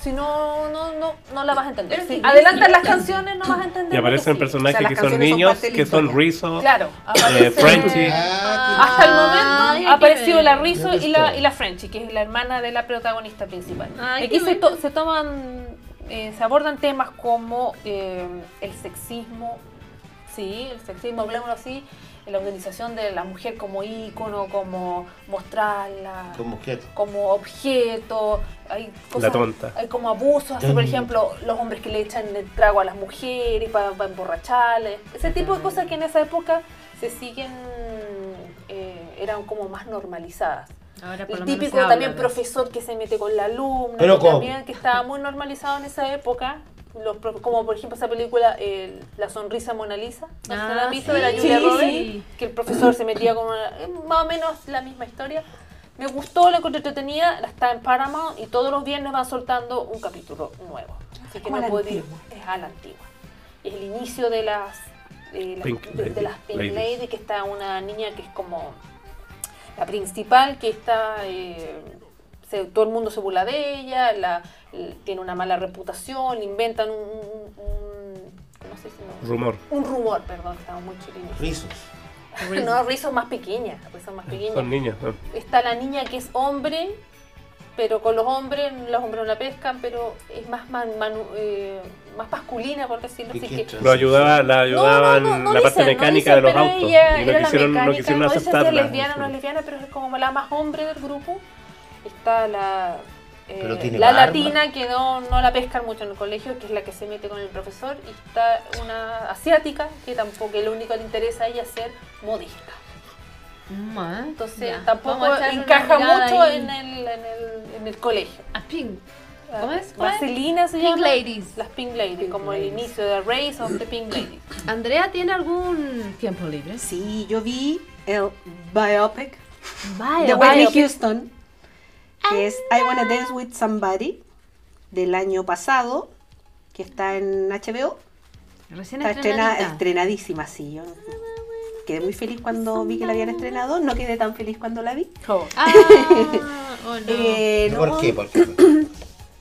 [SPEAKER 3] Si no, no, no, no la vas a entender.
[SPEAKER 4] Pero
[SPEAKER 3] Si
[SPEAKER 4] sí,
[SPEAKER 3] adelantan las canciones, no vas a entender.
[SPEAKER 2] Y aparecen
[SPEAKER 3] lo que sigue.
[SPEAKER 2] personajes
[SPEAKER 6] O sea,
[SPEAKER 2] que
[SPEAKER 6] las
[SPEAKER 2] son
[SPEAKER 6] canciones son
[SPEAKER 2] niños,
[SPEAKER 6] parte de la
[SPEAKER 2] que son
[SPEAKER 6] historia.
[SPEAKER 2] Rizzo,
[SPEAKER 3] Claro,
[SPEAKER 2] eh,
[SPEAKER 3] aparece-
[SPEAKER 2] Frenchy.
[SPEAKER 5] Ah,
[SPEAKER 3] Hasta el
[SPEAKER 4] Ah,
[SPEAKER 3] momento
[SPEAKER 4] ya
[SPEAKER 3] ha aparecido
[SPEAKER 4] que-
[SPEAKER 3] la Rizzo
[SPEAKER 5] ya
[SPEAKER 3] y la,
[SPEAKER 5] está.
[SPEAKER 3] y la Frenchy, que es la hermana de la protagonista principal.
[SPEAKER 4] Ay,
[SPEAKER 3] Aquí
[SPEAKER 4] qué
[SPEAKER 3] se,
[SPEAKER 4] bueno.
[SPEAKER 3] to- se toman, eh, se abordan temas como eh, el sexismo, sí, el sexismo, hablemoslo así, la utilización de la mujer como ícono, como mostrarla,
[SPEAKER 5] que- Como que
[SPEAKER 3] como objeto, hay cosas,
[SPEAKER 2] La tonta.
[SPEAKER 3] hay Eh, como abusos, así, por
[SPEAKER 5] Tonta.
[SPEAKER 3] ejemplo, los hombres que le echan el trago a las mujeres para, emborracharles, ese tipo de cosas que en esa época se siguen, eh, eran como más normalizadas.
[SPEAKER 4] Ahora por
[SPEAKER 3] El
[SPEAKER 4] lo menos
[SPEAKER 3] típico
[SPEAKER 4] se habla
[SPEAKER 3] también
[SPEAKER 4] de-
[SPEAKER 3] profesor que se mete con la alumna,
[SPEAKER 5] Pero
[SPEAKER 3] que
[SPEAKER 5] ¿cómo?
[SPEAKER 3] también que estaba muy normalizado en esa época. Los pro- como por ejemplo esa película el- La sonrisa Mona Lisa, ¿no
[SPEAKER 4] Ah,
[SPEAKER 3] se la han visto?
[SPEAKER 4] sí.
[SPEAKER 3] de la Julia
[SPEAKER 4] Sí,
[SPEAKER 3] Roberts,
[SPEAKER 4] sí.
[SPEAKER 3] que el profesor se metía con una, eh, más o menos la misma historia. Me gustó, la encontré entretenida, la está en Paramount y todos los viernes van soltando un capítulo nuevo. Así que
[SPEAKER 6] Como a
[SPEAKER 3] no
[SPEAKER 6] la
[SPEAKER 3] puedo ir,
[SPEAKER 6] antigua.
[SPEAKER 3] es a la antigua. Es el inicio de las, eh, las-
[SPEAKER 2] Pink
[SPEAKER 3] de, de
[SPEAKER 2] Lady,
[SPEAKER 3] las Pink
[SPEAKER 2] ladies.
[SPEAKER 3] Lady, que está una niña que es como la principal que está eh, se- todo el mundo se burla de ella la- l- tiene una mala reputación le inventan un, un- un- ¿cómo se dice? No,
[SPEAKER 2] rumor.
[SPEAKER 3] un rumor perdón estamos muy chiquillos
[SPEAKER 5] rizos.
[SPEAKER 3] [LAUGHS] no Rizzo es más pequeña Rizzo es más pequeña
[SPEAKER 2] Son niños. ¿no?
[SPEAKER 3] está la niña que es hombre pero con los hombres los hombres no la pescan pero es más man- manu- eh, más masculina por decirlo
[SPEAKER 5] ¿Y
[SPEAKER 3] así
[SPEAKER 5] qué
[SPEAKER 3] que
[SPEAKER 5] trans-
[SPEAKER 2] Lo ayudaba, la
[SPEAKER 3] no,
[SPEAKER 2] ayudaban
[SPEAKER 3] no, no, no
[SPEAKER 2] la parte
[SPEAKER 3] dicen, no
[SPEAKER 2] mecánica
[SPEAKER 3] dicen,
[SPEAKER 2] de los
[SPEAKER 3] pero
[SPEAKER 2] autos.
[SPEAKER 3] ella
[SPEAKER 2] y no
[SPEAKER 3] era la
[SPEAKER 2] quisieron, no
[SPEAKER 3] mecánica,
[SPEAKER 2] quisieron
[SPEAKER 3] no dicen si es
[SPEAKER 2] aceptarla.
[SPEAKER 3] lesbiana o no es lesbiana, pero es como la más hombre del grupo. Está la, eh,
[SPEAKER 5] Pero tiene
[SPEAKER 3] la
[SPEAKER 5] barba.
[SPEAKER 3] latina que no, no la pescan mucho en el colegio, que es la que se mete con el profesor. Y está una asiática que tampoco, lo único que le interesa a ella es ser modista.
[SPEAKER 4] Ma,
[SPEAKER 3] Entonces
[SPEAKER 4] ya.
[SPEAKER 3] tampoco
[SPEAKER 4] Vamos a echarle una
[SPEAKER 3] encaja
[SPEAKER 4] mirada
[SPEAKER 3] mucho
[SPEAKER 4] ahí.
[SPEAKER 3] en el, en, el, en el colegio.
[SPEAKER 4] A Pink. Ah,
[SPEAKER 6] Ah,
[SPEAKER 4] ¿Cómo es? ¿Cómo es?
[SPEAKER 3] Vaselina se
[SPEAKER 4] Pink
[SPEAKER 3] llama.
[SPEAKER 4] Ladies.
[SPEAKER 3] Las Pink Ladies, como el
[SPEAKER 4] Ladies.
[SPEAKER 3] inicio de Race of the Pink Ladies.
[SPEAKER 4] ¿Andrea tiene algún tiempo libre?
[SPEAKER 6] Sí, yo vi el biopic
[SPEAKER 4] Vaya,
[SPEAKER 6] de
[SPEAKER 4] vaya.
[SPEAKER 6] Whitney Houston, que es I Wanna Dance with Somebody, del año pasado, que está en HBO.
[SPEAKER 4] Recién
[SPEAKER 6] Está estrena-
[SPEAKER 4] estrenadita.
[SPEAKER 6] estrenadísima, sí. Yo quedé muy feliz cuando vi que la habían estrenado, no quedé tan feliz cuando la vi. [LAUGHS]
[SPEAKER 4] Ah, oh, no.
[SPEAKER 6] Eh, no,
[SPEAKER 5] ¿Por qué? ¿Por qué?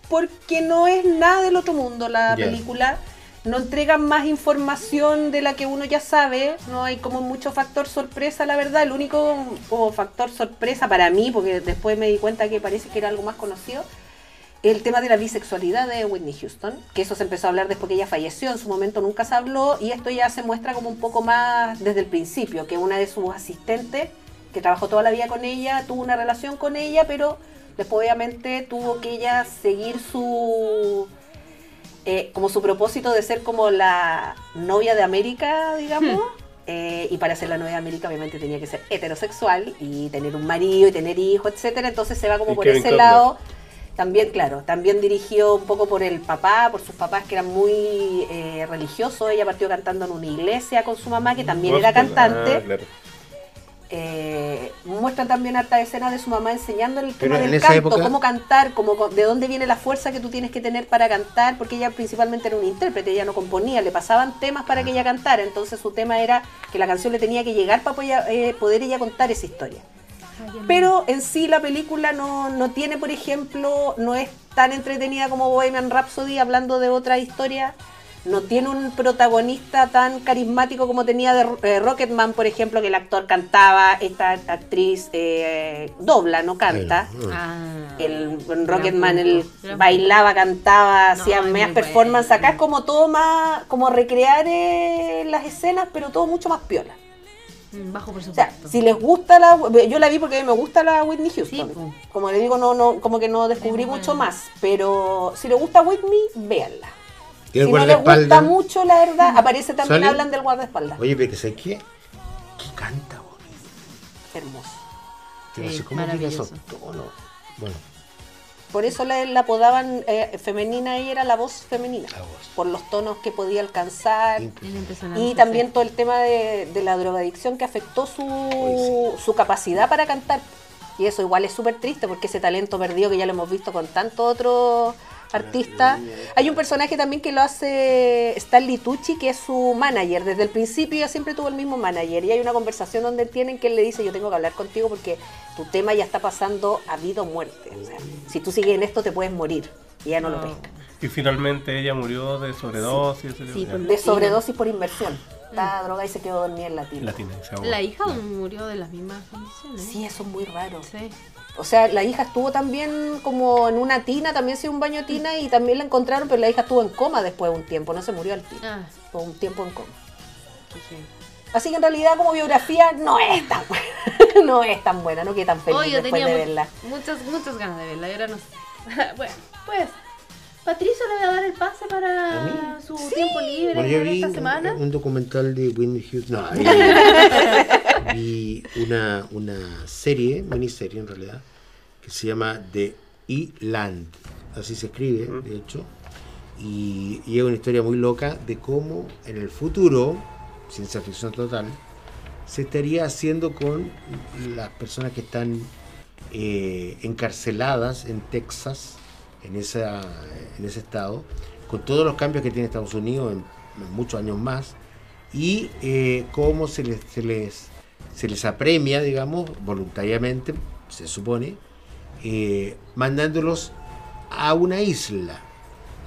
[SPEAKER 6] Porque no es nada del otro mundo la
[SPEAKER 5] Ya.
[SPEAKER 6] película. No entregan más información de la que uno ya sabe. No hay como mucho factor sorpresa, la verdad. El único como factor sorpresa para mí, porque después me di cuenta que parece que era algo más conocido, el tema de la bisexualidad de Whitney Houston, que eso se empezó a hablar después que ella falleció, en su momento nunca se habló, y esto ya se muestra como un poco más desde el principio, que una de sus asistentes, que trabajó toda la vida con ella, tuvo una relación con ella, pero después obviamente tuvo que ella seguir su... eh, como su propósito de ser como la novia de América, digamos.
[SPEAKER 2] Hmm.
[SPEAKER 6] eh, y para ser la novia de América obviamente tenía que ser heterosexual y tener un marido y tener hijos, etcétera. Entonces se va como
[SPEAKER 2] Y
[SPEAKER 6] por
[SPEAKER 2] Kevin
[SPEAKER 6] ese
[SPEAKER 2] Costner.
[SPEAKER 6] lado también, claro, también dirigió un poco por el papá, por sus papás que eran muy eh, religiosos. Ella partió cantando en una iglesia con su mamá, que también era
[SPEAKER 2] Gospel,
[SPEAKER 6] cantante.
[SPEAKER 2] ah, claro.
[SPEAKER 6] Eh, muestran también harta escenas de su mamá enseñando el
[SPEAKER 5] Pero
[SPEAKER 6] tema
[SPEAKER 5] en
[SPEAKER 6] del
[SPEAKER 5] esa
[SPEAKER 6] canto,
[SPEAKER 5] época-
[SPEAKER 6] cómo cantar, cómo, co- de dónde viene la fuerza que tú tienes que tener para cantar, porque ella principalmente era un intérprete, ella no componía, le pasaban temas para que ella cantara, entonces su tema era que la canción le tenía que llegar para poder, poder ella contar esa historia. Pero en sí la película no, no tiene, por ejemplo, no es tan entretenida como Bohemian Rhapsody hablando de otra historia. No tiene un protagonista tan carismático como tenía de eh, Rocketman, por ejemplo, que el actor cantaba, esta actriz eh, dobla, no canta.
[SPEAKER 4] Ah.
[SPEAKER 6] El en
[SPEAKER 4] Gran
[SPEAKER 6] Rocketman
[SPEAKER 4] punto,
[SPEAKER 6] el
[SPEAKER 4] gran
[SPEAKER 6] bailaba, cantaba,
[SPEAKER 4] No,
[SPEAKER 6] hacía
[SPEAKER 4] es muy
[SPEAKER 6] medias performances. Acá es
[SPEAKER 4] bueno.
[SPEAKER 6] como todo más, como recrear eh, las escenas, pero todo mucho más piola.
[SPEAKER 4] Mm, Bajo
[SPEAKER 6] O sea,
[SPEAKER 4] presupuesto.
[SPEAKER 6] si les gusta la. Yo la vi porque a mí me gusta la Whitney Houston.
[SPEAKER 4] Sí, po.
[SPEAKER 6] como les digo, no, no, como que no descubrí
[SPEAKER 4] Es muy
[SPEAKER 6] mucho
[SPEAKER 4] buena.
[SPEAKER 6] más. Pero si les gusta Whitney, véanla.
[SPEAKER 5] ¿Tiene
[SPEAKER 6] si no les
[SPEAKER 5] guardaespaldas? Mm.
[SPEAKER 6] gusta mucho, la verdad, aparece también,
[SPEAKER 5] ¿Sale?
[SPEAKER 6] hablan del guardaespaldas.
[SPEAKER 5] Oye, pero que sé qué. ¿Qué canta, boludo?
[SPEAKER 6] Hermoso.
[SPEAKER 5] Yo no
[SPEAKER 4] Sí,
[SPEAKER 5] sé cómo llega a esos
[SPEAKER 4] maravilloso.
[SPEAKER 5] tonos. Bueno,
[SPEAKER 6] Por eso la, la apodaban eh, femenina, ella era la voz femenina,
[SPEAKER 5] La voz.
[SPEAKER 6] por los tonos que podía alcanzar.
[SPEAKER 4] Es impresionante.
[SPEAKER 6] Y
[SPEAKER 4] sí.
[SPEAKER 6] también todo el tema de, de la drogadicción que afectó su, su capacidad para cantar. Y eso igual es súper triste porque ese talento perdido que ya lo hemos visto con tantos otros artistas. Hay un personaje también que lo hace Stanley Tucci, que es su manager. Desde el principio ya siempre tuvo el mismo manager. Y hay una conversación donde tienen que él le dice, yo tengo que hablar contigo porque tu tema ya está pasando a vida o muerte. O sea, si tú sigues en esto te puedes morir. Y ya no lo pesca.
[SPEAKER 2] Y finalmente ella murió de sobredosis. de-
[SPEAKER 4] Sí,
[SPEAKER 2] de-
[SPEAKER 4] pues-
[SPEAKER 6] De sobredosis por inversión. Está droga y se quedó dormida en la tina.
[SPEAKER 2] latina, se ahogó.
[SPEAKER 4] La hija murió de las mismas condiciones.
[SPEAKER 6] Sí, eso es muy raro.
[SPEAKER 4] Sí.
[SPEAKER 6] O sea, la hija estuvo también como en una tina, también se dio un baño de tina y también la encontraron, pero la hija estuvo en coma después de un tiempo, no se murió al tiro.
[SPEAKER 4] Ah,
[SPEAKER 6] Estuvo un tiempo en coma.
[SPEAKER 4] qué heavy.
[SPEAKER 6] Así que en realidad como biografía no es tan [LAUGHS] buena, no es tan buena, no quedé tan feliz
[SPEAKER 4] Oh, yo
[SPEAKER 6] después
[SPEAKER 4] tenía
[SPEAKER 6] de
[SPEAKER 4] mu-
[SPEAKER 6] verla.
[SPEAKER 4] muchas, muchas ganas de verla. Y ahora no sé. [LAUGHS] bueno, pues. Patricio le voy a dar el pase para su tiempo libre
[SPEAKER 5] Bueno, yo
[SPEAKER 4] en
[SPEAKER 5] vi
[SPEAKER 4] esta
[SPEAKER 5] un,
[SPEAKER 4] semana.
[SPEAKER 5] un documental de Whitney Houston.
[SPEAKER 4] [LAUGHS]
[SPEAKER 5] No, ahí- vi una, una serie, miniserie en realidad, que se llama The E-Land. Así se escribe, de hecho. Y, y es una historia muy loca de cómo en el futuro, ciencia ficción total, se estaría haciendo con las personas que están eh, encarceladas en Texas, en, esa, en ese estado, con todos los cambios que tiene Estados Unidos en, en muchos años más, y eh, cómo se les, se, les, se les apremia, digamos, voluntariamente, se supone, eh, mandándolos a una isla.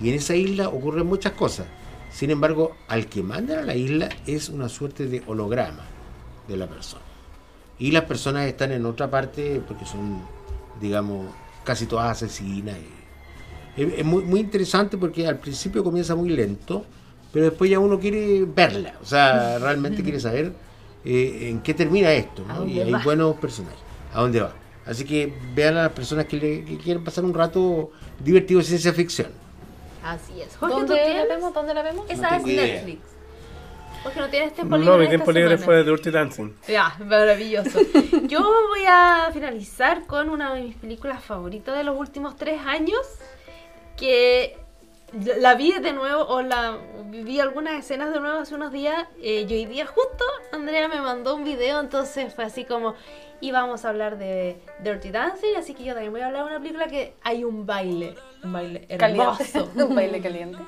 [SPEAKER 5] Y en esa isla ocurren muchas cosas. Sin embargo, al que mandan a la isla es una suerte de holograma de la persona. Y las personas están en otra parte porque son, digamos, casi todas asesinas. y- Es, es muy, muy interesante porque al principio comienza muy lento, pero después ya uno quiere verla. O sea, realmente quiere saber eh, en qué termina esto.
[SPEAKER 4] ¿A
[SPEAKER 5] ¿no?
[SPEAKER 4] dónde
[SPEAKER 5] Y hay
[SPEAKER 4] va?
[SPEAKER 5] buenos personajes. ¿A dónde va? Así que vean a las personas que, le- que quieren pasar un rato divertido de ciencia ficción.
[SPEAKER 4] Así es. Jorge, ¿tú
[SPEAKER 3] ¿Dónde la
[SPEAKER 4] tienes?
[SPEAKER 3] vemos? ¿Dónde la vemos?
[SPEAKER 4] Esa
[SPEAKER 5] No
[SPEAKER 4] es
[SPEAKER 5] tengo idea.
[SPEAKER 4] Netflix. Jorge, ¿no tienes tiempo libre?
[SPEAKER 2] No, mi
[SPEAKER 4] esta
[SPEAKER 2] tiempo libre
[SPEAKER 4] semana?
[SPEAKER 2] fue de Dirty Dancing.
[SPEAKER 4] Ya, maravilloso. Yo voy a finalizar con una de mis películas favoritas de los últimos tres años, que la- la vi de nuevo, o la vi algunas escenas de nuevo hace unos días, eh, y hoy día justo Andrea me mandó un video, entonces fue así como, y vamos a hablar de Dirty Dancing, así que yo también voy a hablar de una película que hay un baile, un baile
[SPEAKER 3] Caliente. [LAUGHS]
[SPEAKER 4] [LAUGHS] hermoso.
[SPEAKER 3] Un baile caliente.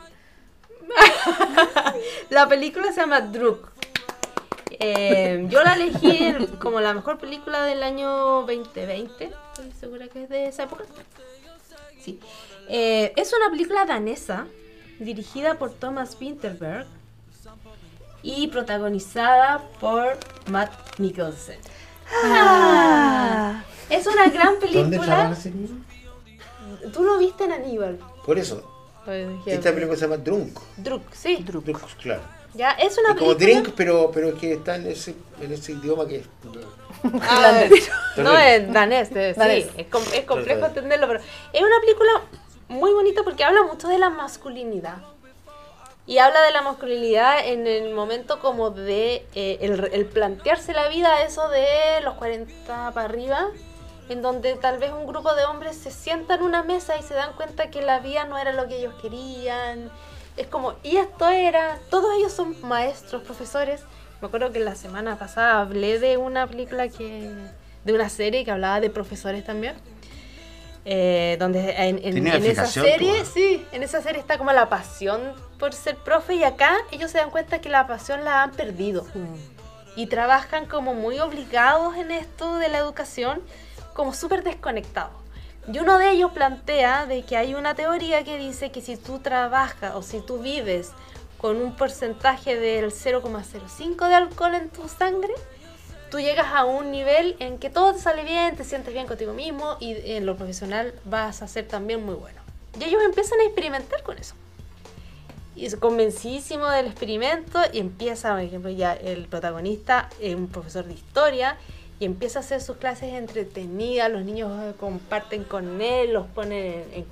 [SPEAKER 4] La película se llama Druk. Eh, yo la elegí en- como la mejor película del año 2020. Estoy segura que es de esa época. Sí. Eh, es una película danesa dirigida por Thomas Winterberg y protagonizada por Matt Mikkelsen. Es una gran
[SPEAKER 5] ¿Dónde estaba
[SPEAKER 4] película.
[SPEAKER 5] la serie?
[SPEAKER 4] Tú lo viste en Aníbal.
[SPEAKER 5] Por eso, esta película se llama Drunk.
[SPEAKER 4] Druk, sí.
[SPEAKER 5] Drunk, claro.
[SPEAKER 4] Ya, es una
[SPEAKER 5] Es como
[SPEAKER 4] película.
[SPEAKER 5] drink, pero, pero que está en ese, en ese idioma que es.
[SPEAKER 4] No, es danés, es-
[SPEAKER 6] Danés.
[SPEAKER 4] sí, es, com- es complejo
[SPEAKER 5] Danés.
[SPEAKER 4] entenderlo, pero es una película muy bonita porque habla mucho de la masculinidad. Y habla de la masculinidad en el momento como de eh, el, re- el plantearse la vida, eso de los 40 para arriba, en donde tal vez un grupo de hombres se sientan en una mesa y se dan cuenta que la vida no era lo que ellos querían. Es como, y esto era, todos ellos son maestros, profesores. Me acuerdo que la semana pasada hablé de una película que, de una serie que hablaba de profesores también. Eh, donde en, en-
[SPEAKER 5] Tiene
[SPEAKER 4] en esa
[SPEAKER 5] explicación,
[SPEAKER 4] serie,
[SPEAKER 5] tú, ¿eh?
[SPEAKER 4] sí, en esa serie está como la pasión por ser profe y acá ellos se dan cuenta que la pasión la han perdido y trabajan como muy obligados en esto de la educación, como súper desconectados. Y uno de ellos plantea de que hay una teoría que dice que si tú trabajas o si tú vives con un porcentaje del 0,05 de alcohol en tu sangre, tú llegas a un nivel en que todo te sale bien, te sientes bien contigo mismo y en lo profesional vas a ser también muy bueno. Y ellos empiezan a experimentar con eso y es convencidísimo del experimento y empieza, por ejemplo, ya el protagonista es un profesor de historia y empieza a hacer sus clases entretenidas, los niños eh, comparten con él, los ponen en,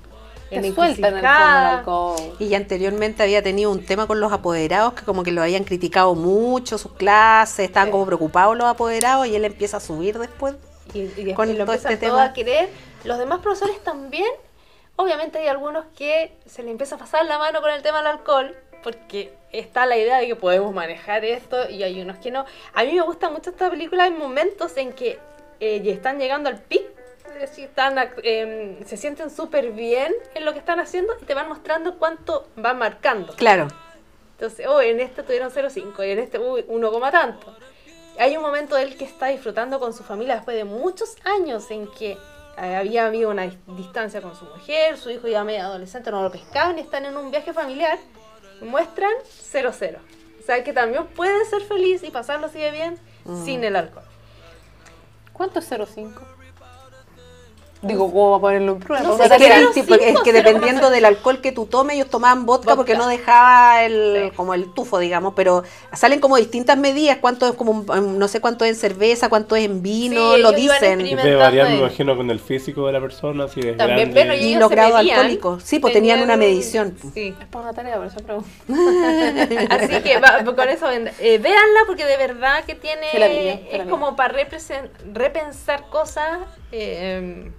[SPEAKER 4] en,
[SPEAKER 3] Te sueltan el
[SPEAKER 4] en
[SPEAKER 3] fondo el
[SPEAKER 4] encrucijada.
[SPEAKER 3] alcohol.
[SPEAKER 6] Y ya anteriormente había tenido un tema con los apoderados que como que lo habían criticado mucho, sus clases, estaban como preocupados los apoderados y él empieza a subir después
[SPEAKER 4] y, y,
[SPEAKER 6] Con
[SPEAKER 4] y lo
[SPEAKER 6] todo
[SPEAKER 4] empiezan
[SPEAKER 6] este
[SPEAKER 4] todo
[SPEAKER 6] tema.
[SPEAKER 4] a querer. Los demás profesores también. Obviamente hay algunos que se le empieza a pasar la mano con el tema del alcohol, porque está la idea de que podemos manejar esto y hay unos que no. A mí me gusta mucho esta película en momentos en que eh, ya están llegando al pic, es decir, están, ac- em, se sienten súper bien en lo que están haciendo y te van mostrando cuánto van marcando.
[SPEAKER 6] Claro.
[SPEAKER 4] Entonces, oh, en este tuvieron 0,5 y en este uy, 1, coma tanto. Hay un momento de él que está disfrutando con su familia después de muchos años en que eh, había habido una dis- distancia con su mujer, su hijo ya medio adolescente, no lo pescaban y están en un viaje familiar. Muestran 0,0. O sea que también puede ser feliz y pasarlo así de bien sin el alcohol.
[SPEAKER 3] ¿Cuánto es 0,5?
[SPEAKER 6] Digo, ¿cómo va a ponerlo en prueba?
[SPEAKER 4] No
[SPEAKER 6] Porque
[SPEAKER 4] sé,
[SPEAKER 6] era
[SPEAKER 4] cero,
[SPEAKER 6] el tipo- es
[SPEAKER 4] cinco,
[SPEAKER 6] que
[SPEAKER 4] cero,
[SPEAKER 6] dependiendo del alcohol que tú tomes, ellos tomaban vodka, porque no dejaba el,
[SPEAKER 4] Sí.
[SPEAKER 6] como el tufo, digamos, pero salen como distintas medidas, cuánto es como, un- no sé cuánto es en cerveza, cuánto es en vino,
[SPEAKER 4] Sí,
[SPEAKER 6] lo
[SPEAKER 4] ellos iban
[SPEAKER 6] dicen.
[SPEAKER 4] experimentando
[SPEAKER 2] Debe variar, me
[SPEAKER 4] ahí.
[SPEAKER 2] imagino, con el físico de la persona, si es
[SPEAKER 4] También,
[SPEAKER 2] grande.
[SPEAKER 4] pero yo-
[SPEAKER 6] Y
[SPEAKER 4] ellos
[SPEAKER 6] los
[SPEAKER 4] se
[SPEAKER 6] grados
[SPEAKER 4] medían,
[SPEAKER 6] alcohol. Sí, pues tenían una medición.
[SPEAKER 4] Sí.
[SPEAKER 3] Es para una tarea, por eso pregunto.
[SPEAKER 4] [LAUGHS] Así que va- con eso vend- eh, véanla porque de verdad que tiene
[SPEAKER 3] Se la pillo, se la
[SPEAKER 4] es
[SPEAKER 3] pillo.
[SPEAKER 4] como para represen- repensar cosas. eh,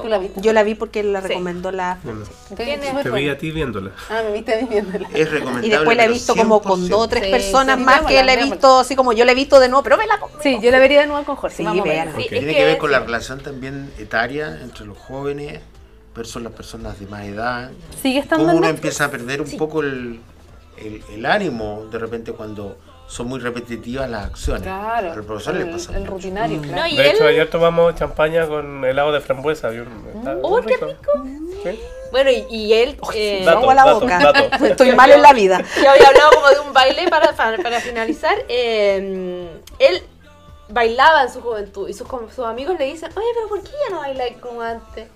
[SPEAKER 3] Tú la viste.
[SPEAKER 6] Yo la vi porque la
[SPEAKER 4] Sí.
[SPEAKER 6] recomendó la...
[SPEAKER 2] No, no.
[SPEAKER 3] Entonces,
[SPEAKER 2] Te vi a ti viéndola.
[SPEAKER 3] Ah, me viste viéndola.
[SPEAKER 5] Es recomendable.
[SPEAKER 6] Y después la he
[SPEAKER 5] pero
[SPEAKER 6] visto como con dos o
[SPEAKER 5] 100%.
[SPEAKER 6] tres
[SPEAKER 4] Sí,
[SPEAKER 6] personas
[SPEAKER 3] sí,
[SPEAKER 6] más que
[SPEAKER 3] veámosla,
[SPEAKER 6] la he
[SPEAKER 3] veámosla.
[SPEAKER 6] visto así como yo la he visto de nuevo, pero vela conmigo.
[SPEAKER 3] Sí, yo la vería de nuevo con Jorge.
[SPEAKER 6] Sí,
[SPEAKER 3] Vamos a
[SPEAKER 6] vean.
[SPEAKER 3] verla.
[SPEAKER 4] sí,
[SPEAKER 5] Que
[SPEAKER 4] es
[SPEAKER 5] tiene que ver
[SPEAKER 4] que-
[SPEAKER 5] con la relación también etaria entre los jóvenes versus las personas de más edad.
[SPEAKER 3] ¿Sigue estando
[SPEAKER 5] Cómo
[SPEAKER 3] en
[SPEAKER 5] uno
[SPEAKER 3] Netflix?
[SPEAKER 5] empieza a perder un poco el, el- el ánimo de repente cuando son muy repetitivas las acciones.
[SPEAKER 3] Claro.
[SPEAKER 5] Al profesor le pasa.
[SPEAKER 3] el, el
[SPEAKER 5] mucho. Mm.
[SPEAKER 3] rutinario, claro.
[SPEAKER 4] no, y
[SPEAKER 2] De
[SPEAKER 4] él-
[SPEAKER 2] hecho, ayer tomamos champaña con helado de frambuesa. y un- está
[SPEAKER 4] ¡Oh, qué
[SPEAKER 2] Sí.
[SPEAKER 4] bueno, y, y él
[SPEAKER 2] [LAUGHS]
[SPEAKER 4] eh,
[SPEAKER 2] Dato,
[SPEAKER 6] agua a la
[SPEAKER 2] dato,
[SPEAKER 6] boca.
[SPEAKER 2] dato.
[SPEAKER 6] [LAUGHS] Estoy mal en la vida.
[SPEAKER 4] yo había hablado como de un baile para, para, para finalizar. eh, él bailaba en su juventud y sus, com- sus amigos le dicen, oye, pero ¿por qué ya no baila como antes?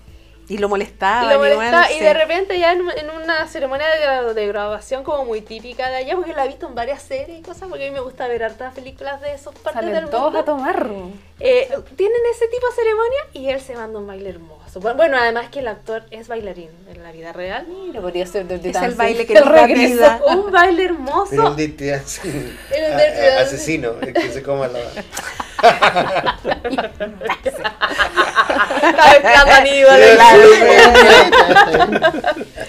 [SPEAKER 6] Y lo molestaba.
[SPEAKER 4] Y lo molestaba, y
[SPEAKER 6] Ah, sí.
[SPEAKER 4] de repente ya en, en una ceremonia de, gra- de graduación como muy típica de allá, porque la he visto en varias series y cosas, porque a mí me gusta ver hartas películas de esos partes del
[SPEAKER 3] Salen todos a
[SPEAKER 4] mundo.
[SPEAKER 3] tomar.
[SPEAKER 4] Eh, tienen ese tipo de ceremonia y él se manda un baile hermoso. Bu- Bueno, además que el actor es bailarín en la vida real.
[SPEAKER 3] [LAUGHS] Mira, podría ser de, de
[SPEAKER 6] Es
[SPEAKER 3] dancing.
[SPEAKER 6] el
[SPEAKER 3] [LAUGHS]
[SPEAKER 6] baile que nos da
[SPEAKER 3] regreso.
[SPEAKER 6] vida.
[SPEAKER 4] Un baile hermoso.
[SPEAKER 5] Pero un dite así,
[SPEAKER 4] Era un
[SPEAKER 5] a-
[SPEAKER 4] dite
[SPEAKER 5] a-
[SPEAKER 4] así.
[SPEAKER 5] asesino, el que se coma la.
[SPEAKER 4] Está
[SPEAKER 6] [LAUGHS]
[SPEAKER 4] mezclando a Aníbal.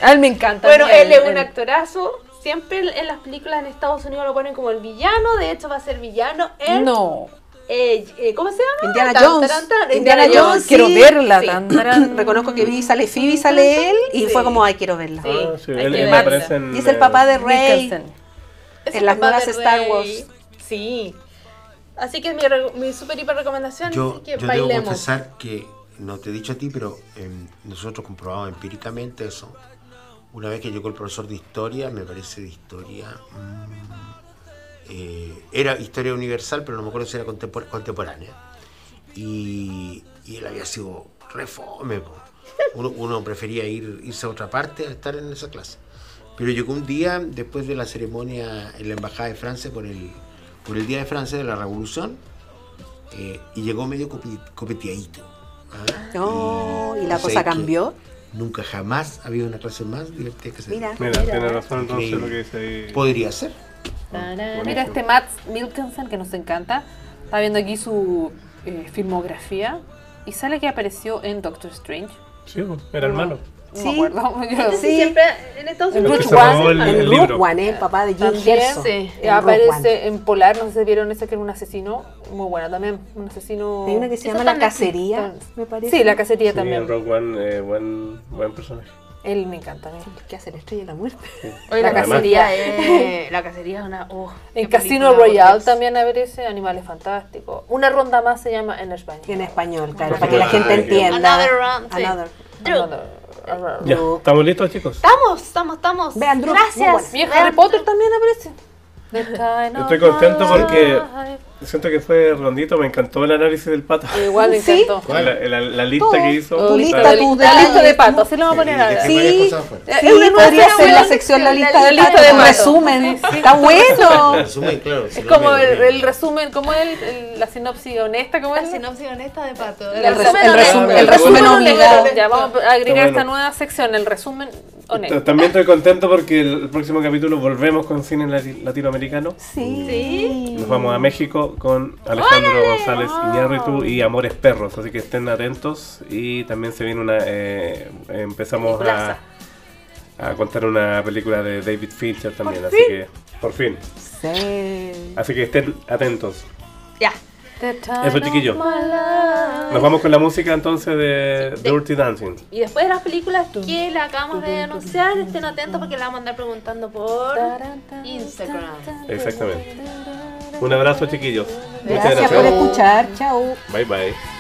[SPEAKER 3] A él me encanta.
[SPEAKER 4] Bueno,
[SPEAKER 3] mira,
[SPEAKER 4] él es un
[SPEAKER 3] el-
[SPEAKER 4] actorazo. Siempre en- en las películas en Estados Unidos lo ponen como el villano. De hecho, va a ser villano en.
[SPEAKER 3] No.
[SPEAKER 4] eh, eh, ¿Cómo se llama?
[SPEAKER 6] Indiana
[SPEAKER 4] Tan,
[SPEAKER 6] Jones.
[SPEAKER 4] taran, taran,
[SPEAKER 6] Indiana Jones, sí.
[SPEAKER 3] Quiero verla.
[SPEAKER 4] Sí. [LAUGHS]
[SPEAKER 3] tan, taran.
[SPEAKER 6] Reconozco que vi, sale Phoebe, sale él, y
[SPEAKER 4] Sí.
[SPEAKER 6] fue como, ay, quiero verla.
[SPEAKER 4] Sí,
[SPEAKER 2] Ah, sí,
[SPEAKER 4] hay
[SPEAKER 2] él-
[SPEAKER 4] que
[SPEAKER 2] él
[SPEAKER 4] verla.
[SPEAKER 2] aparece en,
[SPEAKER 6] Y es el
[SPEAKER 2] eh,
[SPEAKER 6] papá de Rey.
[SPEAKER 3] Nicholson.
[SPEAKER 4] Es
[SPEAKER 6] en
[SPEAKER 4] el
[SPEAKER 6] las
[SPEAKER 4] papá
[SPEAKER 6] nuevas
[SPEAKER 4] de
[SPEAKER 6] Star
[SPEAKER 4] Rey.
[SPEAKER 6] Wars.
[SPEAKER 4] Sí. Así que es mi, re- mi super hiper recomendación
[SPEAKER 5] Yo,
[SPEAKER 4] es que
[SPEAKER 5] yo debo
[SPEAKER 4] bailemos.
[SPEAKER 5] confesar que, no te he dicho a ti, pero em, nosotros comprobamos empíricamente eso. Una vez que llegó el profesor de historia, me parece de historia. mm, eh, era historia universal, pero no me acuerdo si era contempor- contemporánea. Y, y él había sido refome. po. Uno, uno prefería ir, irse a otra parte a estar en esa clase. Pero llegó un día después de la ceremonia en la Embajada de Francia por el, por el Día de Francia de la Revolución. Eh, y llegó medio copi- copeteadito. ¿ah?
[SPEAKER 6] No, Oh, y
[SPEAKER 5] no
[SPEAKER 6] la
[SPEAKER 5] sé
[SPEAKER 6] cosa
[SPEAKER 5] qué.
[SPEAKER 6] cambió.
[SPEAKER 5] Nunca jamás ha habido una clase más divertida que se
[SPEAKER 6] Mira.
[SPEAKER 2] Mira, tiene razón entonces
[SPEAKER 5] Increíble.
[SPEAKER 2] lo que dice ahí.
[SPEAKER 5] Podría ser.
[SPEAKER 3] Mira este Matt Milkinson que nos encanta. Está viendo aquí su eh, filmografía. Y sale que apareció en Doctor Strange.
[SPEAKER 2] Sí, era hermano.
[SPEAKER 3] No
[SPEAKER 6] Sí.
[SPEAKER 3] me acuerdo. yo-
[SPEAKER 4] Entonces,
[SPEAKER 6] Sí.
[SPEAKER 4] siempre en Estados
[SPEAKER 3] El
[SPEAKER 2] Lo
[SPEAKER 4] Unidos.
[SPEAKER 2] que
[SPEAKER 3] Root
[SPEAKER 2] se robó
[SPEAKER 3] One,
[SPEAKER 2] el,
[SPEAKER 6] En
[SPEAKER 2] el
[SPEAKER 6] Rook
[SPEAKER 2] libro.
[SPEAKER 6] One, ¿eh? el papá de Jim
[SPEAKER 3] También
[SPEAKER 6] Gerson.
[SPEAKER 3] sí.
[SPEAKER 6] En Rogue One.
[SPEAKER 3] aparece en Polar, no sé si vieron esa que era un asesino, muy bueno también, un asesino...
[SPEAKER 6] Hay una que se
[SPEAKER 4] Eso
[SPEAKER 6] llama
[SPEAKER 4] está
[SPEAKER 6] La
[SPEAKER 4] en Netflix,
[SPEAKER 6] Cacería,
[SPEAKER 3] está-
[SPEAKER 6] me parece.
[SPEAKER 3] Sí, la cacería
[SPEAKER 2] Sí,
[SPEAKER 3] también.
[SPEAKER 2] en Rogue One, eh, buen, buen personaje.
[SPEAKER 3] Él me encanta. a mí.
[SPEAKER 6] ¿Qué hace la estrella de la muerte?
[SPEAKER 4] Oye, la,
[SPEAKER 3] La
[SPEAKER 4] cacería es. La cacería es una. oh,
[SPEAKER 3] En
[SPEAKER 4] qué
[SPEAKER 3] Casino
[SPEAKER 4] película,
[SPEAKER 3] Royale
[SPEAKER 4] Dios.
[SPEAKER 3] también aparece Animales Fantásticos. Una ronda más se llama en España.
[SPEAKER 6] En español, claro,
[SPEAKER 2] Por
[SPEAKER 6] para que la
[SPEAKER 2] supuesto.
[SPEAKER 6] gente entienda.
[SPEAKER 4] Another round, sí.
[SPEAKER 6] Another.
[SPEAKER 3] Another-
[SPEAKER 2] Ya,
[SPEAKER 6] Rook.
[SPEAKER 2] ¿estamos listos, chicos?
[SPEAKER 4] Estamos, estamos, estamos.
[SPEAKER 6] Vean, Drew, muy buena.
[SPEAKER 4] Gracias.
[SPEAKER 3] Y en Harry Potter también aparece.
[SPEAKER 2] Estoy contento porque siento que fue rondito, me encantó el análisis del pato.
[SPEAKER 3] Igual me
[SPEAKER 6] Sí.
[SPEAKER 3] encantó.
[SPEAKER 2] La, la- la lista
[SPEAKER 6] Eh, Todo.
[SPEAKER 2] que hizo.
[SPEAKER 6] Tu
[SPEAKER 2] está-
[SPEAKER 6] lista,
[SPEAKER 3] la
[SPEAKER 6] tu
[SPEAKER 3] lista, la lista de
[SPEAKER 6] detalles,
[SPEAKER 3] pato,
[SPEAKER 6] ¿no?
[SPEAKER 3] así lo vamos a poner
[SPEAKER 5] Y dejé
[SPEAKER 3] ahora.
[SPEAKER 5] varias
[SPEAKER 6] Sí,
[SPEAKER 5] cosas afuera.
[SPEAKER 3] Es una
[SPEAKER 6] sí, podría
[SPEAKER 3] nueva
[SPEAKER 6] ser la
[SPEAKER 3] sección,
[SPEAKER 6] sección, la
[SPEAKER 4] la
[SPEAKER 6] lista de
[SPEAKER 4] lista
[SPEAKER 6] pato,
[SPEAKER 4] de
[SPEAKER 6] un
[SPEAKER 4] pato.
[SPEAKER 6] resumen. Está bueno.
[SPEAKER 5] Resumen, claro, si
[SPEAKER 3] Es
[SPEAKER 5] no
[SPEAKER 3] como
[SPEAKER 5] me
[SPEAKER 3] el,
[SPEAKER 5] dormí.
[SPEAKER 3] el resumen, como el, el- la sinopsis honesta, como
[SPEAKER 4] La
[SPEAKER 3] es.
[SPEAKER 4] sinopsis honesta de pato.
[SPEAKER 6] El,
[SPEAKER 3] resumen
[SPEAKER 6] resu- el
[SPEAKER 3] obligado.
[SPEAKER 6] resumen,
[SPEAKER 2] El
[SPEAKER 6] el resumen
[SPEAKER 2] resumen
[SPEAKER 6] obligado.
[SPEAKER 3] Ya vamos a
[SPEAKER 2] Está
[SPEAKER 3] agregar
[SPEAKER 2] bueno.
[SPEAKER 3] esta nueva sección, el resumen honesto.
[SPEAKER 2] También estoy contento porque el próximo capítulo volvemos con cine lati- latinoamericano.
[SPEAKER 6] Sí.
[SPEAKER 4] Sí.
[SPEAKER 2] Nos vamos a México con Alejandro González
[SPEAKER 6] Ah.
[SPEAKER 2] Iñárritu y Amores Perros, así que estén atentos y también se viene una... eh, empezamos a,
[SPEAKER 3] Peliculaza.
[SPEAKER 2] a contar una película de David Fincher también, así que por fin.
[SPEAKER 6] Sí.
[SPEAKER 2] Así que estén atentos.
[SPEAKER 4] Ya.
[SPEAKER 2] Eso chiquillo. Nos vamos con la música entonces de Dirty Dancing.
[SPEAKER 4] Y después de las películas que le acabamos de anunciar, estén atentos porque la vamos a andar preguntando por Instagram.
[SPEAKER 2] Exactamente. Un abrazo chiquillos. Muchas
[SPEAKER 6] Gracias por escuchar. Chao.
[SPEAKER 2] Bye bye.